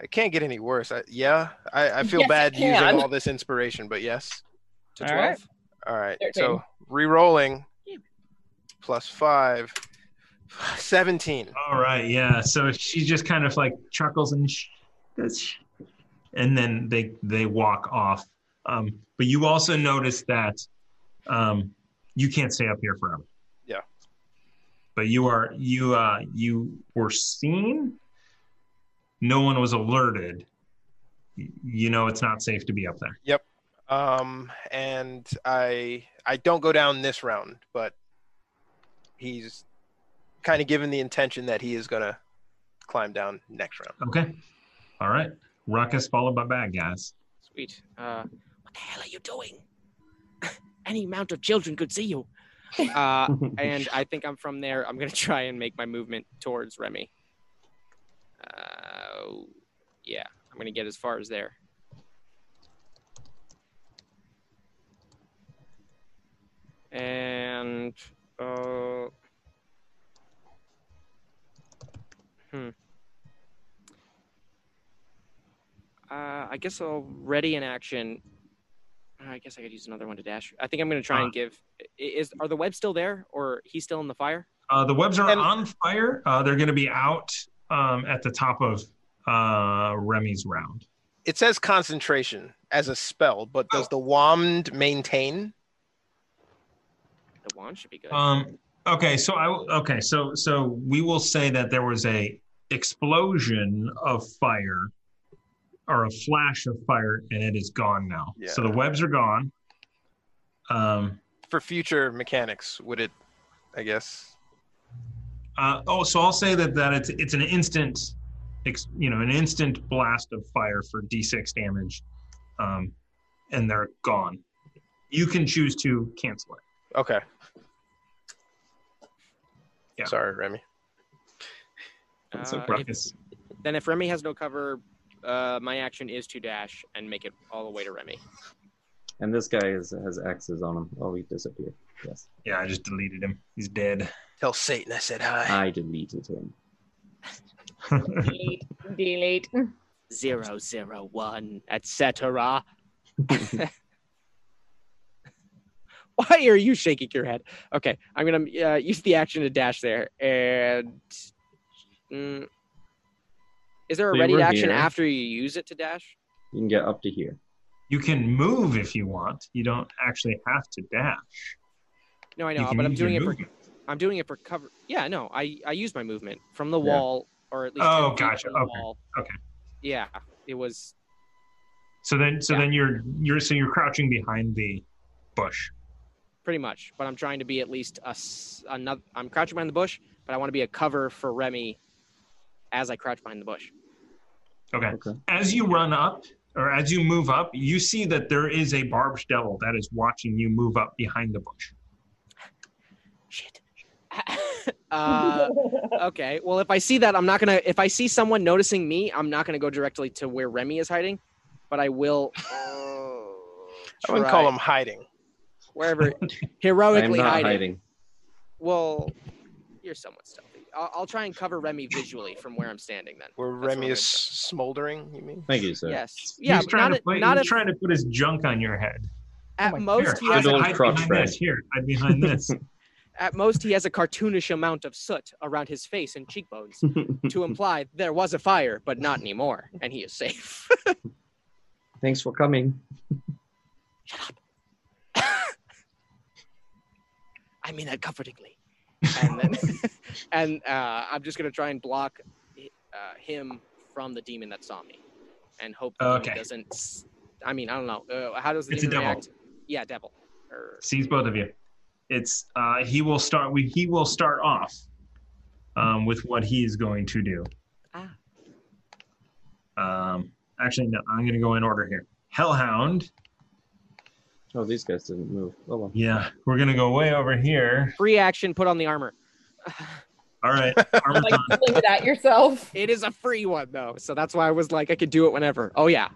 G: I can't get any worse. I, yeah, I, I feel
B: Yes, it
G: bad
B: can.
G: using all this inspiration, but yes.
H: To
B: All right.
H: twelve.
G: All right.
B: Thirteen.
G: So re-rolling. Plus five. [sighs] 17.
I: All right, yeah. So she just kind of like chuckles and sh- does sh- and then they they walk off. Um, but you also notice that um, you can't stay up here forever.
G: Yeah.
I: But you are you uh, you were seen. No one was alerted. Y- You know it's not safe to be up there.
G: Yep. Um, and I I don't go down this round, but he's kind of given the intention that he is gonna climb down next round.
I: Okay. All right. Ruckus followed by bad guys.
H: Sweet. Uh, what the hell are you doing? [laughs] Any amount of children could see you. [laughs] Uh, and I think I'm from there. I'm gonna [laughs] try and make my movement towards Remy. Uh, yeah, I'm gonna get as far as there. And uh, hmm. Uh, I guess I'll ready in action. I guess I could use another one to dash. I think I'm gonna try
I: Uh.
H: and give. i- Is are the webs still there, or he's still in the fire?
I: Uh, the webs are
G: And-
I: on fire. Uh, they're going to be out um, at the top of uh, Remy's round.
G: It says concentration as a spell, but
B: Oh.
G: does the wand maintain?
H: The wand should be good.
I: Um, okay, so I will- okay, so so we will say that there was a explosion of fire or a flash of fire, and it is gone now. So the
G: Yeah.
I: webs are gone. Um,
G: For future mechanics, would it I guess
I: Uh, oh, so I'll say that that it's it's an instant, ex, you know, an instant blast of fire for d6 damage, um, and they're gone. You can choose to cancel it.
G: okay.
I: Yeah.
G: Sorry, Remy.
H: Uh,
I: So
H: if-
I: Ruckus,
H: then if Remy has no cover, uh, my action is to dash and make it all the way to Remy.
F: And this guy is, has X's on him. Oh, he disappeared. Yes.
I: yeah, I just deleted him. He's dead. [laughs]
G: Tell Satan I said hi.
F: I deleted him.
B: Delete. Delete. [laughs]
H: Zero zero one,
I: [laughs]
H: etc. [laughs] Why are you shaking your head? Okay, I'm gonna uh, use the action to dash there. And mm, is there a
F: So you
H: ready
F: were
H: action
F: here.
H: after you use it to dash?
F: You can get up to here.
I: You can move if you want. You don't actually have to dash.
H: No, I
I: you
H: know,
I: can
H: but I'm
I: use your
H: doing it. For,
I: movement.
H: I'm doing it for cover. Yeah, no, I I used my movement from the
F: Yeah.
H: wall, or at least. 10
I: Oh,
H: feet
I: gotcha.
H: from the
I: Okay,
H: wall.
I: okay.
H: Yeah, it was
I: So then, so
H: Yeah.
I: then you're you're so you're crouching behind the bush.
H: pretty much. But I'm trying to be at least a s- another. I'm crouching behind the bush, but I want to be a cover for Remy as I crouch behind the bush.
I: Okay.
F: Okay.
I: As you run up, or as you move up, you see that there is a barbed devil that is watching you move up behind the bush.
H: Shit. uh, okay. Well, if I see that, I'm not gonna. If I see someone noticing me, I'm not gonna go directly to where Remy is hiding, but I will.
G: I wouldn't call
H: try-
G: him hiding.
H: wherever
F: I am
H: heroically
F: not
H: hiding.
F: hiding.
H: Well, you're somewhat stealthy. I'll, I'll try and cover Remy visually from where I'm standing. Then.
G: Where
H: what
G: Remy
H: I'm
G: is
H: saying.
G: smoldering, you mean?
F: Thank you, sir.
H: Yes. Yeah.
I: he's
H: but
I: trying
H: not
I: to
H: at-
I: put,
H: not
I: he's
H: at-
I: trying to put his junk on your head.
H: at most he
I: Here,
H: has
F: Good
H: a
F: old
I: hide
F: crotch
I: behind
F: friend.
I: this. Here, hide behind this. [laughs]
H: At most, he has a cartoonish amount of soot around his face and cheekbones
F: [laughs]
H: to imply there was a fire, but not anymore, and he is safe.
F: [laughs] Thanks for coming.
H: [laughs] I mean that comfortingly. And, then, [laughs] and uh, I'm just going to try and block uh, him from the demon that saw me. and hope that
I: Okay.
H: it doesn't. s- I mean, I don't know. Uh, how does the
I: It's a
H: demon
I: devil.
H: react? Yeah, devil. Or
I: sees both of you. It's uh, he will start. We, he will start off um, with what he is going to do.
H: Ah.
I: Um, actually, no. I'm going to go in order here. Hellhound.
F: Oh, these guys didn't move. Oh well.
I: Yeah, we're going to go way over here.
H: free action, put on the armor. [sighs]
F: [laughs]
I: All right, armor's on.
B: Blink it at yourself.
H: It is a free one though, so that's why I was like, I could do it whenever. Oh yeah,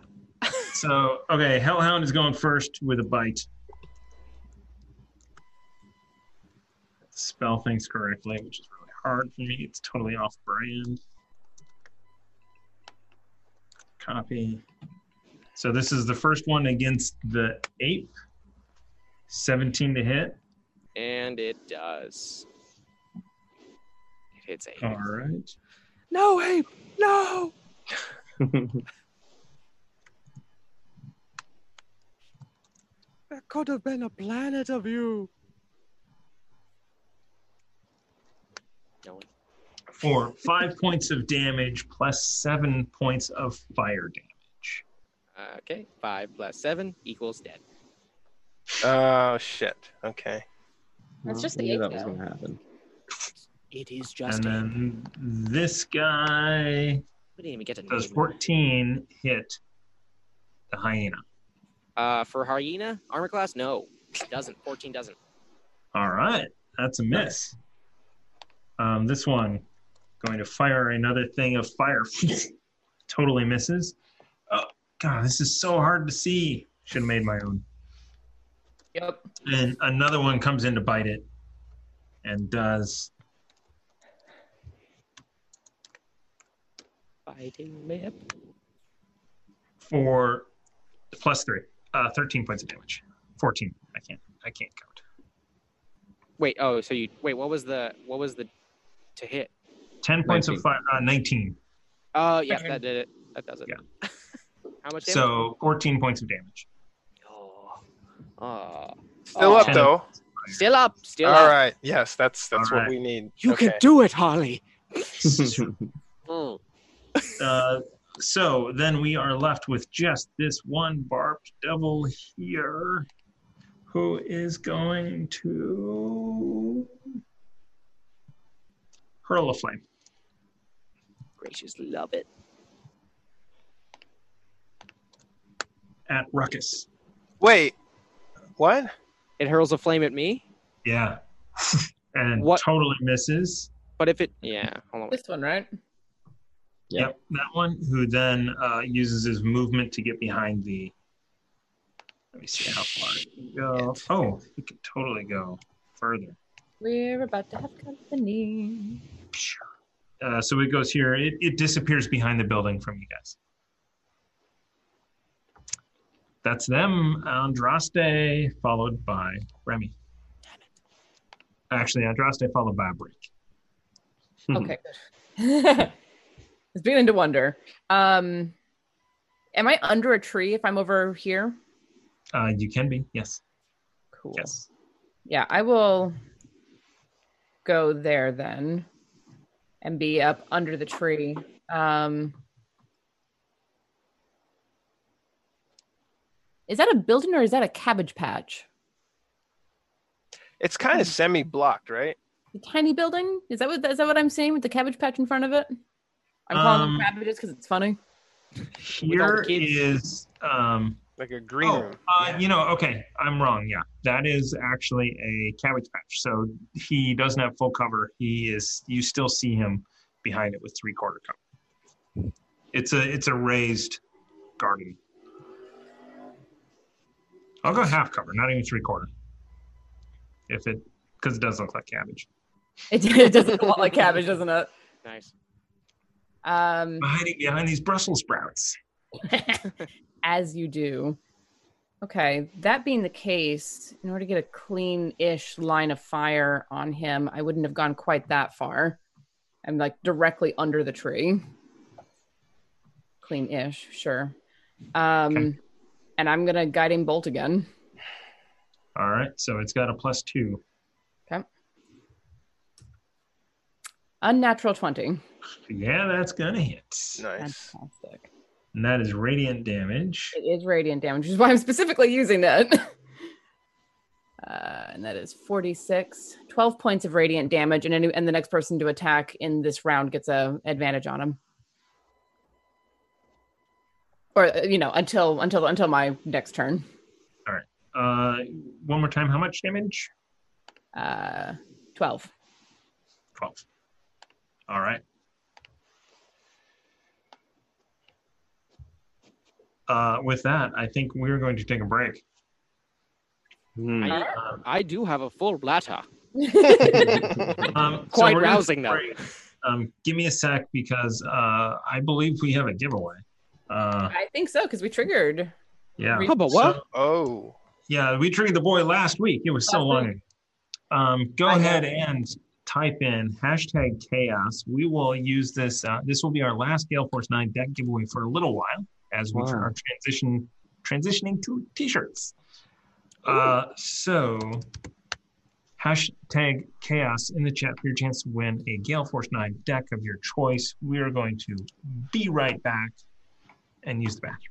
I: So okay, Hellhound is going first with a bite. Spell things correctly, which is really hard for me. It's totally off brand. Copy. So this is the first one against the ape. 17 to hit.
H: and it does. It hits eight.
I: All right.
H: No, ape, [laughs] no. There could have been a planet of you. No one.
I: For five [laughs] points of damage plus seven points of fire damage.
H: Okay, five plus seven equals dead.
G: Oh shit. Okay.
B: That's just
F: I
B: the
F: knew
B: eight.
F: that was
B: though.
F: going to happen.
H: It is
I: And
H: just. a-
I: then this guy
H: we didn't even get a name.
I: Does 14 hit the hyena?
H: Uh, for hyena armor class, no, doesn't. Fourteen doesn't.
I: All right, that's a miss. Um, this one going to fire another thing of fire. [laughs] totally misses. Oh god, this is so hard to see. Should have made my own.
B: Yep.
I: And another one comes in to bite it and does
H: Fighting map.
I: for plus three, uh, 13 points of damage. 14. I can't. I can't count.
H: Wait. Oh, so you wait. What was the what was the to hit?
I: 10 points of
F: 19.
I: fire. Uh, 19.
H: Oh, yeah, that did it. That does it. [laughs] How much damage?
I: So 14 points of damage.
H: Oh. Oh.
G: Still
H: Oh.
G: up though.
H: Still up. Still
G: All
H: up.
G: right. Yes, that's that's
I: All
G: what
I: right.
G: we need.
H: You
G: okay.
H: can do it, Harley. Hmm.
I: Uh, so then we are left with just this one barbed devil here who is going to hurl a flame.
H: Gracious, love it.
I: At Ruckus.
G: Wait. What?
H: It hurls a flame at me,
I: Yeah. [laughs] and
H: What-
I: totally misses.
H: but if it yeah, hold on.
B: This one, right?
F: Yeah.
I: Yep. That one, who then uh, uses his movement to get behind the. Let me see how far it can go. Oh, he could totally go further.
B: We're about to have company.
I: Uh, so it goes here. It, it disappears behind the building from you guys. That's them. Andraste followed by Remy. Actually, Andraste followed by a break.
F: Hmm.
B: Okay, good. [laughs] it's beginning to wonder. Um, am I under a tree if I'm over here?
I: Uh, you can be. Yes.
B: Cool.
I: Yes.
B: Yeah, I will go there then and be up under the tree. Um, is that a building or is that a cabbage patch?
G: It's kind of semi blocked, right?
B: The tiny building? Is that what is that what I'm seeing with the cabbage patch in front of it? I'm calling
I: Um,
B: them cabbages because it's funny.
I: Here
H: kids.
I: is. Um,
G: Like a green
I: oh,
G: room.
I: uh, you know, okay, I'm wrong. Yeah, that is actually a cabbage patch. So he doesn't have full cover. He is. You still see him behind it with three quarter cover. It's a it's a raised garden. I'll go half cover, not even three quarter. If it because it does look like cabbage.
B: It, [laughs] it doesn't look like cabbage, doesn't it?
H: Nice.
B: Um,
I: I'm hiding behind these Brussels sprouts.
B: as you do. Okay, that being the case, in order to get a clean ish line of fire on him, I wouldn't have gone quite that far. I'm like directly under the tree. Clean ish, sure. Um,
I: Okay.
B: And I'm going to guiding bolt again.
I: All right, so it's got a plus two.
B: Unnatural 20.
I: Yeah, that's gonna hit.
G: Nice.
B: Fantastic.
I: and that is radiant damage.
B: It is radiant damage, which is why I'm specifically using that. [laughs] Uh, and that is 46 12 points of radiant damage and any, and the next person to attack in this round gets a advantage on him or uh, you know until until until my next turn
I: All right. Uh, one more time. How much damage?
B: uh [laughs] 12
I: Twelve. All right. Uh, with that, I think we're going to take a break.
F: Hmm.
H: I, I do have a full bladder.
I: Um, so
H: Quite
I: we're gonna
H: rousing, though.
I: break. Um, give me a sec because uh, I believe we have a giveaway. Uh,
B: i think so because we triggered
I: yeah.
B: How about what?
I: So-
G: oh.
I: Yeah, we triggered the boy last week. It was so long ago. Um, go ahead and type in hashtag chaos. We will use this. Uh, this will be our last Gale Force 9 deck giveaway for a little while as we
F: Wow.
I: are transition transitioning to t shirts. Uh, so, hashtag chaos in the chat for your chance to win a Gale Force 9 deck of your choice. We are going to be right back and use the bathroom.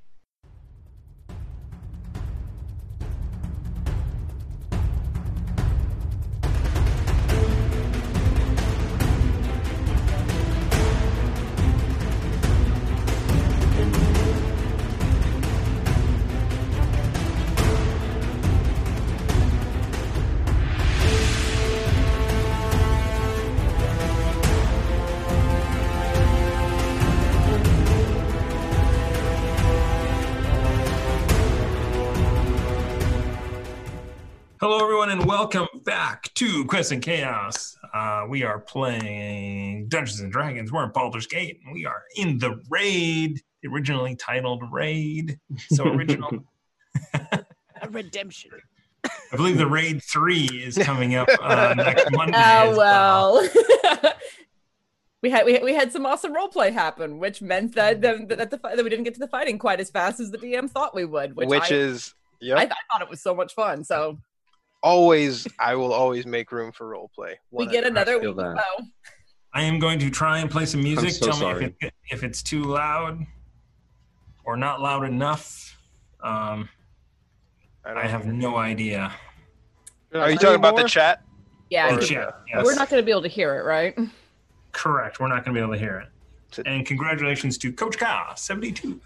I: Hello, everyone, and welcome back to Quest and Chaos. Uh, we are playing Dungeons and Dragons. We're in Baldur's Gate, and we are in the raid, originally titled Raid. So, original,
F: [laughs]
H: A redemption.
I: I believe the Raid 3 is coming up
F: [laughs]
I: uh, next [laughs]
B: oh
I: Monday. as
B: well [laughs] we had we, we had some awesome role play happen which meant that the, that the fi- that we didn't get to the fighting quite as fast as the dm thought we would which,
G: Which,
B: I-
G: is yep.
B: I, I thought it was so much fun so
G: always I will always make room for role play.
B: we get another Oh, week
I: that.
B: so.
I: I am going to try and play some music.
F: so
I: Tell
F: sorry.
I: me if, it, if it's too loud or not loud enough. Um, I, have no idea.
G: Are you talking about the chat?
B: yeah
I: The
B: 'cause
I: chat,
B: we're
I: yes.
B: not going to be able to hear it
I: [laughs]
B: right
I: Correct. We're not going to be able to hear it. And congratulations to Coach Ka, 72.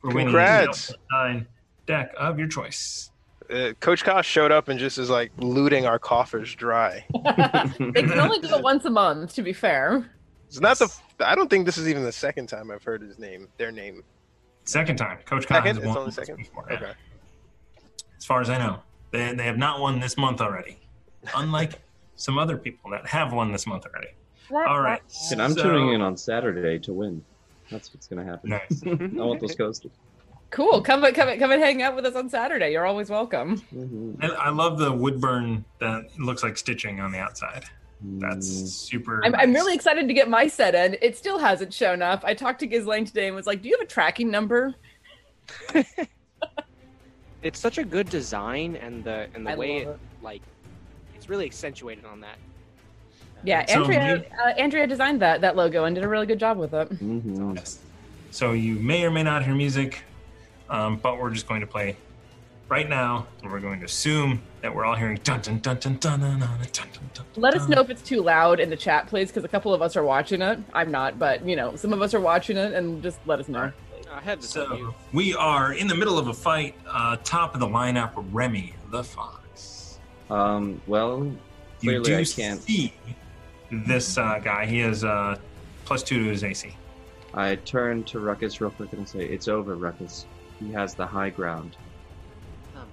I: For winning
G: Congrats.
I: the nine deck of your choice.
G: Uh, Coach Kosh showed up and just is like looting our coffers dry.
B: they can only do it once a month to be fair
G: It's not the. I don't think this is even the second time I've heard his name. Their name.
I: Second time. Coach Ka
G: Second.
I: has
G: It's
I: won,
G: only second. Okay.
I: as far as I know. They, they have not won this month already, unlike some other people that have won this month already. All right.
F: And I'm
I: so-
F: tuning in on Saturday to win. That's what's going to happen.
I: Nice.
F: I want those coasted.
B: cool come and- come and- come and hang out with us on saturday you're always welcome
I: And I love the woodburn that looks like stitching on the outside. That's super.
B: I'm, I'm
I: nice.
B: really excited to get my set in. It still hasn't shown up. I talked to Ghislaine today and was like, "Do you have a tracking number?"
H: It's such a good design, and the and the
B: I
H: way it,
B: love
H: like it's really accentuated on that.
B: Yeah,
I: So
B: Andrea
I: me-
B: uh, Andrea designed that that logo and did a really good job with it.
F: Mm-hmm.
I: Yes. So you may or may not hear music, um, but we're just going to play right now. And we're going to assume that we're all hearing dun dun dun dun dun dun dun dun dun. dun.
B: Let us know if it's too loud in the chat, please, because a couple of us are watching it. I'm not, but you know, some of us are watching it, and just let us [laughs] know.
H: I had to tell you.
I: So we are in the middle of a fight. Uh, top of the lineup, Remy the Fox.
F: Um, well,
I: You
F: clearly I
I: do
F: can't.
I: see this uh, guy. He has uh, plus two to his AC.
F: I turn to Ruckus real quick and I say, "It's over, Ruckus. He has the high ground."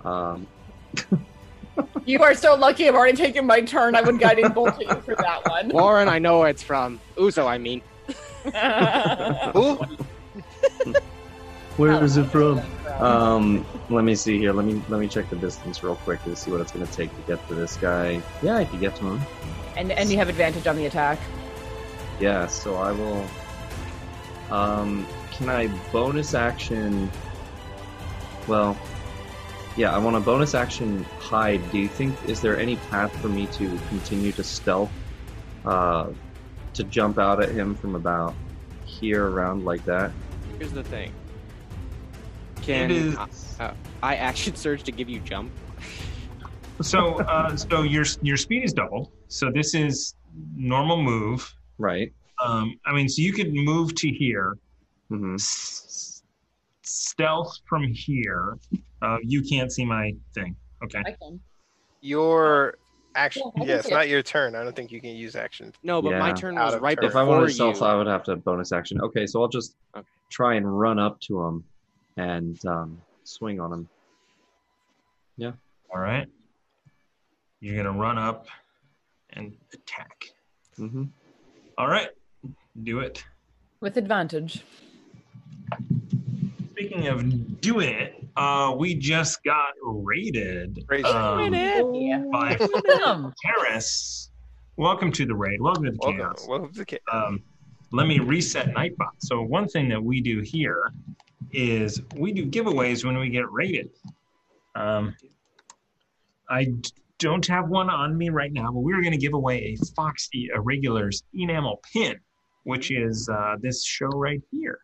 F: Um,
B: You are so lucky. I've already taken my turn. I wouldn't guide in bullshit you for that [laughs]
H: Lauren, I know where it's from Uzo. I mean,
B: one.
G: Who?
F: Where is it
B: [laughs]
F: from? Um, let me see here. Let me let me check the distance real quick to see what it's going to take to get to this guy. Yeah, I could get to him.
B: and and you have advantage on the attack.
F: Yeah, so I will. Um, can I bonus action? Well, yeah, I want a bonus action hide. Do you think is there any path for me to continue to stealth, uh, to jump out at him from about here around like that?
H: here's the thing. Can
I: It is-
H: uh, I action [laughs] surge to give you jump?
I: So, uh, so your your speed is doubled. So this is normal move.
F: Right.
I: Um, I mean, so you could move to here,
F: Mm-hmm.
I: S- stealth from here. Uh, you can't see my thing. Okay.
B: I can.
G: Your action.
B: Yeah, I
G: Yeah,
B: can
G: it's
B: see it.
G: not your turn. I don't think you can use action.
H: No, but my
F: Yeah.
H: turn
G: Out
H: was
G: of
H: right
G: turn.
F: If I wanted
H: before
F: to stealth,
H: you.
F: I would have to bonus action. Okay, so I'll just
H: Okay.
F: try and run up to him and um, swing on him.
I: All right. You're gonna run up and attack.
F: Mm-hmm.
I: All right. Do it.
B: With advantage.
I: Speaking of doing it, uh, we just got raided
G: Raided.
I: um,
B: Yeah.
I: by
B: Damn.
I: Paris. Welcome to the raid. Welcome to the
G: Welcome,
I: chaos.
G: welcome to ca-
I: um, let me reset Nightbot. So one thing that we do here is we do giveaways when we get rated. Um, I d- don't have one on me right now, but we are going to give away a Foxy Irregulars enamel pin, which is uh, this show right here,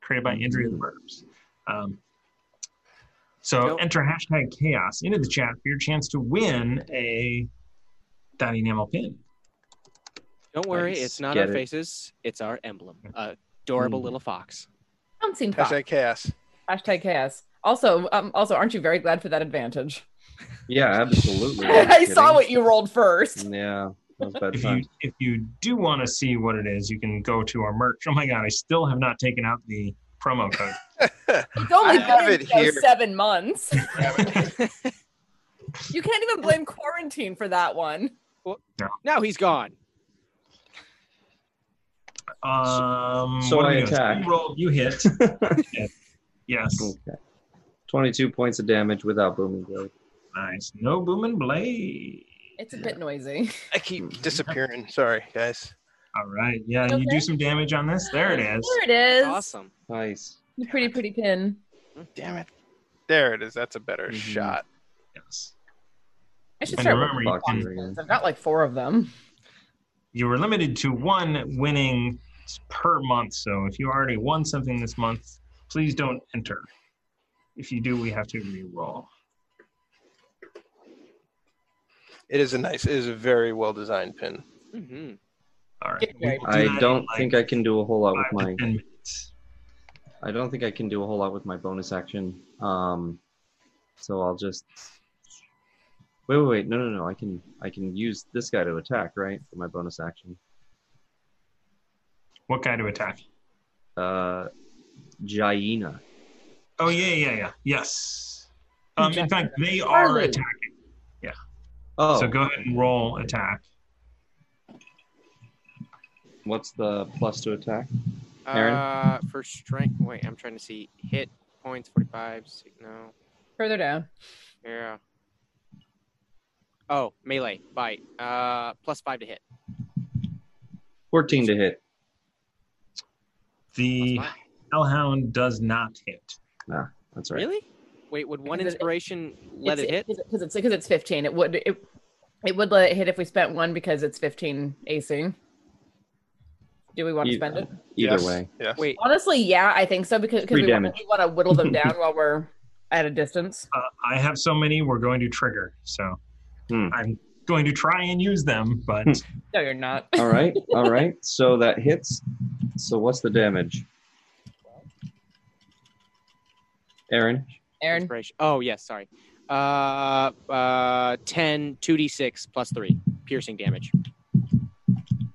I: created by Andrea the Burbs. Um, so
H: Nope.
I: enter hashtag chaos into the chat for your chance to win a that enamel pin.
H: Don't worry,
F: Nice.
H: it's not
F: Get
H: our
F: it. Hmm.
H: faces. It's our emblem. A adorable little fox.
B: Bouncing fox.
G: Hashtag chaos.
B: Hashtag chaos. Also, um, also, aren't you very glad for that
G: [laughs]
B: advantage?
F: Yeah, absolutely. [laughs]
B: I
F: Kidding.
B: saw what you rolled
G: [laughs]
B: first.
F: Yeah, that was bad
I: if
F: time.
I: you if you do want to see what it is, you can go to our merch. Oh my god, I still have not taken out the
F: [laughs]
I: promo code.
B: It's only
G: I have
B: been
G: it
B: you know,
G: here.
B: seven
G: [laughs]
B: months. [laughs] you can't even blame quarantine for that one.
H: Now he's gone.
I: Um,
F: So
I: what are
F: I
I: we doing?
F: attack.
I: You roll.
F: [laughs]
I: You hit. yes.
F: okay. Twenty-two points of damage without booming blade.
I: Nice. No boom and blade.
B: It's a bit noisy.
G: I keep disappearing. Sorry, guys.
I: All right. Yeah, you
B: Okay.
I: do some damage on this. There it is.
B: There it is.
H: Awesome.
F: Nice.
B: The pretty, pretty pin.
G: Damn it. There it is. That's a better
F: Mhm.
G: shot.
I: Yes.
B: I should
I: And
B: start.
I: remember,
B: with
I: you
F: Foxy
I: can-
F: Regan.
B: pins. I've got like four of them.
I: You were limited to one winning per month. So if you already won something this month, please don't enter. If you do, we have to re-roll.
G: It is a nice. It is a very well designed pin.
H: hmm
I: All right.
B: Get
I: we will do that
F: I
I: in,
F: don't
I: like,
F: think I can do a whole lot with
I: five
F: my.
I: to ten minutes.
F: I don't think I can do a whole lot with my bonus action. Um, so I'll just. Wait, wait, wait! No, no, no! I can, I can use this guy to attack, right? For my bonus action.
I: What guy to attack?
F: Uh, Jaina.
I: Oh yeah, yeah, yeah. Yes. Um, in fact, they are
B: Harley.
I: attacking.
F: Oh,
I: So go ahead and roll attack.
F: what's the plus to attack? Aaron?
H: Uh, for strength. Wait, I'm trying to see hit points. Forty-five. sig- No.
B: Further down.
H: Yeah. Oh, melee bite. Uh, plus five to hit.
F: Fourteen to hit.
I: The
H: Plus five.
I: Hellhound does not hit.
F: That's right.
H: Really? Wait, would one
B: Because it-
H: inspiration let it hit?
B: because it's because it's fifteen. It would it, it would let it hit if we spent one because it's fifteen acing. Do we want to
F: You-
B: spend it?
F: Either
G: Yes,
F: way.
G: Yes.
H: Wait,
B: Honestly, yeah, I think so because 'cause
F: Free
B: we want,
F: damage.
B: we want to whittle them
F: [laughs]
B: down while we're at a distance.
I: Uh, I have so many. We're going to trigger. So
F: Hmm.
I: I'm going to try and use them, but
B: No, you're not.
F: All right. All
G: [laughs]
F: right. So that hits. So what's the damage? Aaron.
B: Aaron,
H: inspiration. Oh, yes. Sorry. Uh, uh, 10, 2d6 plus 3 piercing damage.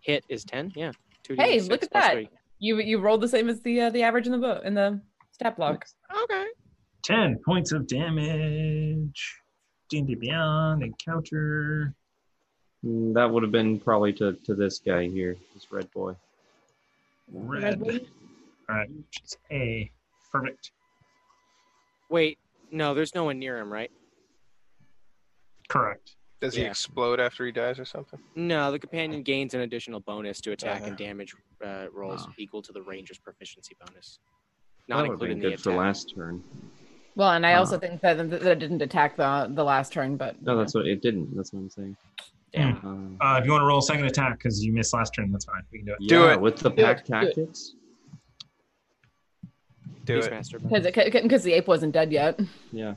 H: Hit is 10. Yeah. 2d6
B: Hey, look at
H: plus
B: that.
H: 3.
B: you you rolled the same as the uh, the average in the boat in the stat block.
H: Okay.
I: ten points of damage. D&D Beyond encounter.
F: Mm, That would have been probably to, to this guy here, this red boy.
I: Red.
B: Red.
I: All right. which is A. Perfect.
H: Wait, no, there's no one near him, right?
I: Correct.
G: Does he
H: Yeah.
G: explode after he dies or something?
H: No, the companion gains an additional bonus to attack
G: Uh-huh.
H: and damage uh, rolls
F: Wow.
H: equal to the ranger's proficiency bonus.
F: that
H: Not
F: would have been
H: including the
F: good for
H: attack.
F: last turn.
B: Well, and I
F: Huh.
B: also think that that it didn't attack the the last turn, but
F: Uh-huh. No, that's what it didn't. That's what I'm saying.
H: Damn.
F: Uh,
I: Uh, if you want to roll a second attack because you
F: Uh,
I: missed last turn, that's fine. We can do it.
G: Do
F: yeah,
G: it.
F: with the
G: Do
F: pack
B: it. Do it.
F: tactics.
G: Do it.
B: Because the ape wasn't dead yet.
F: Yeah.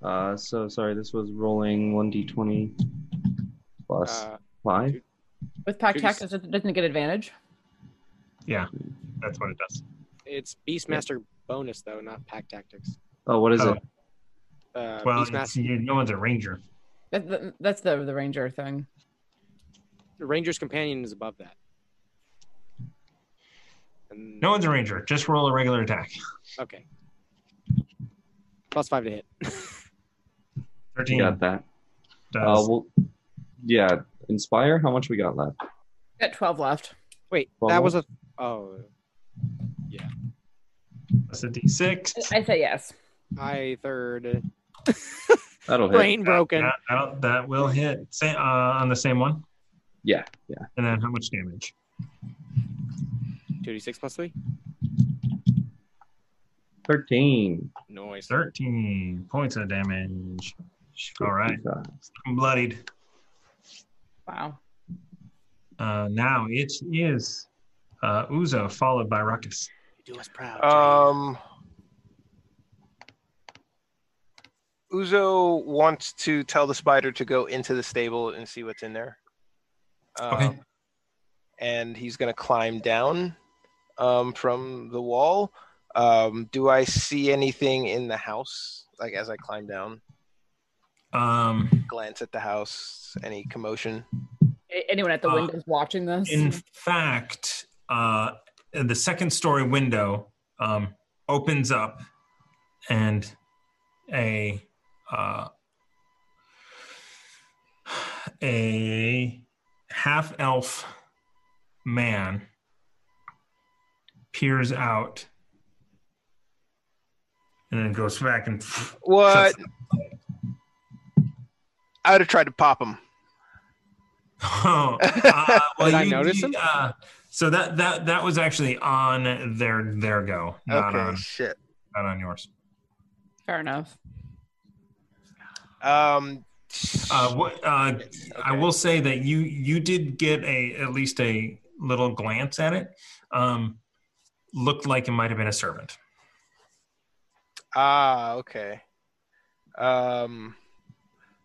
F: Uh, so sorry, this was rolling 1d20 plus
B: Uh,
F: 5.
B: With pack
H: Dude,
B: tactics, it doesn't get advantage.
I: Yeah, that's what it does.
H: It's Beastmaster bonus though, not pack tactics.
F: Oh, what is
I: Oh.
F: it?
H: Uh,
I: well, it's,
H: Beastmaster
I: you, no one's a ranger.
B: That, that- that's the the ranger thing.
H: Ranger's Companion is above that.
I: No one's a ranger. Just roll a regular attack.
H: Okay. Plus five to hit.
I: 13.
F: You got that. Uh,
I: Does.
F: well, yeah, Inspire, how much we got left?
B: Got twelve left.
H: Wait,
F: Twelve
H: that
F: more?
H: was a oh. Yeah,
I: That's a d6.
B: I say yes.
H: I third
F: That'll hit.
H: brain broken.
I: That, that'll- that will hit Sa- uh, on the same one.
F: Yeah, yeah.
I: And then how much damage?
H: Two d six plus three.
F: 13.
H: Noise.
I: 13 points of damage. All right.
F: 55.
I: I'm bloodied.
B: Wow.
I: Uh, now it is uh, Uzo followed by Ruckus.
H: Do us proud.
G: Um, Uzo wants to tell the spider to go into the stable and see what's in there. Um,
I: Okay.
G: And he's going to climb down um, from the wall. Um, do I see anything in the house? Like as I climb down,
I: Um,
G: glance at the house, any commotion?
B: A- Anyone at the
I: Uh,
B: windows watching this?
I: in fact, uh, the second story window um, opens up, and a uh, a half elf man peers out, and then goes back and
G: What? I would have tried to pop him.
I: Oh,
G: [laughs]
I: uh, well,
H: Did I
I: you-
H: notice
I: you,
H: him?
I: Uh, so that that that was actually on their their go, not
G: Okay,
I: on
G: shit.
I: not on yours.
B: Fair enough.
G: Um,
I: Uh, what, uh, I
G: okay.
I: will say that you you did get a at least a little glance at it. Um, looked like it might have been a servant.
G: Ah, okay. Um,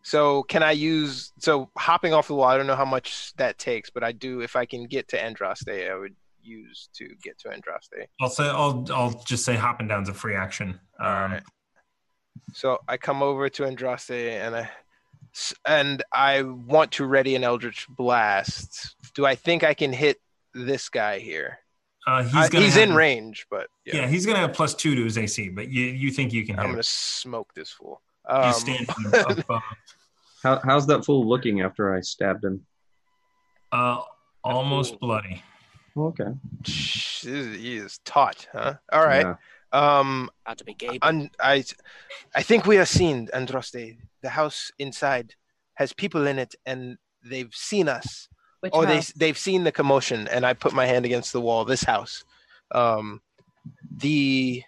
G: so can I use so hopping off the wall? I don't know how much that takes, but I do. If I can get to Andraste, I would use to get to Andraste.
I: I'll say I'll I'll just say hopping down's a free action. Um,
G: So I come over to Andraste and I s- and I want to ready an Eldritch Blast. Do I think I can hit this guy here?
I: uh, he's
G: I-
I: gonna
G: he's
I: have-
G: in range, but yeah,
I: Yeah. he's gonna have plus two to his AC, but you you think you can?
G: I'm
I: hit
G: gonna
I: him.
G: smoke this fool.
I: You
G: Um,
I: stand uh,
G: [laughs]
I: above.
F: How, how's that fool looking after I stabbed him?
I: Uh, almost
G: fool.
I: bloody.
F: Okay.
G: Shh, this is- he is taut, huh? All right. Um,
H: About to be gay.
G: un- I, I think we have seen Andraste. The house inside has people in it, and they've seen us,
B: Which uh,
G: or
B: house?
G: they they've seen the commotion. And I put my hand against the wall. This house, um, the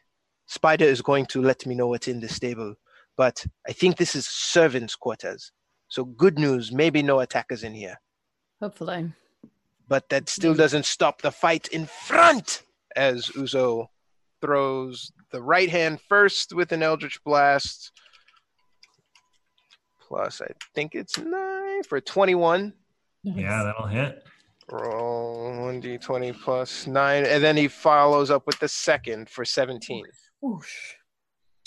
G: spider is going to let me know what's in the stable, but I think this is servants' quarters. So good news, maybe no attackers in here,
B: Hopefully.
G: but that still doesn't stop the fight in front. As Uzo throws the right hand first with an Eldritch Blast plus I think it's nine for 21.
I: Yeah, that'll hit.
G: Roll 1d20 plus nine. And then he follows up with the second for 17.
B: Whoosh.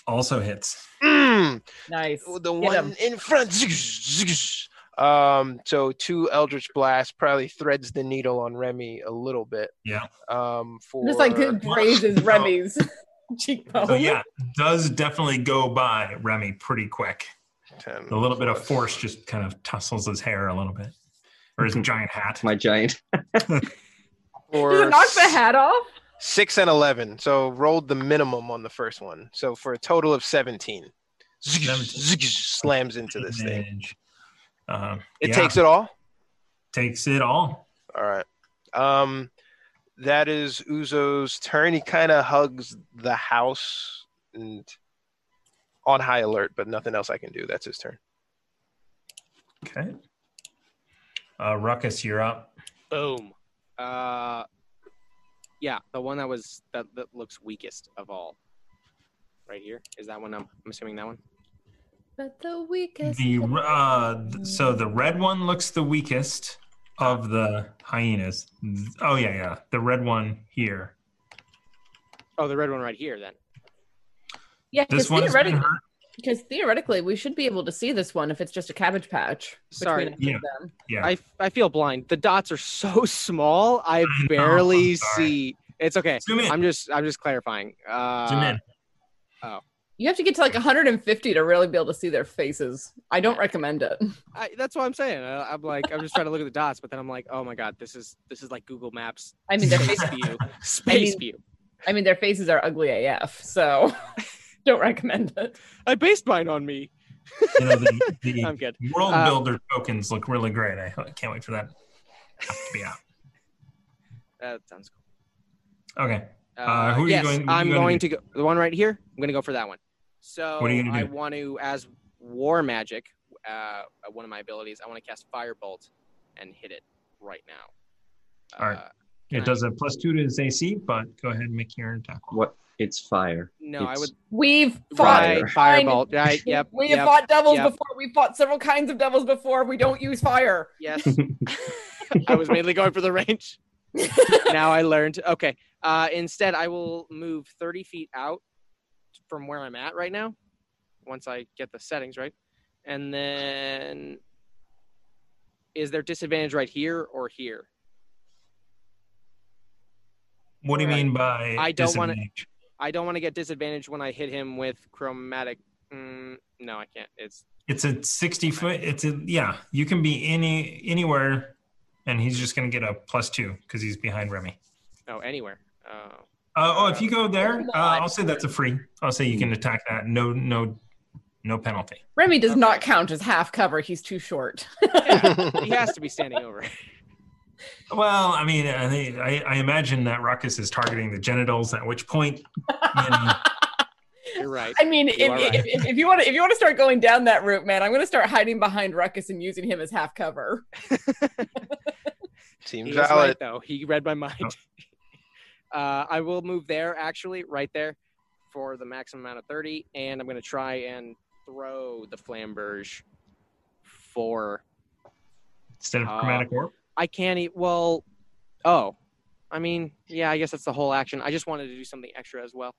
I: Also hits.
G: Mm,
B: Nice.
G: the
B: Get
G: one
B: 'em.
G: in front. Zig, zig, zig. Um, so two Eldritch Blast probably threads the needle on Remy a little bit.
I: Yeah.
G: Um, for
B: Just like [laughs] it
I: [laughs]
B: grazes Remy's [laughs] cheekbone.
I: So yeah, does definitely go by Remy pretty quick.
G: 10
I: A little bit of
G: plus-
I: force just kind of tussles his hair a little bit, or his giant hat.
F: My giant.
G: for
B: Does it knock the
G: s-
B: hat off?
G: Six and 11. So rolled the minimum on the first one. So for a total of 17. Zig,
I: 17.
G: zig, slams into this thing.
I: Advantage. Um,
G: It
I: yeah,
G: takes it all.
I: takes it all.
G: All right. Um, that is Uzo's turn. He kind of hugs the house and on high alert, but nothing else I can do. That's
H: [laughs]
G: his turn.
I: Okay. Uh, Ruckus, you're up.
H: Boom. Uh, Yeah, the one that was that, that looks weakest of all. Right here is that one. I'm, I'm assuming that one.
B: But the weakest.
I: The uh, th- so the red one looks the weakest of the hyenas. Th- Oh yeah, yeah. The red one here.
H: Oh, the red one right here. Then
B: Yeah,
I: This
B: because
I: one's been
B: theoretically, because theoretically, we should be able to see this one if it's just a cabbage patch. between
H: Sorry.
B: us and
H: Yeah.
B: them.
I: Yeah.
H: I, I feel blind. The dots are so [laughs] small. I barely see. It's okay.
I: Zoom in.
H: I'm just I'm just clarifying. Uh,
I: Zoom in.
H: Oh,
B: You have to get to like 150 to really be able to see their faces. I don't recommend it.
H: I, that's what I'm saying. I, I'm like I'm just trying to look at the dots, but then I'm like, oh my god, this is this is like Google Maps.
B: [laughs] I mean, they're
I: [laughs]
H: space
B: basically-
H: view. Space
B: mean-
H: view.
B: I mean, their faces are ugly AF, so [laughs] don't recommend it.
H: I based mine on me.
I: You know, the,
H: [laughs]
I: the
H: I'm good.
I: world
H: Uh,
I: builder tokens look really great. I ho- can't wait for that. Yeah.
H: That sounds cool.
I: Okay.
H: Uh,
I: Uh, who are you
H: yes,
I: going- who are you
H: I'm
I: going to
H: going
I: do?
H: to go the one right here. I'm going to go for that one. So
I: What are you gonna
H: I
I: do?
H: want to, as war magic, uh, one of my abilities, I want to cast Firebolt and hit it right now.
I: All right.
H: Uh,
I: It does a plus two to his AC, but go ahead and make your attack.
F: What? It's fire.
H: No, I
F: It's-
H: would
B: We've fought.
H: right,
B: fine.
H: Firebolt. Right, yep.
B: [laughs] We have
H: yep,
B: fought devils
H: yep.
B: before. We fought several kinds of devils before. We don't use fire.
H: Yes, I was mainly going for the range. now I learned. Okay. Uh, instead, I will move 30 feet out from where I'm at right now. Once I get the settings right, and then is there disadvantage right here or here?
I: [laughs] What do you
H: Right.
I: mean by
H: I don't wanna-
I: disadvantage?
H: I don't want to get disadvantage when I hit him with chromatic. Mm, no, I can't. It's
I: It's a sixty foot. It's a yeah. You can be any anywhere, and he's just going to get a plus two because he's behind Remy.
H: oh anywhere. Oh,
I: Uh, oh, if you go there,
B: Come
I: uh,
B: on.
I: I'll say that's a free. I'll say you
H: Mm.
I: can attack that. No, no, no penalty.
B: Remy does
H: Okay.
B: not count as half cover. He's too short. [laughs]
H: he has to be standing over. [laughs]
I: Well, I mean, I, think- I, I imagine that Ruckus is targeting the genitals. At which point, you know,
H: You're right.
B: I mean, if,
H: You are right.
B: if, if, if you want to, if you want to start going down that route, man, I'm going to start hiding behind Ruckus and using him as half cover.
G: Seems
H: He is
G: valid.
H: right, though. He read my mind. [laughs] uh, I will move there, actually, right there, for the maximum amount of 30, and I'm going to try and throw the flamberge for.
I: instead of
H: Uh,
I: chromatic orb,
H: I can't eat. Well, oh, I mean, yeah, I guess that's the whole action. I just wanted to do something
B: [laughs]
H: extra as well.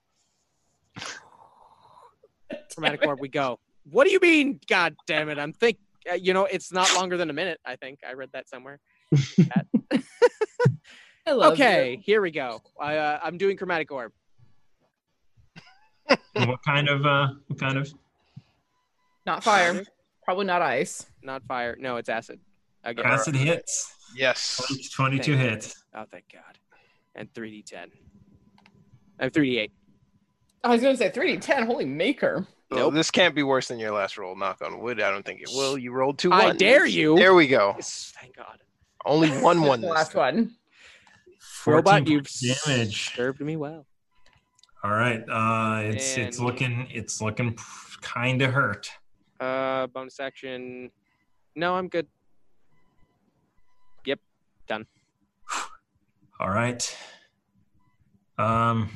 H: Chromatic orb, we go. What do you mean? God damn it! I'm think. Uh, you know, it's not longer than a minute. I think I read that somewhere. That-
B: I love
H: okay,
B: you.
H: here we go. I, uh, I'm doing chromatic orb.
I: And what kind of uh, what kind of
B: Not fire. Probably not ice.
H: Not fire. No, it's acid. Again.
I: acid hits?
G: Yes.
I: Twenty-two
H: Thank
I: hits.
H: Oh, thank God. And 3d10. I'm 3d8.
B: I was going to say 3d10. Holy maker.
G: Well, this can't be worse than your last roll. Knock on wood. I don't think it will. You rolled two
H: I
G: ones.
H: dare you.
G: There we go.
H: Yes, thank God. [laughs]
G: Only one
B: That's
G: one.
B: the
G: this
B: last
G: time.
B: one.
H: Robot,
I: 14
H: you've
I: damage.
H: served me well.
I: All right. Uh, it's it's
H: And-
I: looking it's looking kind of hurt.
H: Uh, bonus action. No, I'm good.
I: All right. Um,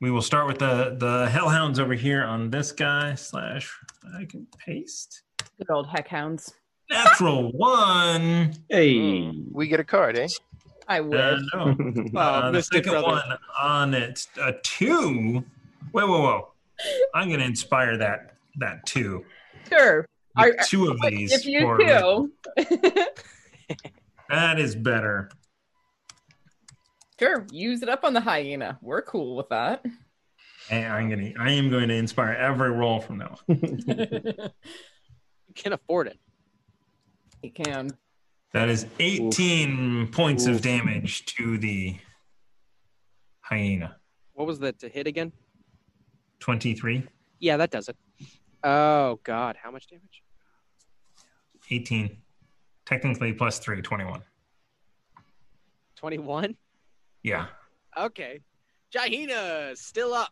I: we will start with the the hellhounds over here on this guy slash. I can paste
B: Good old heck hounds. [laughs]
I: natural one.
F: Hey.
H: Hmm.
G: We get a card, eh?
B: I would.
I: Uh, no. Uh, the
H: Mystic
I: second
H: Brother.
I: one on it a two. Wait, whoa, whoa! I'm gonna inspire that that two.
B: sure. Are-
I: With two of
B: But
I: these.
B: if you
I: for-
B: do,
I: That is better.
B: sure, use it up on the hyena. We're cool with that.
I: And I'm gonna I am going to inspire every roll from now. on.
H: You can afford it.
B: You can.
I: That is 18 points of damage to the hyena.
H: What was that to hit again?
I: 23,
H: Yeah, that does it. Oh, God. How much damage?
I: 18, technically plus 3, 21.
H: 21?
I: Yeah.
H: Okay. Jahina, still up.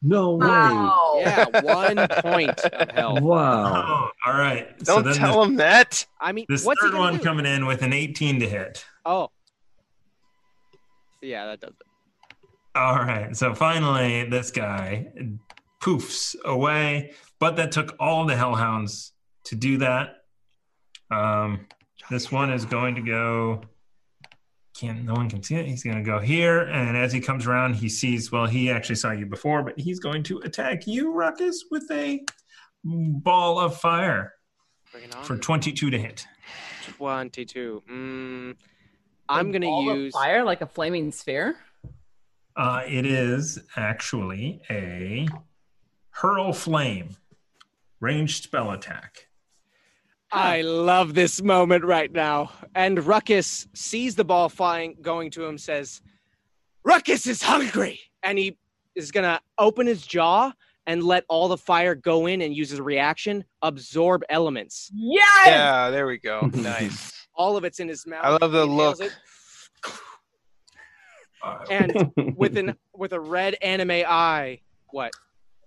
F: No way.
B: Oh.
H: Yeah, one point of
I: [laughs]
H: health.
F: Wow.
I: Oh, all right.
G: Don't
I: then
G: tell him that.
H: I mean,
I: This, this
H: what's he
I: third
H: gonna
I: one
H: do?
I: coming in with an 18 to hit.
H: Oh, Yeah, that does it.
I: All right. So finally, this guy poofs away, but that took all the hellhounds to do that. Um, this one is going to go. Can no one can see it? He's going to go here, and as he comes around, he sees. Well, he actually saw you before, but he's going to attack you, Ruckus, with a ball of fire
H: Bring it on.
I: for twenty-two to hit.
H: 22. Mm, I'm going
B: Ball
H: to
B: of
H: use.
B: fire like a flaming sphere.
I: Uh, it is actually a hurl flame ranged spell attack.
H: I love this moment right now. And Ruckus sees the ball flying, going to him, says, Ruckus is hungry. And he is going to open his jaw and let all the fire go in and use his reaction, absorb elements.
B: Yes!
G: Yeah, there we go. Nice.
H: All of it's in his mouth.
G: I love the
H: He inhales
G: look.
H: it.
G: [laughs]
H: And with an with a red anime eye, what?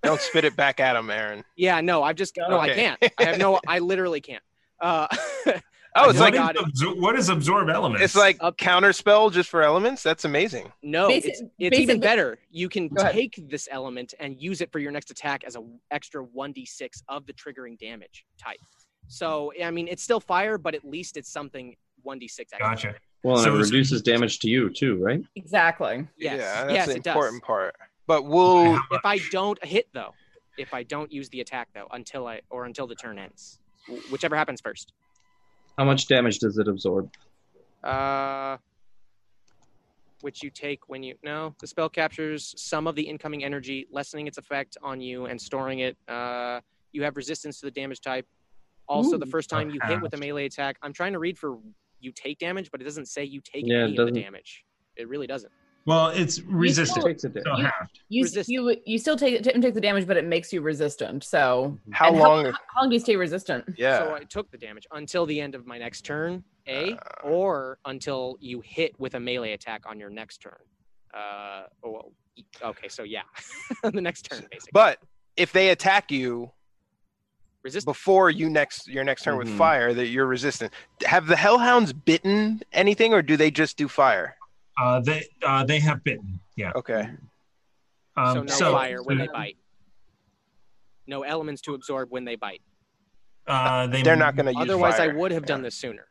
G: Don't spit it back at him, Aaron.
H: Yeah, no, I've just no, I
G: Okay.
H: can't. I have no, I literally can't. Uh, [laughs]
G: Oh, it's like
I: What is
H: got it.
I: absor- what is absorb elements?
G: it's like counter spell just for elements. That's amazing.
H: No,
B: Basi-
H: it's, it's
B: basically-
H: even better. You can
B: Go ahead.
H: take this element and use it for your next attack as an extra 1d6 of the triggering damage type. So, I mean, it's still fire, but at least it's something 1d6 extra.
I: gotcha.
F: Well, and
I: So
F: it
I: it's-
F: reduces damage to you too, right?
B: Exactly.
H: Yes,
G: Yeah, that's
H: yes,
G: the
H: it does.
G: important part. But we'll
H: If I don't hit, though, if I don't use the attack, though, until I or until the turn ends, Wh- whichever happens first.
F: How much damage does it absorb?
H: Uh, which you take when you no the spell captures some of the incoming energy lessening its effect on you and storing it uh, you have resistance to the damage type also the first time you hit with a melee attack i'm trying to read for you take damage but it doesn't say you take
F: Yeah, it
H: any of the
F: doesn't-
H: damage it really doesn't
I: well, it's resistant.
F: Takes a damage.
I: So
B: You-
I: half.
B: You
H: Resist-
B: you you still take take the damage, but it makes you resistant. So
G: how
B: And
G: long?
B: How, how long do you stay resistant?
G: yeah.
H: so i took the damage until the end of my next turn a
G: Uh.
H: or until you hit with a melee attack on your next turn uh, well, okay so yeah [laughs] the next turn basically
G: but if they attack you
H: resist
G: before you next your next turn with
F: Mhm.
G: fire, that you're resistant. Have the hellhounds bitten anything, or do they just do fire?
I: Uh, they uh, they have bitten. Yeah.
G: Okay.
I: Um,
H: so no fire when they bite. No elements to absorb when they bite.
I: Uh, they
G: They're not going to use
H: Otherwise,
G: fire.
H: I would have done
G: Yeah.
H: this sooner.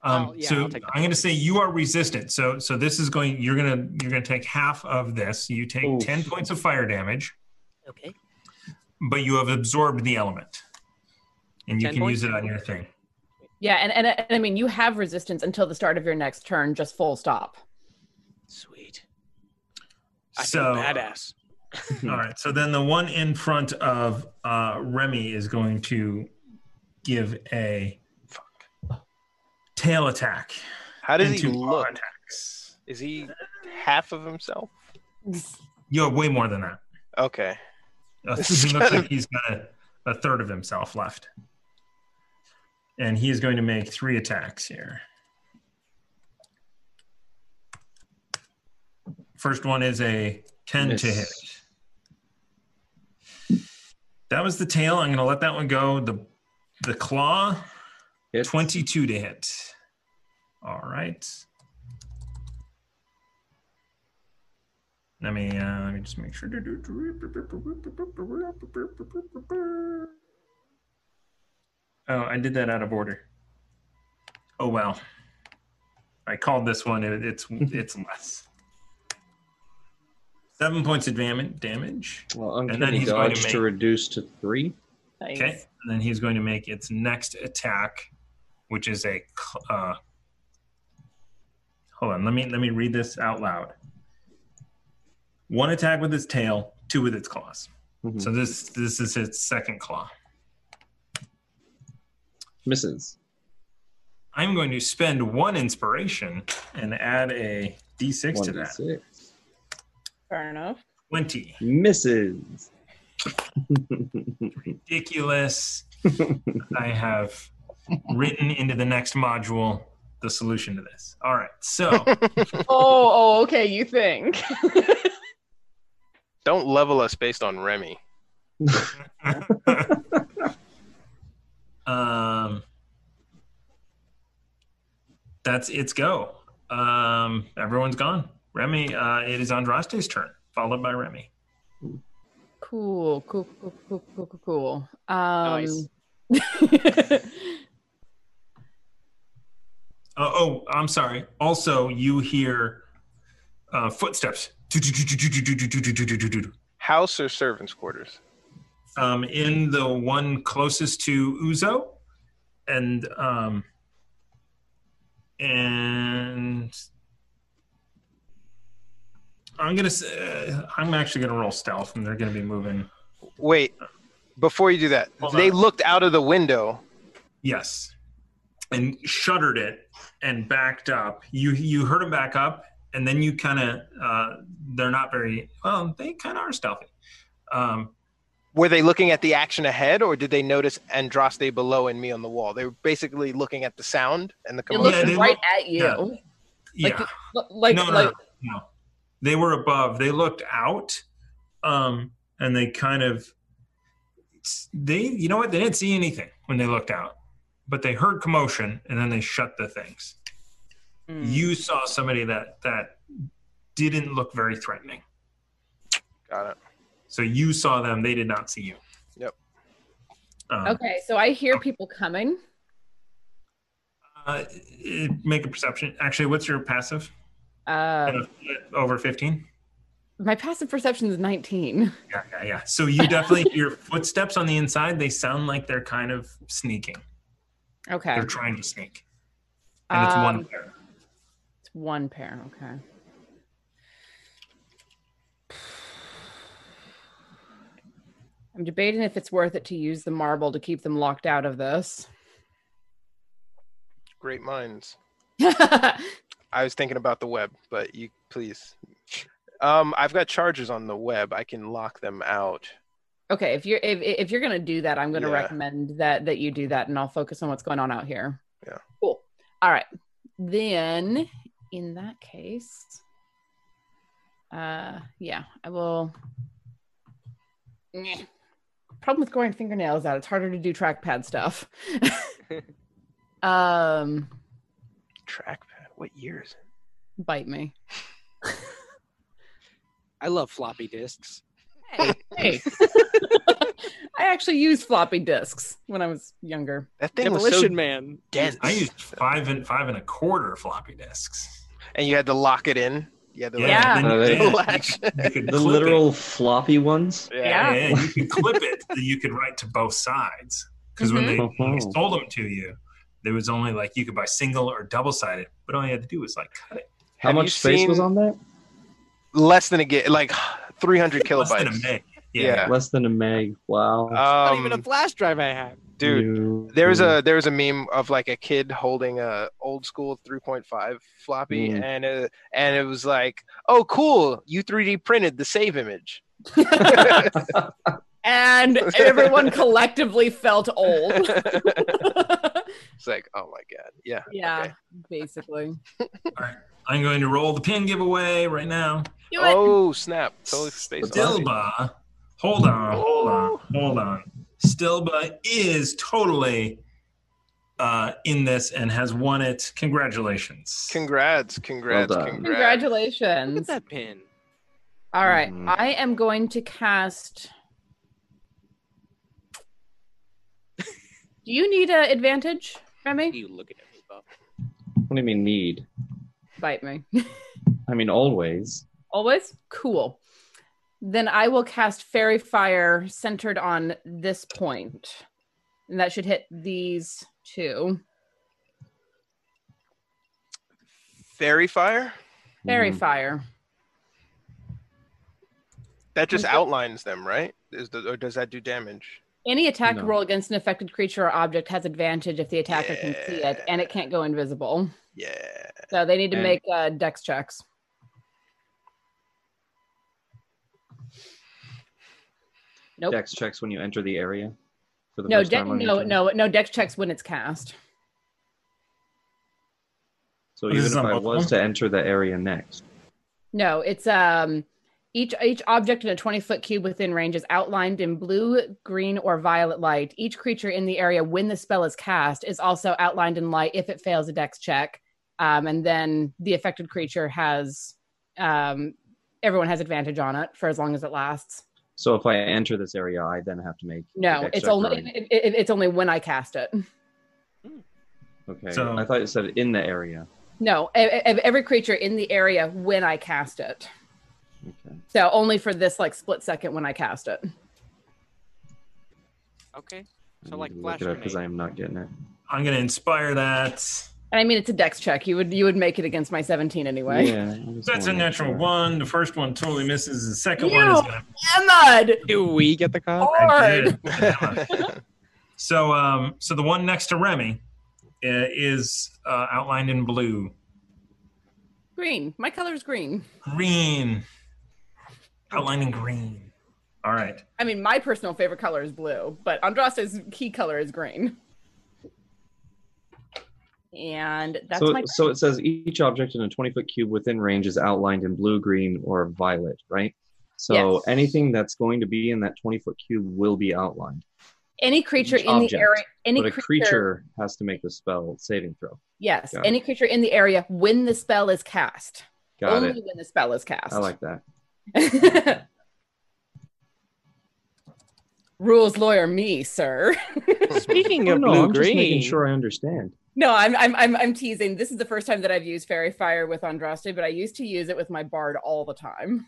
I: Um,
H: Oh, yeah,
I: so
H: I'll take that.
I: I'm going to say you are resistant. So so this is going. You're going to you're going to take half of this. You take
F: Oof.
I: ten points of fire damage,
H: Okay.
I: but you have absorbed the element, and you
H: 10
I: can
H: points?
I: use it on your thing.
B: Yeah, and, and and I mean you have resistance until the start of your next turn, just full stop.
H: Sweet. I
I: so
H: feel badass.
I: All right. So then the one in front of uh, Remy is going to give a tail attack.
G: How does he
I: into
G: look?
I: paw Attacks.
G: Is he half of himself?
I: You have way more than that. [laughs]
G: Okay.
I: Uh,
G: This
I: he
G: is
I: looks
G: kind
I: like he's got a, a third of himself left. And he is going to make three attacks here. First one is a 10 to
F: Miss.
I: hit. That was the tail. I'm going to let that one go. The the claw,
F: Hit.
I: 22 to hit. All right. Let me uh, let me just make sure. Oh, I did that out of order. Oh well. I called this one. It, it's it's less. Seven points of damage. Damage.
F: Well,
I: then
F: uncanny
I: he's going to
F: dodge to,
I: make-
F: reduce to three.
B: Nice.
I: Okay, and then he's going to make its next attack, which is a. cl- Uh, hold on, let me let me read this out loud. One attack with its tail, two with its claws.
F: Mhm.
I: So this this is its second claw.
F: Misses.
I: I'm going to spend one inspiration and add a d6
F: One
I: to
F: d
I: that.
F: six.
B: Fair enough.
I: Twenty.
F: Misses.
I: Ridiculous. I have written into the next module the solution to this. All right, so.
B: [laughs] oh, oh, okay. You think?
G: Don't level us based on Remy.
I: um, that's its go. Um, everyone's gone. Remy, uh, it is Andraste's turn, followed by Remy.
B: Cool, cool, cool, cool, cool, cool, cool. Um, [laughs]
I: Nice. Uh, oh, I'm sorry. Also, you hear uh, footsteps.
G: House or servants' quarters?
I: Um, in the one closest to Uzo, and um, and I'm gonna s- uh, I'm actually gonna roll stealth, and they're gonna be moving.
G: Wait, before you do that,
I: Hold
G: they
I: on.
G: looked out of the window.
I: Yes, and shuttered it and backed up. You you heard them back up, and then you kind of uh, they're not very well. They kind of are stealthy. Um,
G: Were they looking at the action ahead, or did they notice Andraste below and me on the wall? They were basically looking at the sound and the
B: it
G: commotion.
B: looks right at you.
I: yeah.
B: Like,
I: yeah.
B: l- like,
I: no, no,
B: like,
I: no, no. They were above. They looked out, um, and they kind of they you know what they didn't see anything when they looked out, but they heard commotion and then they shut the things.
B: Hmm.
I: You saw somebody that that didn't look very threatening.
G: Got it.
I: So you saw them. They did not see you.
G: Yep.
I: Um,
B: okay, so I hear people coming.
I: uh, eh, make a perception. Actually, what's your passive?
B: Uh,
I: Over fifteen.
B: my passive perception is 19.
I: Yeah, yeah, yeah.
B: [laughs]
I: So you definitely hear footsteps on the inside. They sound like they're kind of sneaking.
B: Okay.
I: They're trying to sneak. And it's one
B: Um,
I: pair.
B: It's one pair. Okay. I'm debating if it's worth it to use the marble to keep them locked out of this. [laughs]
G: Great minds. I was thinking about the web, but you please. Um, I've got charges on the web. I can lock them out.
B: Okay, if you're if if you're gonna do that, I'm gonna
G: Yeah.
B: recommend that that you do that, and I'll focus on what's going on out here.
G: Yeah.
B: Cool. All right. Then, in that case, uh, yeah, I will. Meh. Problem with growing fingernails out; it's harder to do trackpad stuff. um,
G: Trackpad. What year is it?
B: bite me.
H: I love floppy disks.
B: Hey, hey. [laughs] I actually used floppy disks when I was younger.
G: That
H: Demolition Man.
G: dense.
I: I used five and five and a quarter floppy discs.
G: And you had to lock it in. You had to like,
B: Yeah.
F: Uh, [laughs]
G: [laughs]
F: they-
G: latch.
I: You
F: [laughs]
I: could
F: the
I: clip
F: literal floppy ones.
I: It. Yeah, you could clip it. that You could write to both sides because when they, when they
F: Mhm.
I: sold them to you, there was only like you could buy single or double sided, but all you had to do was like cut it.
F: How
G: Have you
F: much space was
G: seen-
F: on that?
G: Less than a gig, like [sighs] 300
I: Less than a
G: kilobytes.
I: meg.
G: Yeah.
F: Less than a meg. Wow.
H: Not even a
G: Um,
H: flash drive I have.
G: dude,
F: You-
G: there was a there was a meme of like a kid holding a old school 3.5 floppy
F: Mm.
G: and uh and it was like oh cool you 3d printed the
F: [laughs]
G: save image
B: and
G: [laughs]
B: everyone collectively felt old. [laughs]
G: it's like oh my god yeah
B: yeah,
G: okay.
B: basically.
I: I'm going to roll the pin giveaway right now.
B: Do it.
G: oh snap totally space oddity.
I: Stilba, hold on,
F: Oh.
I: hold on, hold on. Stilba is totally uh, in this and has won it. Congratulations.
G: congrats congrats
F: Well done.
G: congrats Mm-hmm.
H: Look at
B: Congratulations.
H: that pin.
B: All right,
F: Mhm.
B: I am going to cast. Do you need an advantage, Remy?
H: You look at it, Bob.
F: What do you mean need?
B: Bite me.
F: I mean always.
B: Always? Cool. Then I will cast Fairy Fire centered on this point. And that should hit these two.
G: fairy fire
B: Fairy
G: Mm-hmm.
F: Mhm.
B: Fire.
G: that just
B: Okay.
G: outlines them right is the, or does that do damage
B: Any attack
F: No.
B: roll against an affected creature or object has advantage if the attacker can see it and it can't go invisible.
G: yeah
B: So they need to
F: And-
B: make uh, dex checks.
H: Oh.
B: Nope.
F: Dex checks when you enter the area. For the
B: No,
F: first
B: de-
F: time on your
B: no,
F: turn.
B: no, no dex checks when it's cast.
F: So
I: This
F: even
I: is
F: if
I: on
F: I
I: both of
F: was to enter the area next,
B: No, it's um each each object in a 20 foot cube within range is outlined in blue, green, or violet light. Each creature in the area when the spell is cast is also outlined in light if it fails a dex check. Um, and then the affected creature has um, everyone has advantage on it for as long as it lasts.
H: So if I enter this area, I then have to make.
B: No,
H: dex
B: it's
H: check or
B: only
H: anything.
B: it, it, it's only when I cast it.
H: Okay.
I: So-
H: I thought it said in the area.
B: No, e- e- every creature in the area when I cast it.
H: Okay.
B: So only for this like split second when I cast it.
J: Okay.
H: So like flash because I am not getting it.
I: I'm gonna inspire that.
B: And I mean it's a dex check. You would you would make it against my 17 anyway.
I: That's a natural one. The first one totally misses. The second
B: You
I: one is gonna
B: [laughs] Emma!
J: Do we get the
B: Oh,
J: card?
I: I did. Damn. so, um, so the one next to Remy uh, is uh, outlined in blue,
B: Green. My color is green.
I: green, outlined in green. All right.
B: I mean my personal favorite color is blue, but Andraste's key color is green. And that's
H: so,
B: my
H: so it says each object in a 20 foot cube within range is outlined in blue, green, or violet, right? So
B: Yes.
H: anything that's going to be in that 20 foot cube will be outlined.
B: any creature
H: each
B: in the
H: object,
B: area any
H: but a
B: creature
H: creature has to make the spell saving throw.
B: Yes,
H: Got it.
B: any creature in the area when the spell is cast.
H: Got
B: Only
H: it.
B: when the spell is cast. [laughs]
H: I like that.
B: Rules lawyer me, sir.
J: Speaking
H: Oh,
J: of
H: no,
J: blue
H: I'm just making
J: green,
H: sure I understand.
B: No, I'm, I'm I'm I'm teasing. This is the first time that I've used Fairy Fire with Andraste, but I used to use it with my bard all the time.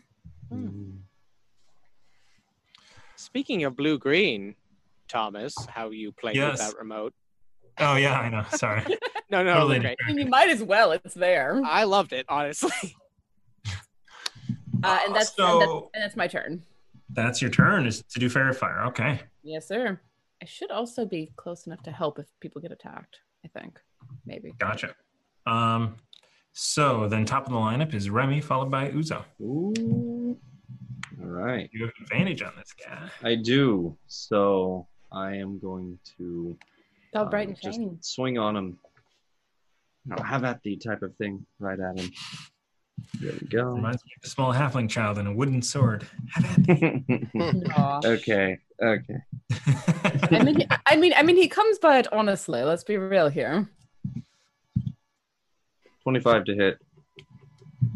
J: speaking of blue green, Thomas, how you play
I: Yes.
J: with that remote? [laughs]
I: Oh yeah, I know. Sorry.
J: No, no,
I: Totally
J: great.
B: I mean, you might as well. It's there,
H: Uh,
J: I loved it, honestly. [laughs]
B: uh, and that's,
I: so-
B: and that's and that's my turn.
I: That's your turn. Is to do fairy fire. Okay.
B: Yes, sir. I should also be close enough to help if people get attacked. I think maybe.
I: Gotcha. Um, so then, top of the lineup is Remy, followed by Uzo.
H: Ooh. All right.
I: You have advantage on this guy.
H: I do. So I am going to
B: It's all
H: uh,
B: bright and
H: just
B: shiny.
H: swing on him. Now, have at the type of thing right at him. There we
I: [laughs]
H: go.
I: Reminds me of a small halfling child and a wooden sword.
B: Aw.
H: okay. Okay.
B: I mean, I mean, I mean, he comes by it honestly. Let's be real here.
H: 25 to hit.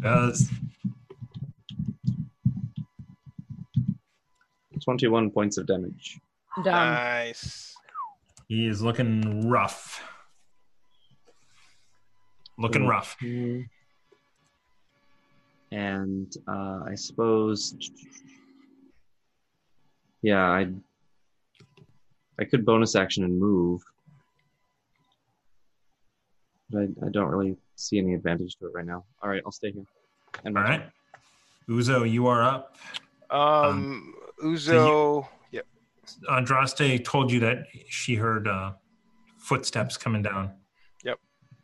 I: Does
H: 21 points of damage.
G: Um,
B: Dumb.
G: Nice.
I: He is looking rough. Looking rough.
H: And uh, I suppose. Yeah, I. I could bonus action and move. But I, I don't really see any advantage to it right now. All right, I'll stay here. And
I: All right. Uzo, you are up.
G: Um, Uzo. yeah.
I: Andraste told you that she heard uh, footsteps coming down.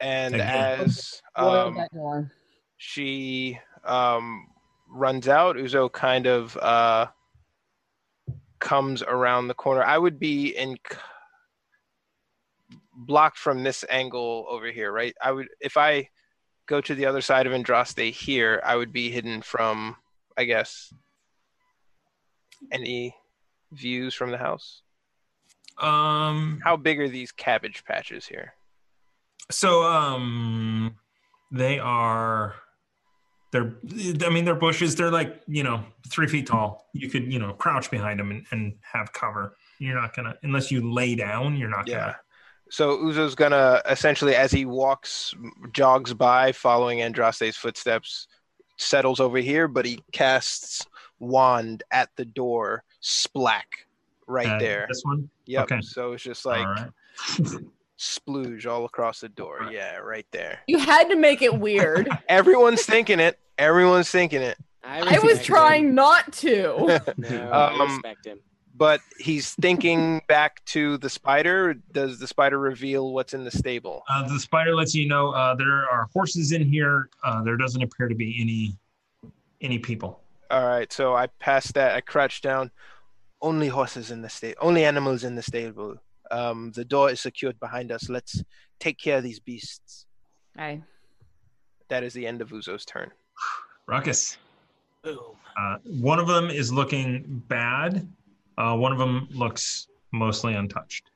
G: And
I: Thank you.
G: as
B: Boil
G: um,
B: that door.
G: she um, runs out. Uzo kind of uh, comes around the corner. I would be in c- blocked from this angle over here, right? I would if I go to the other side of Andraste here, I would be hidden from, I guess, any views from the house.
I: Um,
G: How big are these cabbage patches here?
I: so um, they are. They're. I mean, they're bushes. They're like you know three feet tall. You could you know crouch behind them and, and have cover. You're not gonna unless you lay down. You're not
G: Yeah.
I: gonna.
G: So Uzo's gonna essentially, as he walks, jogs by, following Andraste's footsteps, settles over here, but he casts wand at the door, splack, right
I: Uh,
G: there.
I: This one.
G: Yep.
I: okay.
G: So it's just like
I: All right. [laughs]
G: splooge all across the door. Yeah, right there.
B: You had to make it weird.
G: Everyone's thinking it. Everyone's thinking it.
B: I was
J: respect
B: trying
J: him.
B: not to.
J: No, I
G: Um,
J: respect him.
G: But he's thinking back to the spider. Does the spider reveal what's in the stable?
I: Uh, the spider lets you know uh, there are horses in here. Uh, there doesn't appear to be any any people.
G: All right, so I passed that. I crouched down. Only horses in the stable. Only animals in the stable. Um, the door is secured behind us. Let's take care of these beasts.
B: I
G: That is the end of Uzo's turn.
I: Ruckus.
J: Boom.
I: Uh, one of them is looking bad. Uh, one of them looks mostly untouched.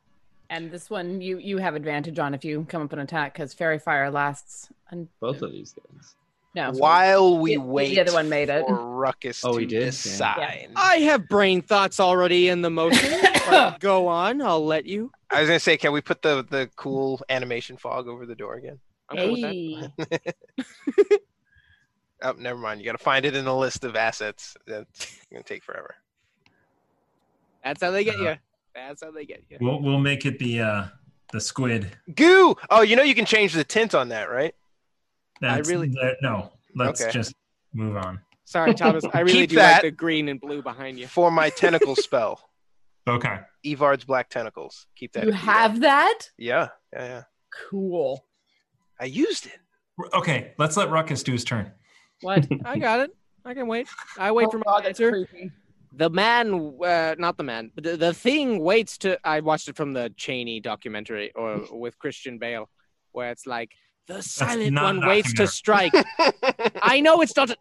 B: And this one you you have advantage on if you come up and attack because fairy fire lasts. Un-
F: Both of these guys.
B: no.
G: While we
B: The-
G: wait,
B: the other one made it.
G: for Ruckus
F: Oh,
G: to
F: he did? Yeah.
G: decide.
H: I have brain thoughts already in the motion.
B: [laughs]
H: but go on, I'll let you.
G: I was gonna say, can we put the the cool animation fog over the door again?
H: I'm cool with that.
B: Hey.
G: Oh, never mind. You got to find it in the list of assets. That's gonna take forever.
H: That's how they get you. That's how they get you.
I: We'll we'll make it the uh the squid.
G: Goo. Oh, you know you can change the tint on that, right?
I: That's,
H: really-
I: that- no. Let's
G: Okay.
I: just move on.
H: Sorry, Thomas. [laughs] I really
G: Keep
H: do like
G: that.
H: the green and blue behind you.
G: For my tentacle [laughs] spell,
I: Okay.
G: Evard's black tentacles. Keep
H: [laughs]
G: that.
B: You
G: if need it.
B: have that?
G: Yeah, yeah, yeah.
B: Cool.
G: I used it.
I: Okay. Let's let Ruckus do his turn.
B: [laughs] What?
H: I got it. I can wait. I wait for my answer. the man uh, not the man but the, the thing waits to i watched it from the cheney documentary or with christian bale where it's like the silent
I: not
H: one
I: a
H: waits to
I: documentary.
H: strike i know it's not a,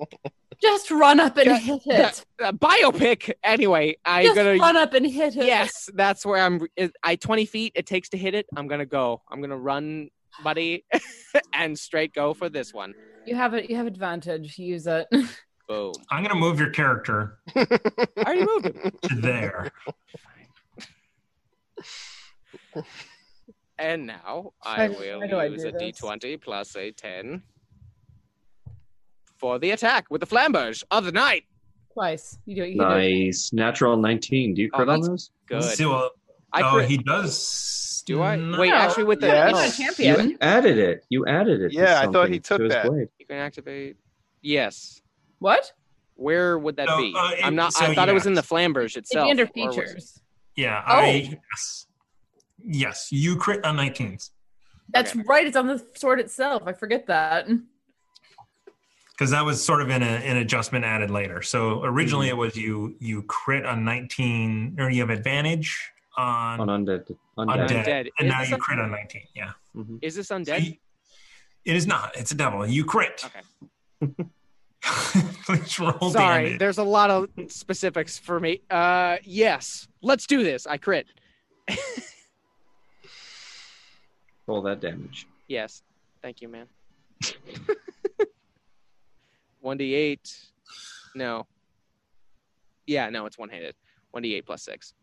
B: Just run up and
H: Yeah,
B: hit [laughs]
H: yeah,
B: it.
H: a biopic anyway i'm
B: Just
H: gonna
B: run up and hit it.
H: yes [laughs] that's where i'm i 20 feet it takes to hit it i'm gonna go i'm gonna run buddy [laughs] and straight go for this one
B: You have it. You have advantage. Use it. [laughs]
H: boom
I: I'm gonna move your
G: [laughs]
I: character
H: i already moved him
I: to there.
H: and now
B: Why
H: i
B: do-
H: will
B: why do I
H: use
B: do
H: a
B: this?
H: d20 plus a 10 for the attack with the flamberge of the night
B: Twice. You do it. You can do it.
F: Nice. Natural 19. Do you
H: Oh,
F: crit on
H: that's-
F: those?
H: Good.
I: So,
H: I
I: oh,
H: crit.
I: he does.
H: Do I?
I: No.
H: Wait,
B: No.
H: actually, with the
G: Yes.
H: no,
B: He's not a champion.
F: You added it. You added it. to
G: Yeah, I thought
F: something,
G: he took
F: to his
G: that.
F: blade.
H: you can activate. Yes.
B: What?
H: Where would that
I: No,
H: be?
I: uh,
H: I'm not.
I: so
H: I thought it was
I: yeah.
H: in the flamberge
B: It'd
H: itself.
B: be under
H: or was it-
B: features.
I: Yeah.
B: Oh.
I: I, yes. Yes. You crit uh, on 19s
B: That's right. It's on the sword itself. I forget that.
I: because that was sort of in a, an adjustment added later. So originally
H: Mm-hmm.
I: it was you you crit on 19 or you have advantage on,
F: On undead.
I: undead,
F: Undead.
H: Undead.
I: and
H: Is
I: now
H: this
I: you
H: a-
I: crit on 19. Yeah.
F: Mhm.
H: Is this
I: So
H: undead?
I: you- it is not. It's a devil. You crit.
H: Okay.
I: [laughs]
H: [laughs]
I: Please roll
H: Sorry,
I: damage.
H: there's a lot of specifics for me. Uh, yes. Let's do this. I crit.
F: Roll that damage.
H: Yes. Thank you, man. [laughs] One d eight. No. Yeah, no, it's one handed. One d eight plus six.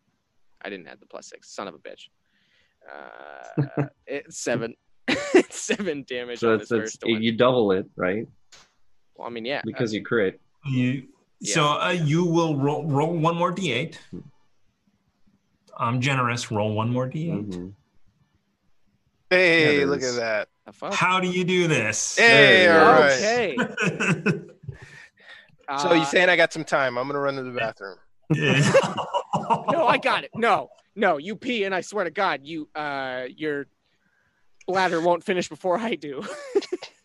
H: I didn't add the plus six. Son of a bitch. Uh, it's seven. [laughs] It's seven damage
F: So
H: on this
F: that's, that's
H: first one.
F: you double it, right?
H: Well, I mean, yeah. Uh,
F: Because you crit.
I: You, So uh, you will roll, roll one more d8. I'm generous. Roll one more d8.
F: Mhm.
G: Hey,
F: Yeah, it
G: look at
F: is.
G: that.
H: uh, fuck.
I: How do you do this? [laughs]
G: Hey,
F: There it
G: all right.
F: is.
H: Okay.
G: [laughs] So you
H: Uh,
G: saying I got some time? I'm gonna run to the bathroom.
H: No, I got it. No, no, you pee, and I swear to God, you, uh, your bladder won't finish before I do.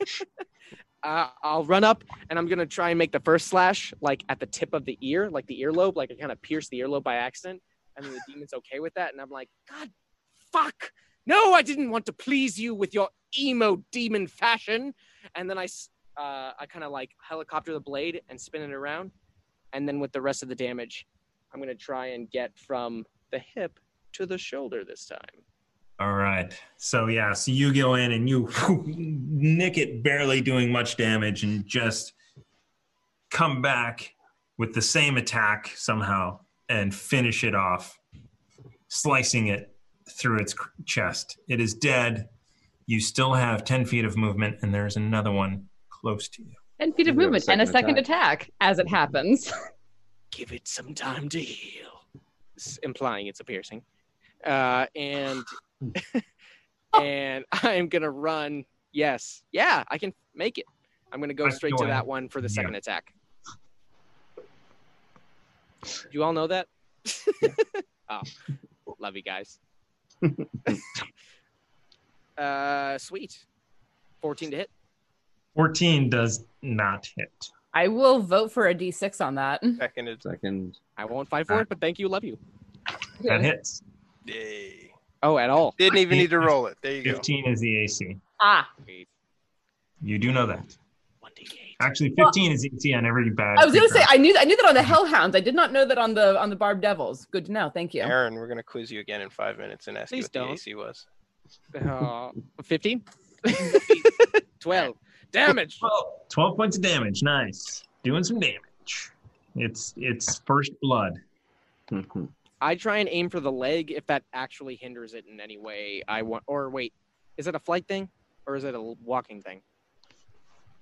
H: [laughs] uh, I'll run up, and I'm gonna try and make the first slash like at the tip of the ear, like the earlobe, like I kind of pierce the earlobe by accident, and then the demon's okay with that, and I'm like, God, fuck, no, I didn't want to please you with your emo demon fashion, and then I, s- uh, I kind of like helicopter the blade and spin it around, and then with the rest of the damage, I'm gonna try and get from the hip to the shoulder this time.
I: [laughs] All right. So yeah, so you go in and you [laughs] nick it, barely doing much damage, and just come back with the same attack somehow and finish it off, slicing it through its cr- chest. It is dead. You still have ten feet of movement, and there's another one close to you.
B: Ten feet of
F: You have a
B: movement and a
F: second
B: second attack. as it happens.
H: Give it some time to heal, S- implying it's a piercing. Uh, and [laughs] and I'm gonna run. Yes, yeah, I can make it. I'm gonna go
I: Back
H: straight to
I: door.
H: that one for the
I: Yeah.
H: second attack. You all know that. [laughs] oh, love you guys. uh, sweet. 14 to hit.
I: Fourteen does not hit.
B: I will vote for a d6 on that.
G: Seconded.
F: Second.
H: I won't fight for it, but thank you, love you.
I: That hits.
G: Yay.
H: Oh, at all.
G: Didn't even need to roll it. There you go.
I: Fifteen is the AC.
B: Ah,
I: You do know that.
H: 1d8.
I: Actually, 15 is ET on every badge.
B: I was gonna
I: we
B: say
I: draw.
B: I knew I knew that on the Hellhounds. I did not know that on the on the Barb Devils. Good to know. Thank you.
G: Aaron, we're gonna quiz you again in five minutes and ask you
H: Please
G: what the
H: don't.
G: AC was.
H: uh, 15? 12. Damage.
I: 12 points of damage. Nice. Doing some damage. It's it's first blood.
F: Hmm,
H: I try and aim for the leg if that actually hinders it in any way. I want, or wait, is it a flight thing or is it a walking thing?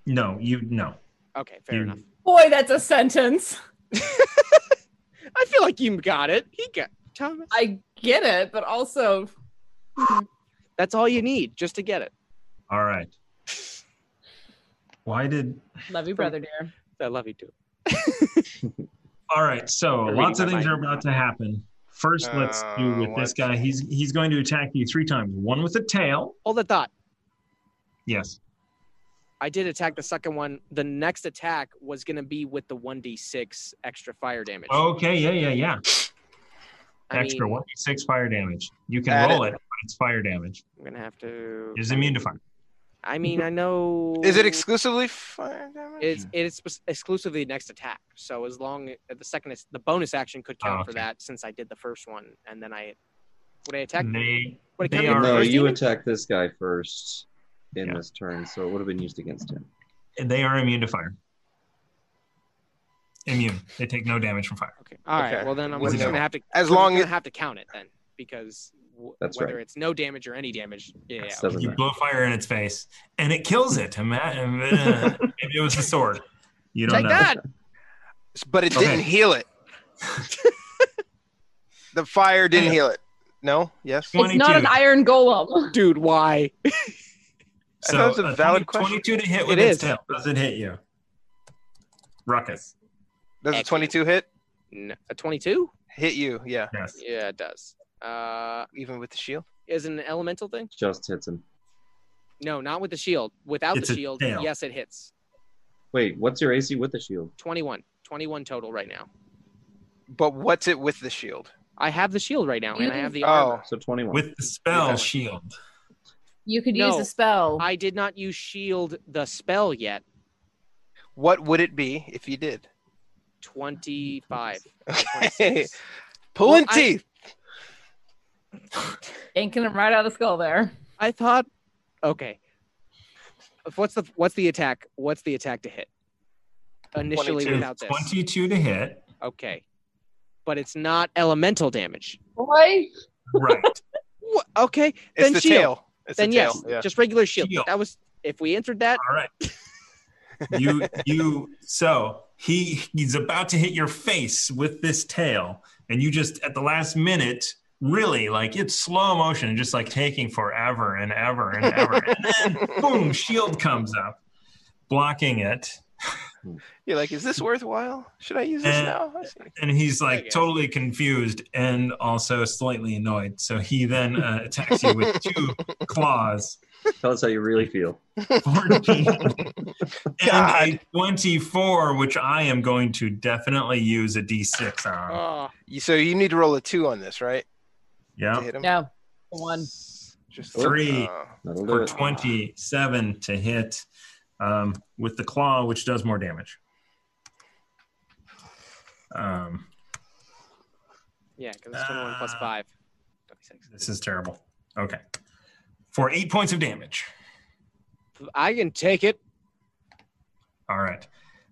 I: No, you no.
H: Okay, fair
I: You-
H: enough. [laughs]
B: Boy, that's a sentence.
H: I feel like you got it. He got Thomas.
B: I get it, but also
H: That's all you need just to get it.
I: All right. Why did
B: love you, brother dear.
H: I love you too.
I: All right, so
H: You're
I: lots of
H: reading my
I: things are
H: mind.
I: about to happen. First, let's do
G: Uh,
I: with this
G: what?
I: guy. He's he's going to attack you three times. One with a tail.
H: Hold the thought.
I: Yes.
H: I did attack the second one. The next attack was going to be with the 1d6 extra fire damage.
I: Okay. Yeah. Yeah. Yeah.
H: I
I: Extra
H: mean,
I: one d six fire damage. You can
G: Add
I: roll it. but it's fire damage.
H: I'm going to have to.
I: It's immune to fire.
H: I mean, I know.
G: Is it exclusively fire damage?
I: Hmm.
H: It's it's spec- exclusively next attack. So as long as the second is the bonus action could count
I: Oh,
H: for
I: okay.
H: that since I did the first one and then I would I attack?
I: They
H: Would it
I: they
H: count
I: are-
H: against the
F: No,
H: first
F: you
H: demon?
F: attacked this guy first in
I: Yeah.
F: this turn, so it would have been used against him.
I: they are immune to fire. Immune. They take no damage from fire.
H: Okay. All right.
G: Okay.
H: Well then I'm
G: Well,
H: just
G: no.
H: gonna have to I'm
G: As
H: just
G: long
H: gonna
G: as-
H: have to count it then because w-
F: That's
H: whether
F: right.
H: it's no damage or any damage, yeah.
F: Yes,
H: okay.
F: doesn't
I: You
F: matter.
I: blow fire in its face, and it kills it. Ima- uh, Maybe it was the sword. You don't
H: Take
I: know.
H: that.
G: but it
I: Okay.
G: didn't heal
H: [laughs]
G: it. the fire didn't heal it. No? Yes?
I: What?
B: It's not an
I: 22.
B: iron golem.
H: Dude, why?
G: I thought it was a valid
I: 20 22 uh, to hit with
H: It
I: its
H: is.
I: tail. Does it hit you? Ruckus.
G: Does a
H: Excellent.
G: 22 hit?
H: No, a 22?
G: Hit you, yeah.
I: Yes.
H: Yeah, it does. Uh
G: Even with the shield?
H: is it an elemental thing?
F: Just hits him.
H: No, not with the shield. Without
I: It's
H: the
I: a
H: shield,
I: tail.
H: yes it hits.
F: Wait, what's your AC with the shield?
H: 21. 21 total right now.
G: But what's it with the shield?
H: I have the shield right now and I have the armor.
G: Oh,
F: So 21.
I: With the spell
G: Okay.
I: shield.
B: You could
H: No.
B: use a spell.
H: I did not use shield the spell yet.
G: what would it be if you did?
H: 25.
G: Okay.
H: Well,
G: Pulling
H: I-
G: teeth.
B: Yanking him right out of the skull there.
H: I thought okay. What's the what's the attack? What's the attack to hit? Initially
G: 22.
H: without this.
I: 22 to hit.
H: Okay. But it's not elemental damage.
B: Boy.
I: Right.
H: Wha Okay.
G: It's
H: then
G: the
H: shield.
G: tail. It's
H: Then
G: the
H: yes,
G: tail. Yeah.
H: just regular shield.
I: Shield.
H: That was if we entered that.
I: All right. You you so he he's about to hit your face with this tail, and you just at the last minute, really like it's slow motion, just like taking forever and ever and ever. and then boom, shield comes up, blocking it.
G: You're like, is this worthwhile? Should I use this
I: And-
G: now? I see.
I: and he's
H: I
I: like
H: guess.
I: totally confused and also slightly annoyed. So he then uh, attacks you with
G: [laughs]
I: two claws,
F: Tell us how you really feel.
G: [laughs]
I: 14 and a
G: God.
I: 24, which I am going to definitely use a d6 on.
H: Oh,
G: You- So you need to roll a two on this, right? To
I: yeah,
G: hit him.
B: No. One.
G: Just
I: Three.
G: Oh.
F: That'll do
I: for
F: it.
I: 27 to hit um, with the claw, which does more damage. Um,
H: yeah, because it's 21 plus
I: Ah.
H: 5. 26.
I: this is terrible. Okay, for eight points of damage.
H: I can take it.
I: All right.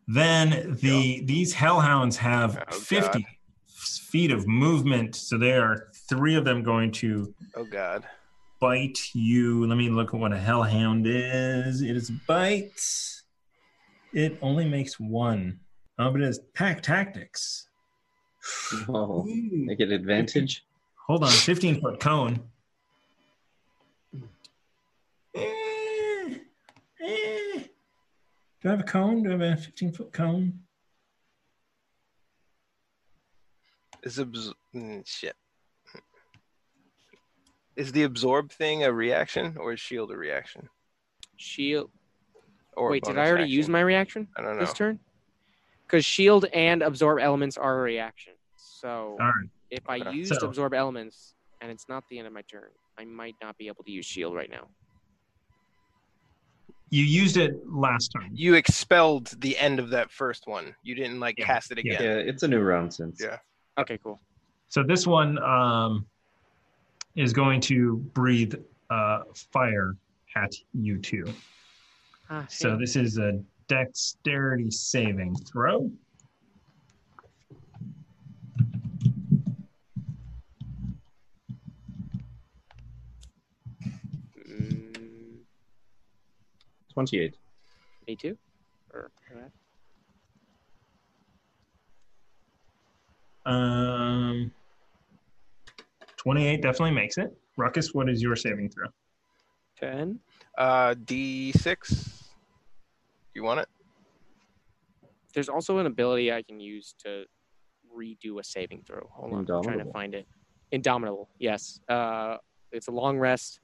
I: Then the these hellhounds have
G: Oh,
I: 50
G: God.
I: feet of movement, so there are three of them going to
G: oh God.
I: bite you. Let me look at what a hellhound is. It is bites. It only makes one. Oh, but it is
F: [sighs]
I: pack tactics.
F: Oh,
I: Ooh.
F: make it advantage.
I: Hold on, 15
F: [sighs]
I: foot cone. Eh, eh. Do I have a cone? Do I have a 15 foot cone?
G: Is abs- mm, shit. Is the absorb thing a reaction or is shield a reaction?
H: Shield.
G: Or a
H: Wait, did
G: bonus
H: I already
G: action?
H: use my reaction
G: I don't know.
H: this turn? Because shield and absorb elements are a reaction. So
I: All right.
H: if I
G: okay.
H: used
I: So-
H: absorb elements and it's not the end of my turn, I might not be able to use shield right now.
I: You used it last time.
G: You expelled the end of that first one. You didn't like cast it
F: Yeah,
G: again.
F: it's a new round since.
G: Yeah.
H: Okay, cool.
I: So this one um, is going to breathe uh, fire at you two.
H: Ah,
I: So
H: shit.
I: this is a dexterity saving throw.
H: Mm,
F: 28.
H: me too. Or, uh, or
I: Um, 28 definitely makes it. Ruckus, what is your saving throw?
H: ten.
G: Uh, D6. You want it?
H: There's also an ability I can use to redo a saving throw. Hold on, I'm trying to
F: Indomitable.
H: find it. Indomitable. Yes. Uh, it's a long rest,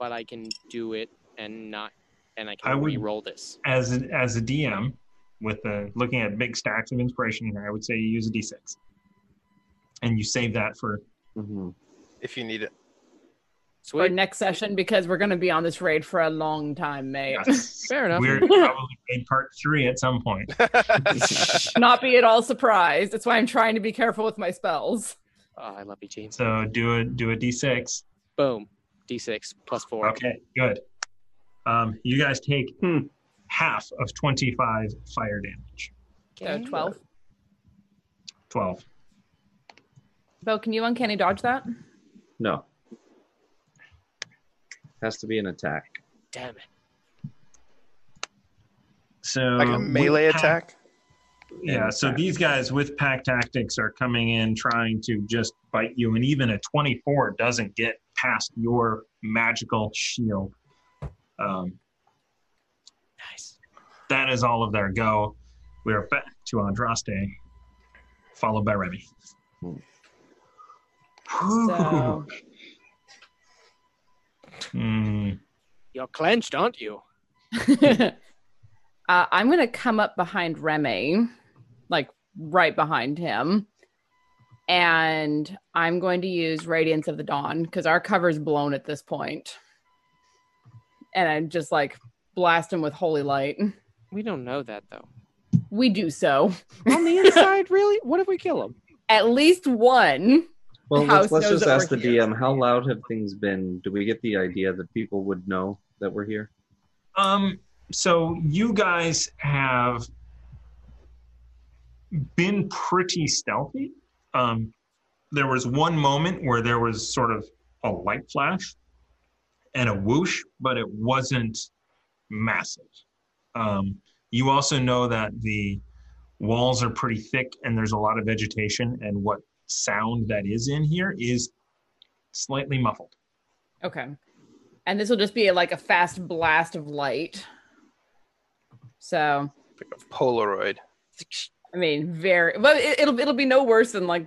H: but I can do it and not, and I can
I: I would-
H: re-roll this.
I: As as a DM, with uh looking at big stacks of inspiration here, I would say you use a D6, and you save that for
G: If you need it.
B: for next session because we're going to be on this raid for a long time, mate.
H: Fair enough. [laughs]
I: we're probably made part three at some point.
B: [laughs] Not be at all surprised. That's why I'm trying to be careful with my spells.
H: Oh, I love you, James.
I: So do a do a D6.
H: Boom. D6 plus four.
I: Okay, good. Um, you guys take
G: Hmm.
I: half of 25 fire damage.
B: So 12.
I: 12.
B: Bo, can you uncanny dodge that?
F: No. Has to be an attack.
H: Damn it.
I: So
G: Like a melee
I: with
G: attack?
I: pack- yeah, so
F: Attack.
I: these guys with pack tactics are coming in trying to just bite you, and even a 24 doesn't get past your magical shield. Um,
H: Nice.
I: that is all of their go. We are back to Andraste, followed by Remy.
G: Hmm.
B: So
I: Hmm.
H: You're clenched, aren't you?
B: uh, I'm going to come up behind Remy, like right behind him. And I'm going to use Radiance of the Dawn because our cover's blown at this point. And I just like blast him with holy light.
H: We don't know that though.
B: We do so.
H: On the inside, really? What if we kill him?
B: At least one.
F: Well,
B: The house
F: let's, let's
B: knows
F: just
B: that
F: ask
B: we're
F: the DM how loud have things been? Do we get the idea that people would know that we're here?
I: Um, so you guys have been pretty stealthy. Um, there was one moment where there was sort of a light flash and a whoosh, but it wasn't massive. Um, you also know that the walls are pretty thick and there's a lot of vegetation, and what sound that is in here is slightly muffled.
B: Okay. And this will just be like a fast blast of light. So,
G: Polaroid.
B: I mean, very well. It, it'll it'll be no worse than like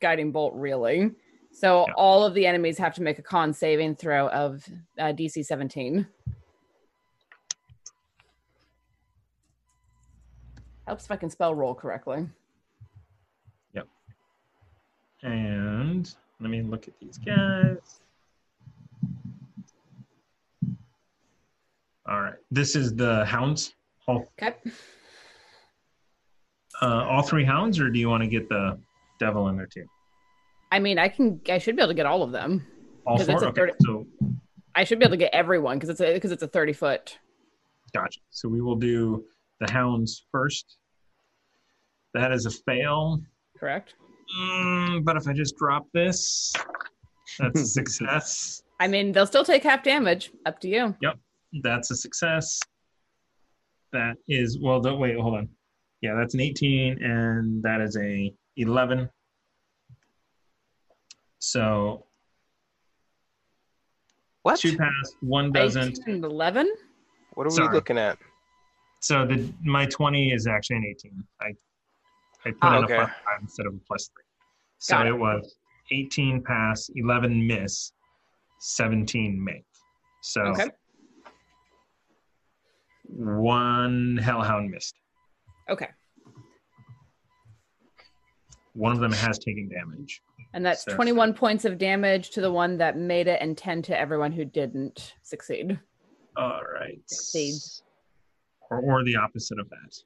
B: guiding bolt, really. So
I: Yeah.
B: all of the enemies have to make a con saving throw of uh, DC 17. Helps if I can spell roll correctly.
I: And let me look at these guys. All right. This is the hounds. All,
B: Okay.
I: uh, all three hounds, or do you want to get the devil in there too?
B: I mean, I can I should be able to get all of them.
I: All
B: Because that's
I: four?
B: a
I: Okay.
B: thirty-
I: So,
B: I should be able to get everyone because it's a because it's a 30 foot.
I: gotcha. So, we will do the hounds first. That is a fail.
B: Correct.
I: Mm, but if I just drop this, that's a success.
B: I mean, they'll still take half damage. Up to you.
I: That's a success. That is well. Don't wait. Hold on. Yeah, that's an 18, and that is a 11. So
E: What?
I: two pass, one doesn't.
B: 18 and 11.
G: What are
I: Sorry.
G: we looking at?
I: So the my 20 is actually an 18. I I put
G: Ah,
I: in
G: okay.
I: a plus five instead of a plus three. So
B: Oh, Got
I: it.
B: it.
I: was 18 pass, 11 miss, 17 make. So
B: Okay.
I: one hellhound missed.
B: Okay.
I: One of them has taken damage.
B: And that's
I: So-
B: 21 points of damage to the one that made it and 10 to everyone who didn't succeed.
I: All right.
B: Succeeds.
I: Or, or the opposite of that.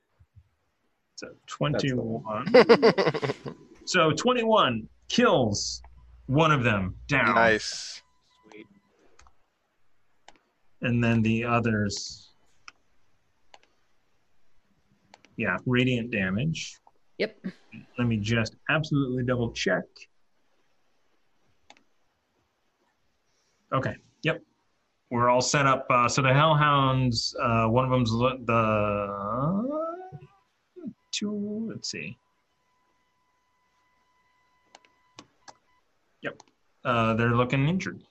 I: So 21. so 21 kills one of them down.
G: Nice.
I: And then the others. Yeah, radiant damage.
B: Yep.
I: Let me just absolutely double check. Okay. Yep. We're all set up. Uh, so the Hellhounds, uh, one of them's lo- the two. Let's see. Yep. Uh, they're looking injured.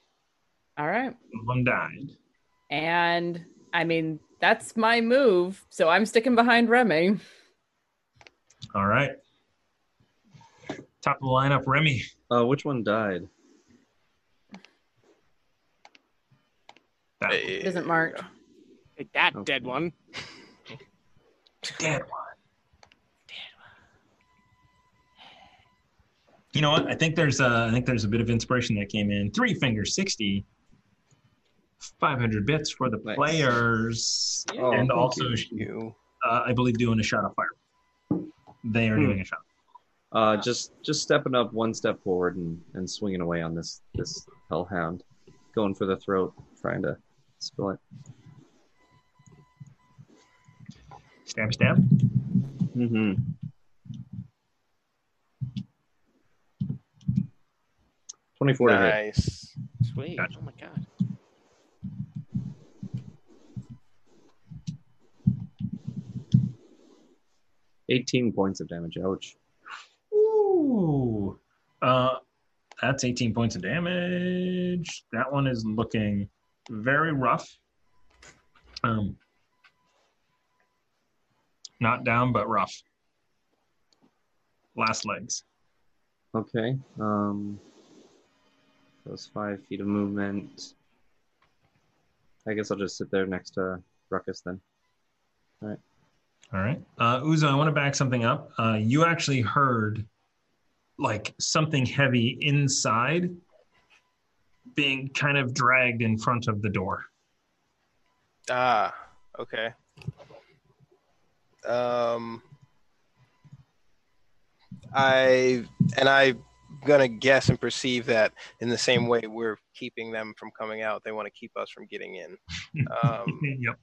B: All right.
I: One of them died.
B: And I mean, that's my move. So I'm sticking behind Remy.
I: All right. Top of the lineup, Remy.
F: Uh, which one died?
I: That
B: It isn't marked.
H: Take
F: Oh.
H: that dead one.
I: Dead one. You know what? I think there's a, I think there's a bit of inspiration that came in. Three finger sixty. 500 bits for the
F: Nice.
I: players,
F: Oh,
I: and
F: thank
I: also
G: you.
I: Uh, I believe doing a shot of fire. They are
F: Hmm.
I: doing a shot.
F: Uh, just just stepping up one step forward and, and swinging away on this this hellhound, going for the throat, trying to spill it.
I: Stab, stab.
F: Mm-hmm. Twenty-four to hit.
G: Nice.
H: Sweet.
I: Gotcha.
H: Oh my god.
F: Eighteen points of damage. Ouch.
I: Ooh. Uh, that's 18 points of damage. That one is looking very rough. Um, not down, but rough. Last legs.
F: Okay. Um, those five feet of movement. I guess I'll just sit there next to Ruckus then.
I: All right. Uh, Uzo, I want to back something up. Uh, you actually heard like something heavy inside being kind of dragged in front of the door.
G: Ah, okay. Um, I and I'm gonna guess and perceive that in the same way we're keeping them from coming out. They want to keep us from getting
I: [laughs]
G: in. Um,
I: [laughs] yep.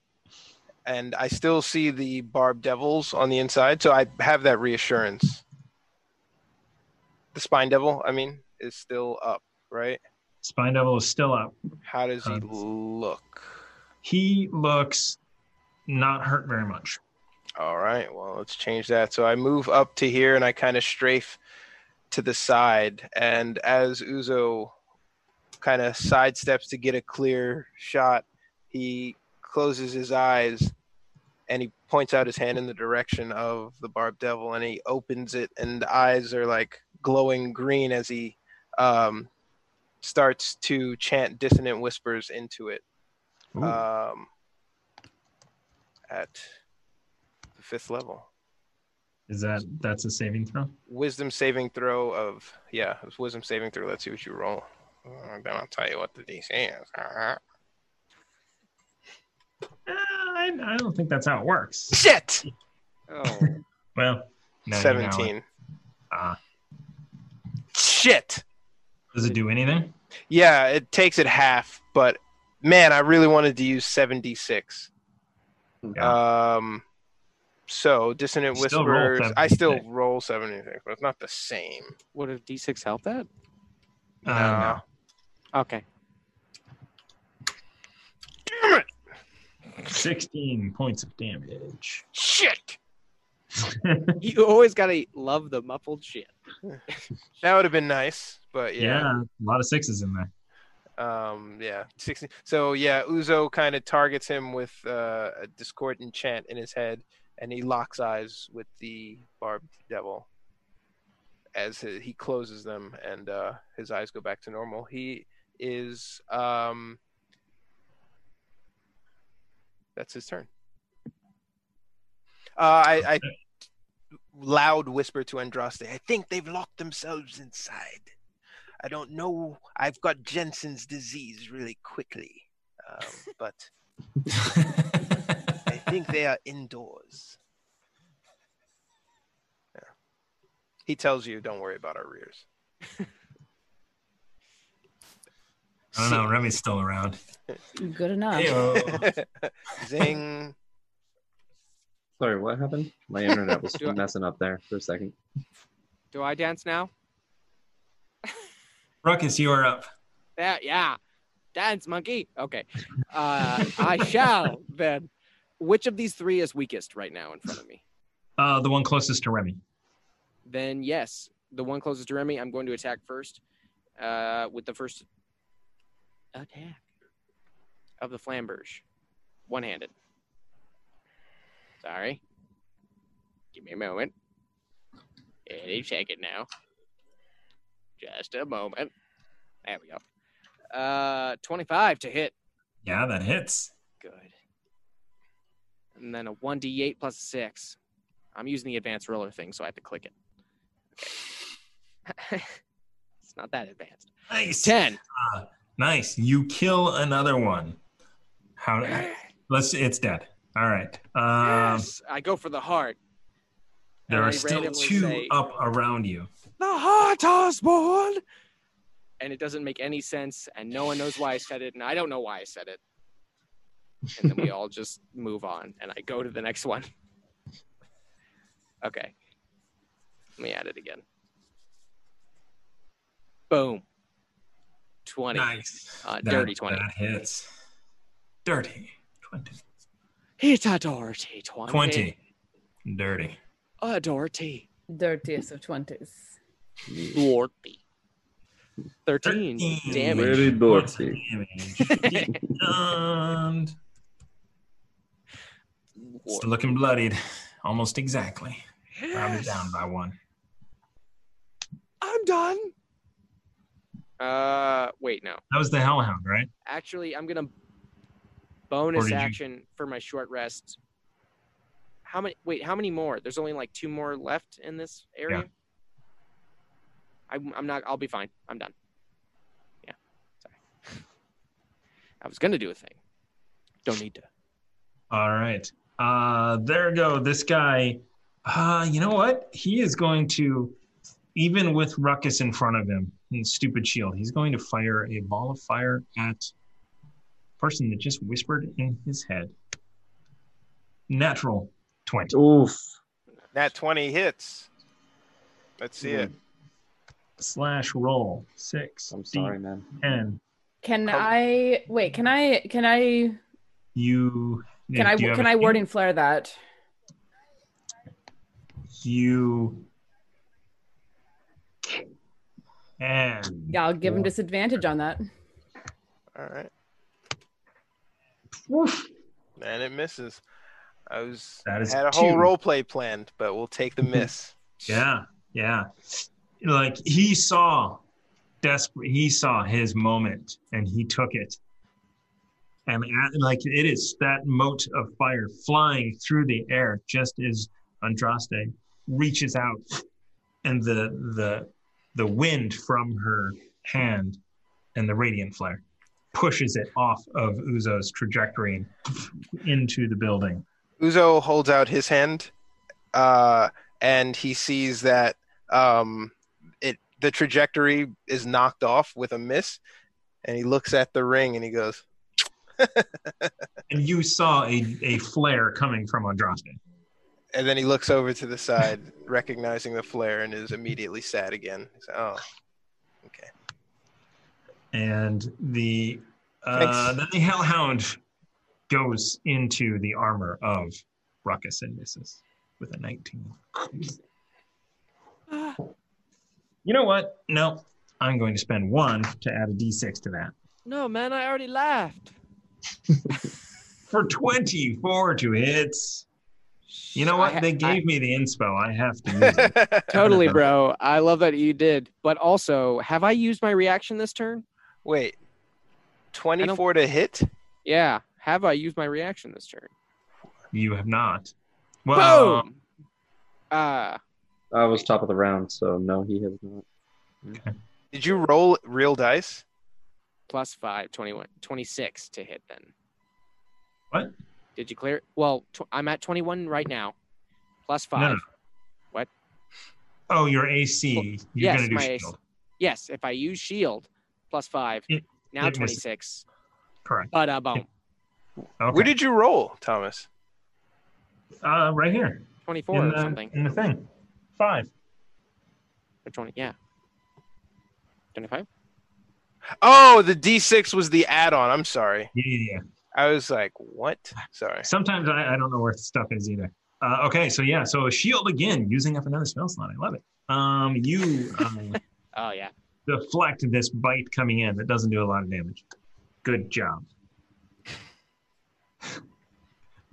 G: and I still see the barbed devils on the inside, so I have that reassurance. The spine devil, I mean, is still up, right?
I: Spine Devil is still up.
G: How does he
I: Uh,
G: look?
I: He looks not hurt very much.
G: All right, well, let's change that. So I move up to here and I kind of strafe to the side. And as Uzo kind of sidesteps to get a clear shot, he closes his eyes and he points out his hand in the direction of the barbed devil and he opens it, and the eyes are like glowing green as he um, starts to chant dissonant whispers into it
I: Ooh.
G: um, at the fifth level.
I: Is that that's a saving throw?
G: Wisdom saving throw of yeah, it was wisdom saving throw. Let's see what you roll. Uh, Then I'll tell you what the DC is. Uh,
I: Uh, I, I don't think that's how it works.
G: Shit.
H: Oh.
I: Well, now you know it.
G: Seventeen.
I: Ah.
G: Shit.
I: does it do anything?
G: Yeah, it takes it half, but man, I really wanted to use seventy six. Um, so dissonant
I: You still roll
G: whispers. I still
I: 76.
G: roll seventy six, but it's not the same.
H: Would a D6 help that?
I: Uh,
G: No.
H: Okay.
I: no. Sixteen points of damage.
G: Shit.
H: You always gotta love the muffled shit.
G: That would have been nice, but
I: Yeah. a lot of sixes in there.
G: Um, yeah, 16. So yeah, Uzo kind of targets him with uh, a discordant chant in his head, and he locks eyes with the barbed devil as he, he closes them, and uh, his eyes go back to normal. He is. Um, that's his turn. Uh, I, I loud whisper to Andraste. I think they've locked themselves inside. I don't know. I've got Jensen's disease really quickly, um, but I think they are indoors. Yeah. He tells you, don't worry about our rears.
I: [laughs] I don't know. Remy's still around.
L: Good enough.
I: Heyo.
G: Zing.
F: Sorry, what happened? My internet was messing up there for a second.
H: Do I dance now?
I: Ruckus, you are up.
H: Yeah, yeah. Dance monkey. Okay. Uh, I shall then. Which of these three is weakest right now in front of me?
I: Uh, the one closest to Remy.
H: Then yes, the one closest to Remy, I'm going to attack first. Uh, with the first attack of the flamberge, one handed. Sorry. Give me a moment. Any second now. Just a moment. There we go. Uh, 25 to hit.
I: Yeah, that hits.
H: Good. And then a 1d8 plus a 6. I'm using the advanced roller thing, so I have to click it. [laughs] Okay. it's not that advanced.
I: Nice.
H: 10.
I: Uh, nice. You kill another one. How? Let's. It's dead. All right. Um,
H: yes, I go for the heart.
I: There
H: I
I: are still
H: randomly
I: two
H: say-
I: up around you.
H: The heart, Osborne! And it doesn't make any sense, and no one knows why I said it, and I don't know why I said it. And then we all just move on, and I go to the next one. Okay. Let me add it again. Boom. 20.
I: Nice.
H: Uh,
I: That-
H: dirty 20.
I: That hits. Dirty. 20.
H: It's a dirty 20.
I: 20. Dirty.
H: A dirty.
B: Dirtiest of 20s.
H: Dirty. 13.
F: Very
H: Damage.
F: dirty.
H: [laughs]
I: And still looking bloodied. Almost exactly. Probably
H: Yes.
I: down by one.
H: I'm done. Uh, wait, no.
I: That was the Hellhound, right?
H: Actually, I'm gonna
I: Or
H: bonus
I: did you-
H: action for my short rest. How many? Wait, how many more? There's only like two more left in this area.
I: Yeah.
H: I'm, I'm not. I'll be fine. I'm done. Yeah. Sorry. [laughs] I was gonna do a thing. Don't need to.
I: All right. Uh, there we go. This guy, uh, you know what? He is going to, even with Ruckus in front of him and stupid shield, he's going to fire a ball of fire at the person that just whispered in his head. Natural 20.
F: Oof.
G: Nat 20 hits. Let's see it.
I: Slash roll. Six.
F: I'm sorry, man.
I: Ten.
B: Can I wait? Can I? Can I?
I: You.
B: Can I?
I: do you have
B: Can
I: a-
B: I word and flare that?
I: You. And.
B: Yeah, I'll give him disadvantage on that.
I: Hmm.
G: All right. And it misses. I was
I: That is
G: had a whole
I: two.
G: role play planned, but we'll take the miss.
I: [laughs] Yeah, yeah. Like he saw desperate he saw his moment and he took it. And at, like it is that mote of fire flying through the air just as Andraste reaches out and the the the wind from her hand and the radiant flare pushes it off of Uzo's trajectory and into the building.
G: Uzo holds out his hand, uh, and he sees that um, it the trajectory is knocked off with a miss, and he looks at the ring and he goes,
I: And you saw a, a flare coming from Andraste.
G: and then he looks over to the side, recognizing the flare, and is immediately sad again. He's, oh, okay.
I: and the uh,
G: Thanks.
I: then the hellhound goes into the armor of Ruckus and misses with a 19. You know what? No, I'm going to spend one to add a d6 to that
H: No, man, I already laughed.
I: for 24 to hits. You know
H: I ha-
I: what? They gave me the inspo. I have
H: [laughs]
I: to use it.
H: Totally, bro. I love that you did. But also, have I used my reaction this turn?
G: Wait, twenty-four to hit.
H: Yeah. Have I used my reaction this turn?
I: You have not. Well,
H: Boom. Uh,
F: I was top of the round, so no, he has not.
G: Did you roll real dice?
H: plus 5, 21, 26 to hit then.
I: What?
H: Did you clear? Well, tw- I'm at 21 right now, plus
I: No,
H: five.
I: no.
H: What?
I: Oh, your AC. You're
H: yes,
I: gonna do
H: my
I: shield.
H: AC yes. If I use shield, plus five.
I: It-
H: now
I: it misses.
H: 26.
I: Correct.
H: But uh, boom,
I: Okay.
G: Where did you roll, Thomas?
I: Uh, right here.
H: 24
I: in
H: or
I: the,
H: something.
I: In the thing. Five.
H: Or 20. Yeah. 25.
G: Oh, the D6 was the add-on. I'm sorry.
I: Yeah, yeah, yeah.
G: I was like, what? Sorry.
I: Sometimes I, I don't know where stuff is either. Uh, okay, so yeah, so a shield again, using up another spell slot. I love it. Um, you
H: [laughs]
I: um,
H: Oh yeah.
I: deflect this bite coming in that doesn't do a lot of damage. Good job.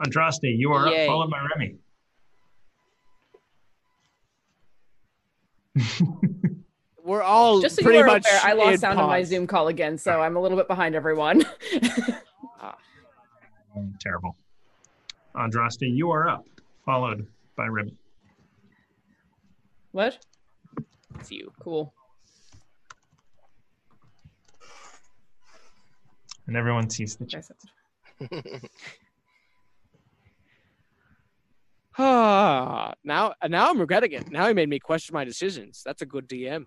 I: Andraste, you are
H: Yay.
I: up, followed by Remy.
H: We're all
B: Just so
H: pretty
B: you were
H: much.
B: aware, I
H: in
B: lost sound on my
H: pause.
B: Zoom call again, so I'm a little bit behind everyone. [laughs]
I: Um, terrible. Andraste, you are up, followed by Remy.
B: what?
H: It's you.
B: Cool.
I: And everyone sees the chat.
B: Nice.
H: Ah, [sighs] now, now I'm regretting it. Now he made me question my decisions. That's a good DM.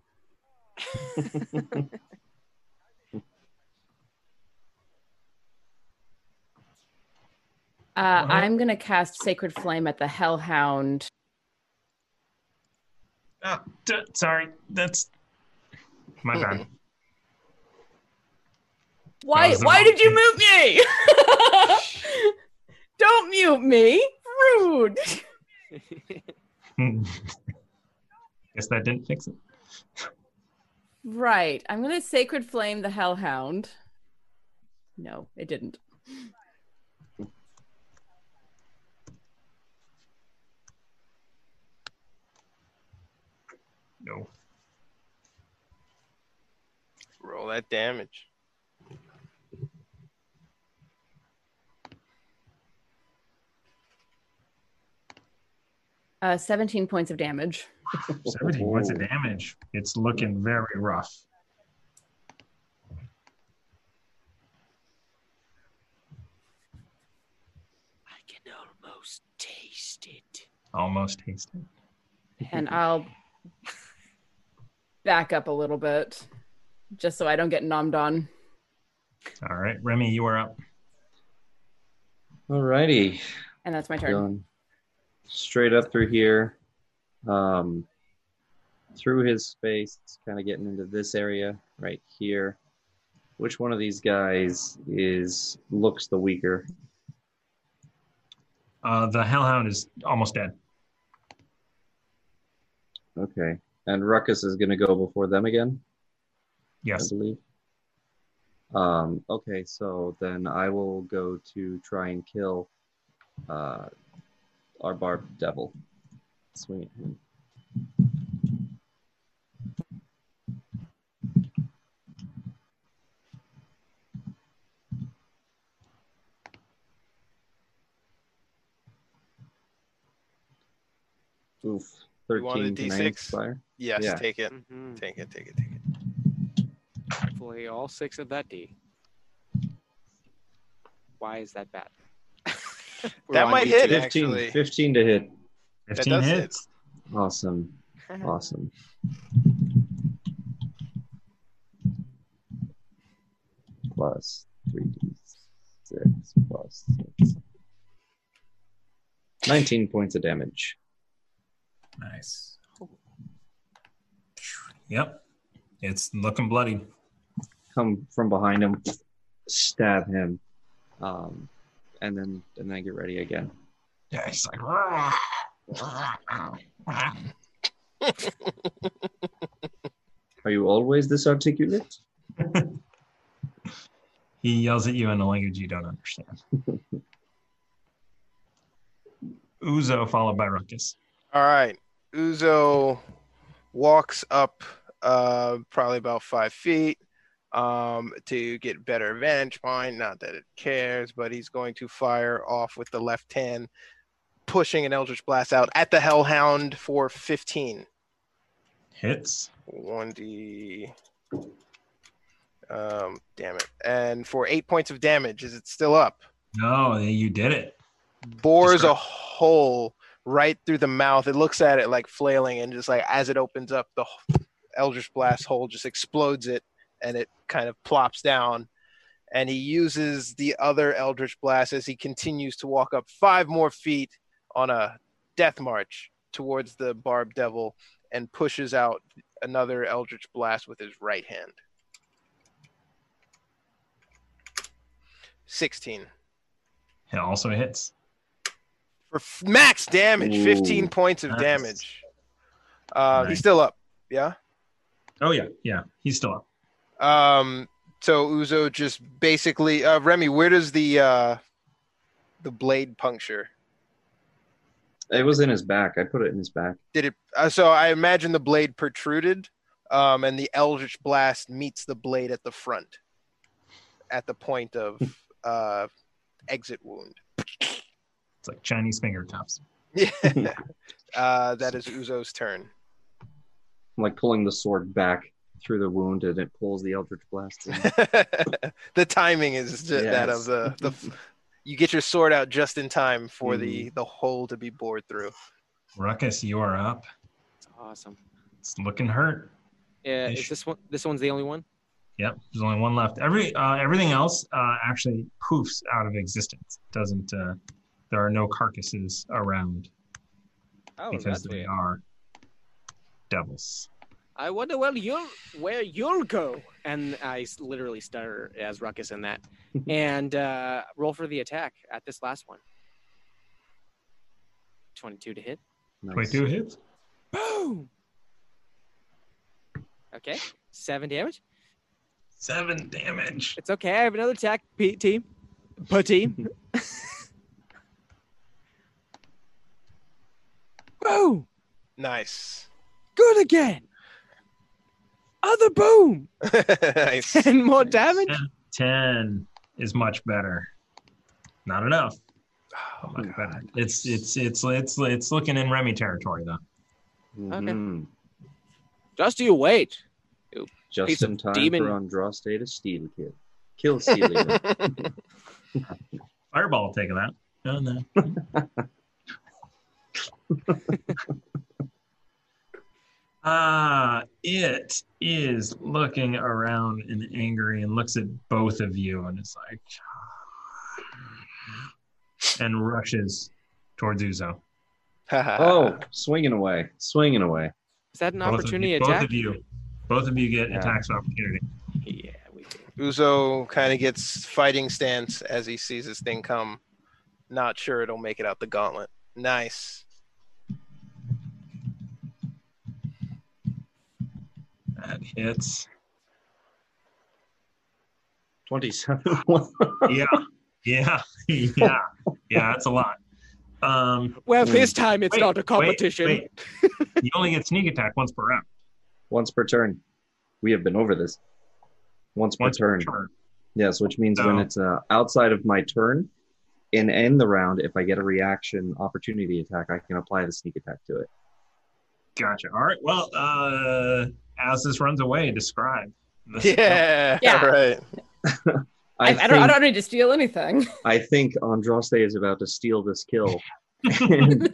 B: Uh, I'm gonna cast Sacred Flame at the Hellhound.
I: Ah, d- sorry, that's my
H: [laughs]
I: bad. That
B: Why?
I: was the
B: Why
I: wrong
B: did you mute me? [laughs] Don't mute me. Rude.
I: [laughs] Guess that didn't fix it.
B: Right. I'm gonna Sacred Flame the Hellhound. No, it didn't.
I: No.
G: Roll that damage.
B: Uh, 17 points of damage.
F: Oh.
I: 17 points of damage. It's looking very rough.
H: I can almost taste it.
I: Almost tasted.
B: and I'll back up a little bit just so I don't get nommed on.
I: All right, Remy, you are up.
F: Alrighty.
B: And that's my turn.
F: Going straight up through here, um, through his space, kind of getting into this area right here. Which one of these guys is looks the weaker?
I: Uh, the Hellhound is almost dead.
F: Okay, and Ruckus is going to go before them again.
I: Yes.
F: I believe. Um, okay, so then I will go to try and kill uh, our Barb Devil. Swing at him. Oof,
G: You want a
F: 13 can I
G: D6?
F: inspire?
G: Yes,
F: Yeah.
G: take it.
H: Mhm.
G: Take it, take it, take it.
H: Hopefully, all six of that D. Why is that bad? [laughs] We're
G: That
H: on
G: might
H: D2.
G: hit,
F: 15,
G: actually.
F: 15 to hit.
G: That
I: 15
G: does
I: hits.
F: Awesome.
H: [laughs]
F: Awesome. Plus three D six plus six. Nineteen points of damage.
I: Nice. Yep. It's looking bloody.
F: Come from behind him, stab him, um, and then and then get ready again.
I: Yeah, he's like. "Rah, rah, rah."
F: Are you always this articulate?
I: [laughs] He yells at you in a language you
F: [laughs]
I: don't understand. Uzo followed by Ruckus.
G: All right. Uzo walks up uh, probably about five feet um, to get better vantage point. Not that it cares, but he's going to fire off with the left hand, pushing an Eldritch Blast out at the Hellhound for 15.
I: Hits.
G: 1d. Um, damn it. And for eight points of damage, is it still up?
I: No, you did it.
G: Bores a hole right through the mouth. It looks at it like flailing, and just like as it opens up, the h- Eldritch Blast hole just explodes it, and it kind of plops down. And he uses the other Eldritch Blast as he continues to walk up five more feet on a death march towards the Barb Devil and pushes out another Eldritch Blast with his right hand. 16
I: It also hits.
G: for f- max damage,
I: Ooh,
G: 15 points of
I: nice.
G: damage. Uh,
I: Nice.
G: He's still up. Yeah.
I: Oh yeah, yeah. He's still up.
G: Um, so Uzo just basically, uh, Remy, where does the uh, the blade puncture?
F: It was in his back. I put it in his back.
G: Did it? Uh, so I imagine the blade protruded, um, and the Eldritch blast meets the blade at the front, at the point of uh, exit wound.
I: It's like Chinese fingertips.
F: [laughs]
G: Yeah. uh, that is Uzo's turn.
F: I'm like pulling the sword back through the wound, and it pulls the eldritch blast. in.
G: [laughs] the timing is ju- that of
F: Yes.
G: the, the f- you get your sword out just in time for the
F: Mm-hmm.
G: the hole to be bored through
I: Ruckus, you are up.
H: Awesome.
I: It's looking hurt.
H: Yeah, is this one? This one's the only one.
I: Yep, there's only one left. Every uh, everything else uh, actually poofs out of existence. Doesn't uh, there are no carcasses around
H: Oh,
I: because
H: that's
I: they
H: weird.
I: are devils.
H: I wonder well you'll where you'll go. And I s- literally stutter as Ruckus in that, and uh, roll for the attack at this last one. Twenty-two to hit.
I: Twenty-two hits.
H: Boom. Okay, seven damage.
I: Seven damage.
H: It's okay. I have another attack, P- team. Putty. Boom.
G: Nice. [laughs]
H: Good again. Other boom.
G: nice. [laughs]
H: And more damage.
I: Ten is much better. Not enough. but
H: Oh
I: Much better. It's it's it's it's it's looking in Remy territory though.
F: Mhm.
H: Just you wait. You
F: Just
H: piece
F: in
H: of
F: time
H: demon.
F: for Andraste to steal kid. Kill Celia.
I: Fireball will take that. No, no. Ah, it is looking around and angry and looks at both of you and is like, [sighs] and rushes towards Uzo.
F: [laughs] oh, swinging away, swinging away.
H: Is that an
I: Both of
H: opportunity
I: you-
H: attack?
I: Both of you, both of you get
F: Yeah.
I: attacks of opportunity.
H: Yeah, we did.
G: Uzo kind of gets fighting stance as he sees this thing come. Not sure it'll make it out the gauntlet. Nice.
I: That hits.
F: Twenty-seven.
I: Yeah, yeah, [laughs] yeah, yeah. That's a lot. Um,
H: Well, this time it's
I: wait,
H: not a
I: wait,
H: competition.
I: wait. you only get sneak attack once per round.
F: Once per turn. We have been over this. Once per
I: Once per
F: turn.
I: turn.
F: Yes, which means
I: Oh.
F: when it's uh, outside of my turn and end the round, if I get a reaction opportunity attack, I can apply the sneak attack to it.
I: Gotcha. All right. Well, uh, as this runs away, describe. This-
F: [laughs]
G: [laughs]
I: [laughs]
G: Yeah.
B: Yeah.
G: Right.
F: I,
B: I, I, don't, I
F: think-
B: don't need to steal anything. [laughs]
F: I think Andraste is about to steal this kill. and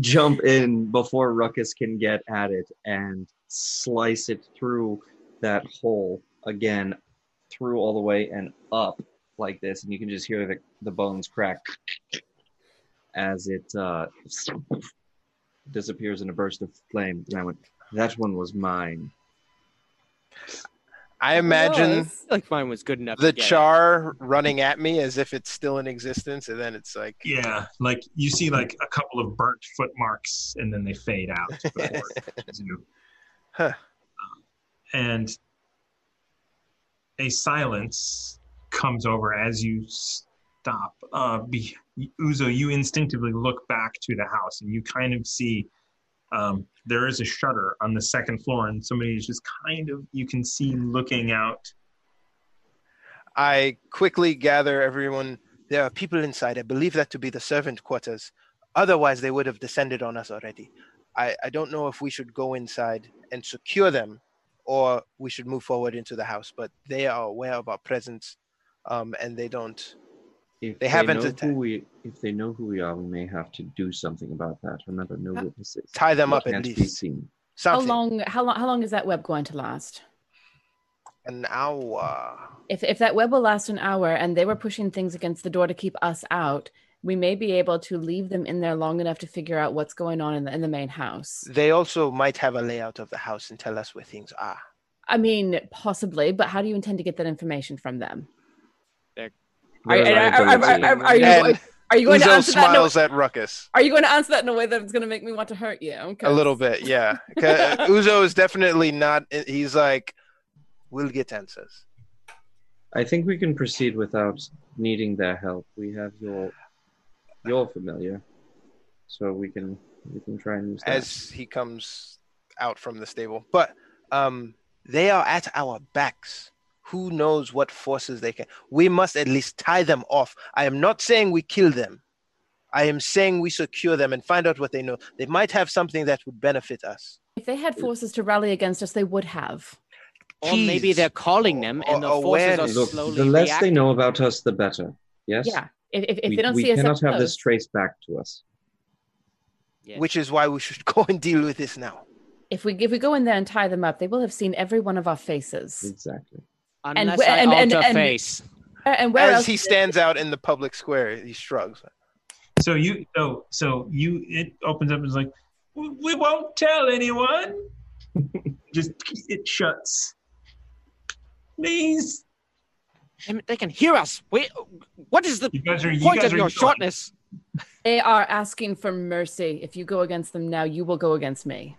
F: jump in before Ruckus can get at it and slice it through that hole again, through all the way and up like this. And you can just hear the, the bones crack as it uh, disappears in a burst of flame. And I went, that one was mine.
G: I imagine
B: Yes.
H: Like mine was good enough.
G: the
H: to get it.
G: char running at me as if it's still in existence, and then it's like
I: Yeah, like you see, like a couple of burnt footmarks, and then they fade out. before it zoom.
G: Huh.
I: And a silence comes over as you stop. Uh, be, Uzo, you instinctively look back to the house, and you kind of see um, there is a shutter on the second floor, and somebody is just kind of you can see looking out
G: I quickly gather everyone. There are people inside. I believe that to be the servant quarters. Otherwise, they would have descended on us already. I, I don't know if we should go inside and secure them or we should move forward into the house, but they are aware of our presence um, and they don't
F: If
G: They haven't
F: know
G: attacked.
F: Who we, if they know who we are, we may have to do something about that. Remember, no
B: Uh,
F: witnesses.
G: tie them
F: They
G: up at
F: can't Be
G: least.
F: seen.
G: Something.
B: How long? How long? How long is that web going to last?
G: An hour.
L: If, if that web will last an hour and they were pushing things against the door to keep us out, we may be able to leave them in there long enough to figure out what's going on in the, in the main house.
G: They also might have a layout of the house and tell us where things are.
L: I mean, possibly, but how do you intend to get that information from them?
B: Are,
F: Their
B: are- are-
F: liability.
B: are- are you,
G: And
B: are you going to
G: Uzo
B: answer that? in a-
G: smiles at Ruckus.
B: Are you going to answer that in a way that's going to make me want to hurt you?
G: A little bit,
B: [laughs]
G: yeah. 'Cause Uzo is definitely not. eh, He's like, we'll get answers.
F: I think we can proceed without needing their help. We have your your familiar, so we can we can try and use that.
G: as he comes out from the stable. But um, they are at our backs. Who knows what forces they can? We must at least tie them off. I am not saying we kill them. I am saying we secure them and find out what they know. They might have something that would benefit us.
L: If they had forces to rally against us, they would have.
H: Or maybe
G: Keys.
H: they're calling them and the
G: Or- or
H: forces are
G: awareness.
F: Look,
H: slowly
F: the less they
H: reacting.
F: know about us, the better. Yes.
L: Yeah. If, if, if
F: we
L: they don't
F: we
L: see us,
F: cannot
L: up
F: have this
L: close-
F: traced back to us.
H: Yes.
G: Which is why we should [laughs] go and deal with this now.
L: if we if we go in there and tie them up, they will have seen every one of our faces.
F: Exactly.
H: Unless
L: where-
H: I
L: and- and-
H: alter
L: and-
H: face.
F: Mm-hmm.
L: Uh, And where
G: As
L: else?
G: he stands out in the public square, he shrugs.
I: So you so so you it opens up and it's like "We- we won't tell anyone. Just it shuts. Please.
H: Damn it, They can hear us. We, what is the
I: You guys are you
H: point
I: guys
H: of
I: are
H: your
I: yelling.
H: shortness?
L: They are asking for mercy. If you go against them now, you will go against me.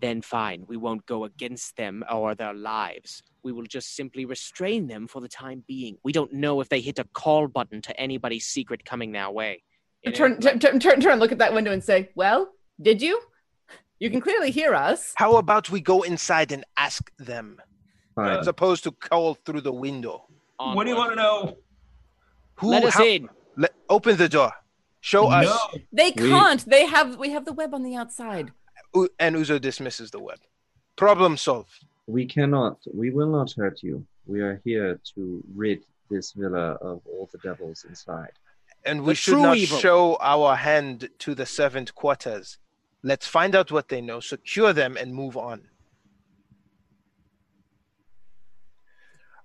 H: Then fine, we won't go against them or their lives. We will just simply restrain them for the time being. We don't know if they hit a call button to anybody's secret coming their way. It
B: Turn,
H: ain't
B: turn, turn, turn, turn. Look at that window and say, "Well, did you? You can clearly hear us."
G: How about we go inside and ask them,
F: Fine.
G: as opposed to call through the window?
H: on
I: What do you
H: one.
I: want to know?
G: Who,
H: Let us
G: how-
H: in.
G: let- open the door. Show us.
I: No.
L: They
F: We-
L: can't. They have we have the web on the outside.
G: U- and Uzo dismisses the web. Problem solved.
F: We cannot. We will not hurt you. We are here to rid this villa of all the devils inside.
G: And we
H: The
G: should
H: true
G: not
H: evil.
G: show our hand to the servant quarters. Let's find out what they know, secure them, and move on.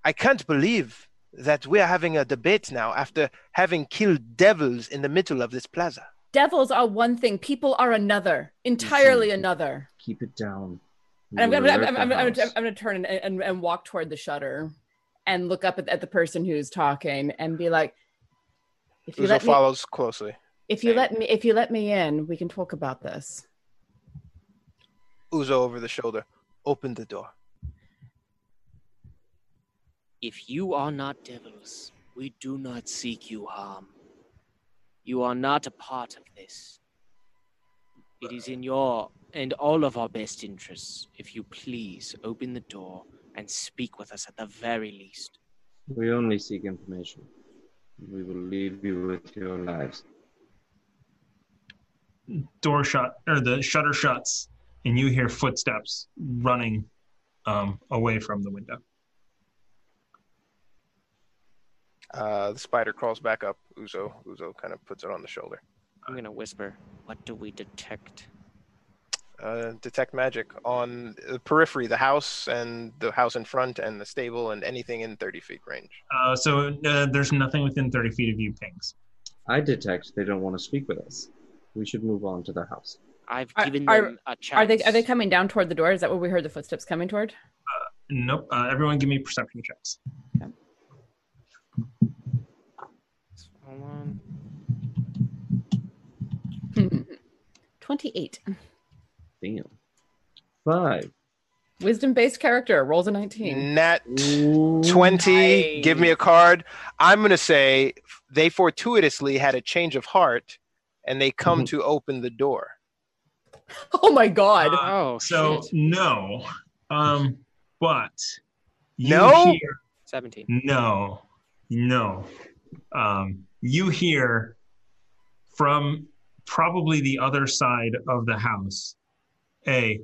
G: I can't believe that we're having a debate now after having killed devils in the middle of this plaza.
L: Devils are one thing. People are another. Entirely
F: Mhm.
L: another.
F: Keep it down. We
B: And I'm
F: will
B: gonna, I'm,
F: alert
B: I'm,
F: the
B: I'm, I'm, I'm,
F: house.
B: gonna turn and, and, and walk toward the shutter, and look up at, at the person who's talking, and be like,
L: If you
G: Uzo
L: let me,
G: follows closely.
L: if you let me, if you let me in, we can talk about this.
G: Uzo over the shoulder. Open the door.
H: If you are not devils, we do not seek you harm. You are not a part of this. It is in your and all of our best interests if you please open the door and speak with us at the very least.
F: We only seek information. We will leave you with your lives.
I: Door shut or the shutter shuts, and you hear footsteps running um, away from the window.
G: Uh, the spider crawls back up. Uzo, Uzo kind of puts it on the shoulder.
H: I'm going to whisper, what do we detect?
G: uh, detect magic on the periphery, the house and the house in front and the stable and anything in 30 feet range.
I: Uh, so uh, there's nothing within 30 feet of you, pings.
F: I detect they don't want to speak with us. We should move on to the house.
H: I've
B: Are-
H: given
B: are-
H: them a chance.
B: "Are they are they coming down toward the door? Is that where we heard the footsteps coming toward?" [laughs]
I: Nope. Uh, everyone, give me perception checks.
H: Hold on.
L: Twenty-eight.
F: Damn. Five.
B: Wisdom based character rolls a
F: Mm.
B: 19.
G: Nat 20, give me a card. I'm going to say they fortuitously had a change of heart and they come to open the door.
B: Oh my god.
F: Ah,
I: Uh,
H: Oh,
I: So
H: shit.
I: no, um, but you
G: No?
I: hear
H: 17.
I: No, no. Um, you hear from probably the other side of the house a,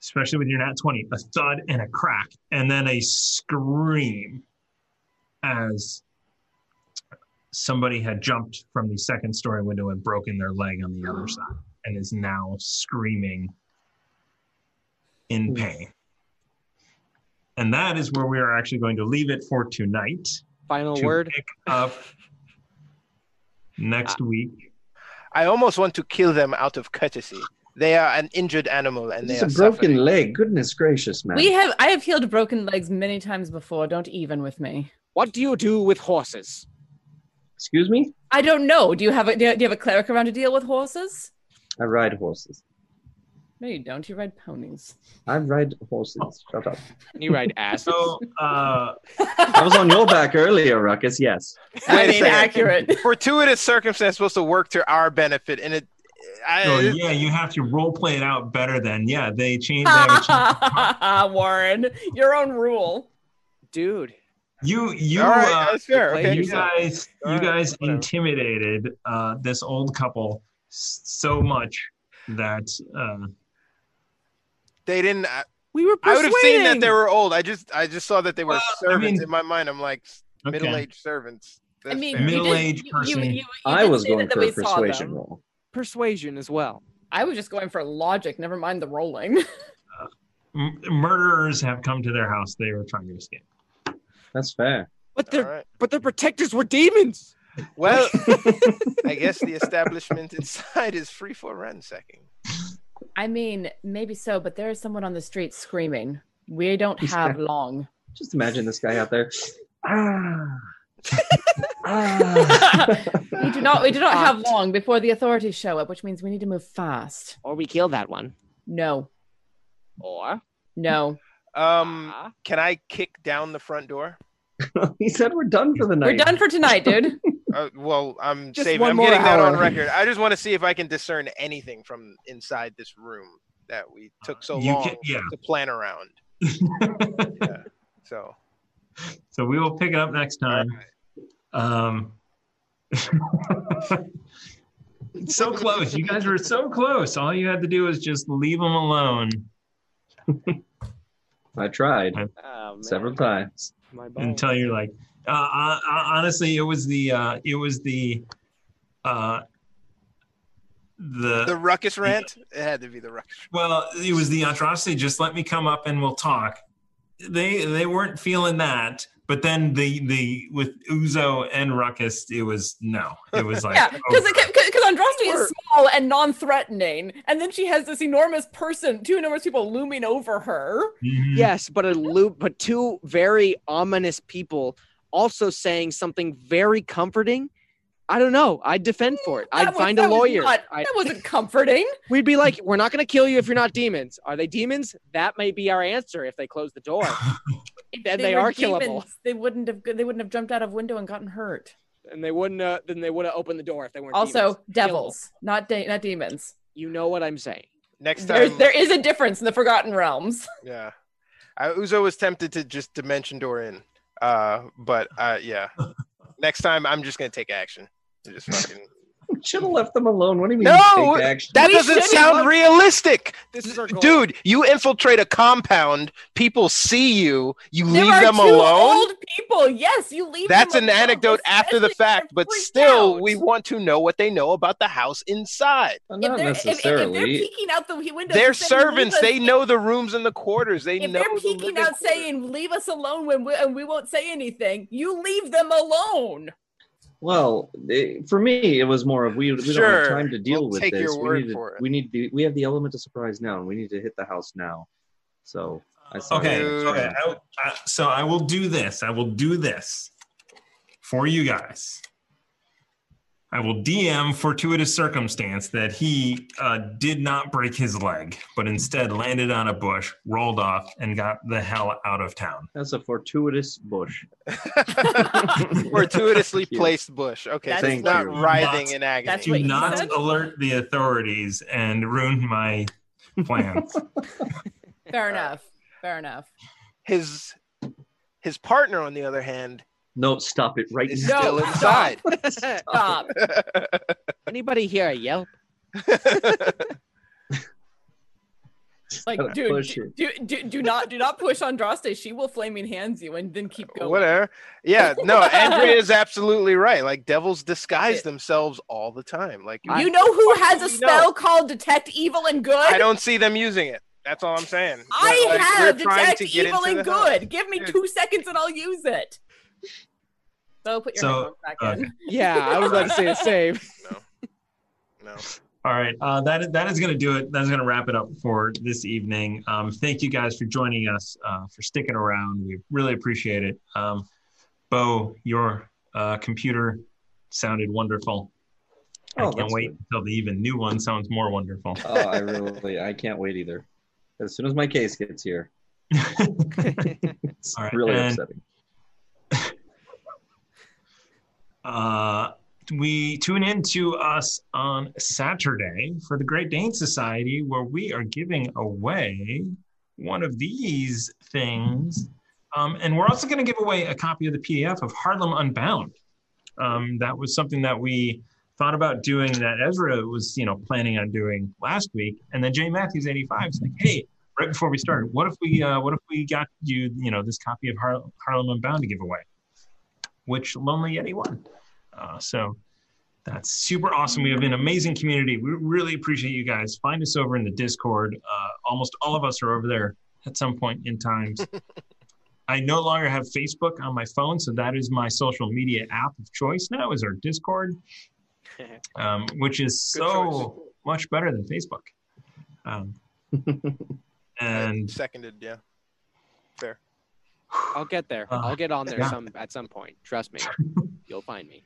I: especially with your nat 20, a thud and a crack, and then a scream as somebody had jumped from the second story window and broken their leg on the other side and is now screaming in pain. And that is where we are actually going to leave it for tonight.
H: Final
I: To
H: word.
I: pick up
G: Uh,
I: next week.
G: I almost want to kill them out of courtesy. They are an injured animal, and they
F: It's
G: are
F: a broken
G: suffering.
F: leg. Goodness gracious, man.
B: We have I have healed broken legs many times before. Don't even with me.
H: What do you do with horses?
F: Excuse me?
B: I don't know. Do you have a do you do you have a cleric around to deal with horses?
F: I ride horses.
B: No, you don't. You ride
F: [laughs]
B: ponies.
F: I ride horses. Shut up.
H: You ride [laughs] ass.
I: So, uh,
F: I was on your back earlier, Ruckus. Yes.
G: Wait
B: mean,
G: a
F: [laughs]
G: second.
B: accurate.
G: Fortuitous circumstance supposed to work to our benefit, and it. I,
I: So, yeah, you have to role play it out better then. Yeah,
G: [laughs]
I: they changed. They have a
B: [laughs]
I: change.
B: Warren, your own rule.
H: Dude.
I: You, you,
G: All right,
I: uh,
G: that's fair.
H: play
G: Okay.
I: you
H: yourself.
I: guys,
G: All
I: you
G: right,
I: guys
G: whatever.
I: intimidated uh, this old couple s- so much that uh,
G: They didn't. I,
H: We were
G: I would have seen that they
H: persuading.
G: were old. I just, I just saw that they were
I: Well, I
G: servants
I: mean-
G: in my mind. I'm like
I: Okay.
G: middle-aged servants.
B: I
G: That's
B: mean,
G: fair.
B: you did-
I: Middle-aged
B: you- you-
I: person.
B: you- you
F: I
B: did
F: was
B: say that
F: going
B: that
F: for
B: we
F: a
B: saw
F: persuasion
B: them.
F: roll.
H: Persuasion as well.
B: I was just going for logic. Never mind the rolling.
I: m- murderers have come to their house. They were trying to escape.
F: That's fair.
H: But
G: All
H: their
G: right.
H: but their protectors were demons.
B: [laughs]
G: Well, I guess the establishment inside is free for ransacking.
B: I mean, maybe so, but there is someone on the street screaming. We don't have long.
F: Just imagine this guy
B: [laughs]
F: out there. Ah. ah.
B: We do not. We do not have long before the authorities show up, which means we need to move fast.
H: Or we kill that one.
B: No,
H: Or
B: no,
G: Um,
H: Ah.
G: can I kick down the front door?
F: [laughs] he said we're done for the night.
B: we're done for tonight,
F: [laughs]
B: dude.
G: Uh, well, I'm
H: Just
G: saving.
H: one
G: I'm
H: more
G: getting that
H: hour.
G: on record. I just want to see if I can discern anything from inside this room that we took so
I: You
G: long
I: can- yeah.
G: to plan
I: [laughs]
G: around. yeah. So.
I: So we will pick it up next time.
G: alright.
I: Um, [laughs] so close. You guys were so close. All you had to do was just leave them alone
F: I tried
B: ah,
H: oh, man.
F: several times.
H: My bones.
I: until you're like, uh, uh, uh, honestly, it was the, uh, it was the, uh, the,
G: The ruckus rant? It had to be the ruckus.
I: well, it was the atrocity. Just let me come up and we'll talk. They, they weren't feeling that. But then the, the, with Uzo and Ruckus, it was no, it was like,
B: Yeah, because
I: over.
B: because Andraste
H: Sure.
B: is small and non-threatening, and then she has this enormous person, two enormous people looming over her.
I: Mhm.
H: Yes, but a loop, but two very ominous people also saying something very comforting. I don't know. I'd defend for it. I'd
B: That was-
H: find a
B: that was
H: lawyer.
B: not-
H: I-
B: that wasn't comforting.
H: we'd be like, we're not going to kill you if you're not demons. Are they demons? That may be our answer if they close the door.
B: If
H: Then they
B: were
H: are killable.
B: They wouldn't have. They wouldn't have jumped out of window and gotten hurt.
H: and they wouldn't. Uh, then they would have opened the door if they weren't.
B: Also,
H: demons. Killable.
B: devils, not de- not demons.
H: You know what I'm saying?
G: Next
B: There,
G: time.
B: there is a difference in the Forgotten Realms.
G: Yeah. I, Uzo was tempted to just dimension door in. Uh, but uh,
F: [laughs]
G: yeah. Next time, I'm just going to take action. I Just
F: [laughs]
G: fucking...
F: Should have left them alone. What do you mean?
G: No!
F: take action?
G: That
B: We
G: doesn't
B: shouldn't
G: sound
H: have-
G: realistic.
H: This is our goal.
G: Dude, you infiltrate a compound, people see you, you
B: There
G: [laughs] leave
B: are
G: them
B: two
G: alone.
B: old people. Yes, you leave.
G: That's
B: them
G: an
B: alone,
G: anecdote after the
B: especially if
G: fact,
B: they're
G: but
B: freaked
G: still,
B: out.
G: we want to know what they know about the house inside.
F: Well,
B: If
F: Not
B: they're, if, if they're
F: necessarily.
B: peeking out the window,
G: They're
B: and saying, "Leave
G: servants.
B: us-
G: They know the rooms and the quarters. They
B: If
G: know.
B: they're
G: the
B: peeking
G: living
B: out,
G: quarters.
B: saying "Leave us alone," when we, and we won't say anything, you leave them alone.
F: Well, it, for me, it was more of we, we don't
G: Sure.
F: have time to deal
G: We'll
F: with
G: take
F: this.
G: your word
F: we need to,
G: for it.
F: we need the, we have the element of surprise now, and we need to hit the house now. So I saw
I: Okay,
F: that.
G: Dude.
I: okay. I, I, so I will do this. I will do this for you guys. I will DM fortuitous circumstance that he uh, did not break his leg, but instead landed on a bush, rolled off, and got the hell out of town.
F: That's a fortuitous
G: [laughs]
F: bush.
G: fortuitously
F: Thank you.
G: placed bush. Okay,
B: That's
G: so
F: Thank
G: it's not
F: you.
G: writhing in agony.
B: That's
I: Do
B: what he
I: not
B: said?
I: alert the authorities and ruin my plans.
B: Fair enough. Fair enough.
G: his his partner, on the other hand,
F: No, stop it right
G: is
F: now.
G: still inside.
B: Stop. [laughs]
H: Anybody here a yelp?
B: Like,
F: Gotta
B: dude,
F: push
B: do,
F: it.
B: do, do, do not do not push Andraste. She will flaming hands you and then keep going.
G: [laughs] Whatever. Yeah, no, Andrea is absolutely right. Like devils disguise themselves all the time. Like
B: You know who has a spell called Detect Evil and Good?
G: I don't see them using it. That's all I'm saying.
B: I
G: Like,
B: have
G: we're trying
B: Detect
G: to get
B: Evil
G: into
B: and
G: the
B: Good.
G: house.
B: Give me two seconds and I'll use it. So put your
I: So,
B: headphones back in.
I: okay.
H: Yeah, I was about to say the same.
G: No.
I: All right, uh, that that is going to do it. That is going to wrap it up for this evening. Um, thank you guys for joining us, uh, for sticking around. We really appreciate it. Um, Bo, your uh, computer sounded wonderful.
F: Oh,
I: I can't
F: that's
I: wait until the even new one sounds more wonderful.
F: oh, I really, I can't wait either. As soon as my case gets here, it's
I: All right,
F: really
I: and-
F: upsetting.
I: [laughs] Uh, we tune in to us on Saturday for the Great Dane Society, where we are giving away one of these things. Um, and we're also going to give away a copy of the PDF of Harlem Unbound. Um, that was something that we thought about doing that Ezra was, you know, planning on doing last week. And then Jay Matthews 85 is like, hey, right before we started, what if we, uh, what if we got you, you know, this copy of Har- Harlem Unbound to give away? which Lonely Yeti won. Uh, so that's super awesome. We have an amazing community. We really appreciate you guys. Find us over in the Discord. Uh, almost all of us are over there at some point in time. I no longer have Facebook on my phone, so that is my social media app of choice now. Is our Discord, um, which is so much better than Facebook.
F: [laughs]
I: Um, and
G: Seconded, yeah. Fair.
H: I'll get there.
I: Uh,
H: I'll get on there
I: yeah.
H: some at some point. Trust
I: [laughs]
H: me. You'll find me.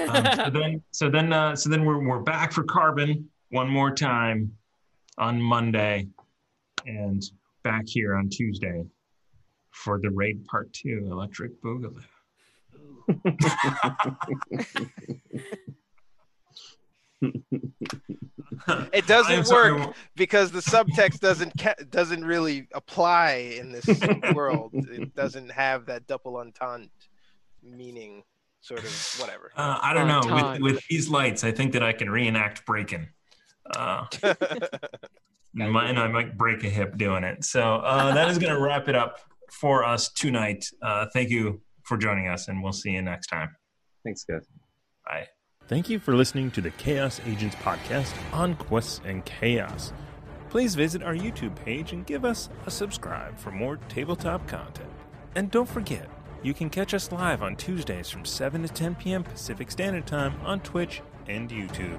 I: um,
B: [laughs]
I: so then, so then, uh, so then we're we're back for carbon one more time on Monday, and back here on Tuesday for the raid part two, Electric Boogaloo.
G: It
I: I'm
G: doesn't
I: sorry,
G: work because the subtext doesn't ca- doesn't really apply in this world. It doesn't have that double entente meaning, sort of whatever.
I: Uh, I
H: On
I: don't know. With,
H: time.
I: with these lights, I think that I can reenact breaking. Uh, and my- and I might break a hip doing it. So uh, that is going to wrap it up for us tonight. Uh, thank you for joining us, and we'll see you next time.
F: Thanks, guys.
I: Bye.
A: Thank you for listening to the Chaos Agents podcast on Quests and Chaos. Please visit our YouTube page and give us a subscribe for more tabletop content. And don't forget, you can catch us live on Tuesdays from 7 to 10 p.m. Pacific Standard Time on Twitch and YouTube.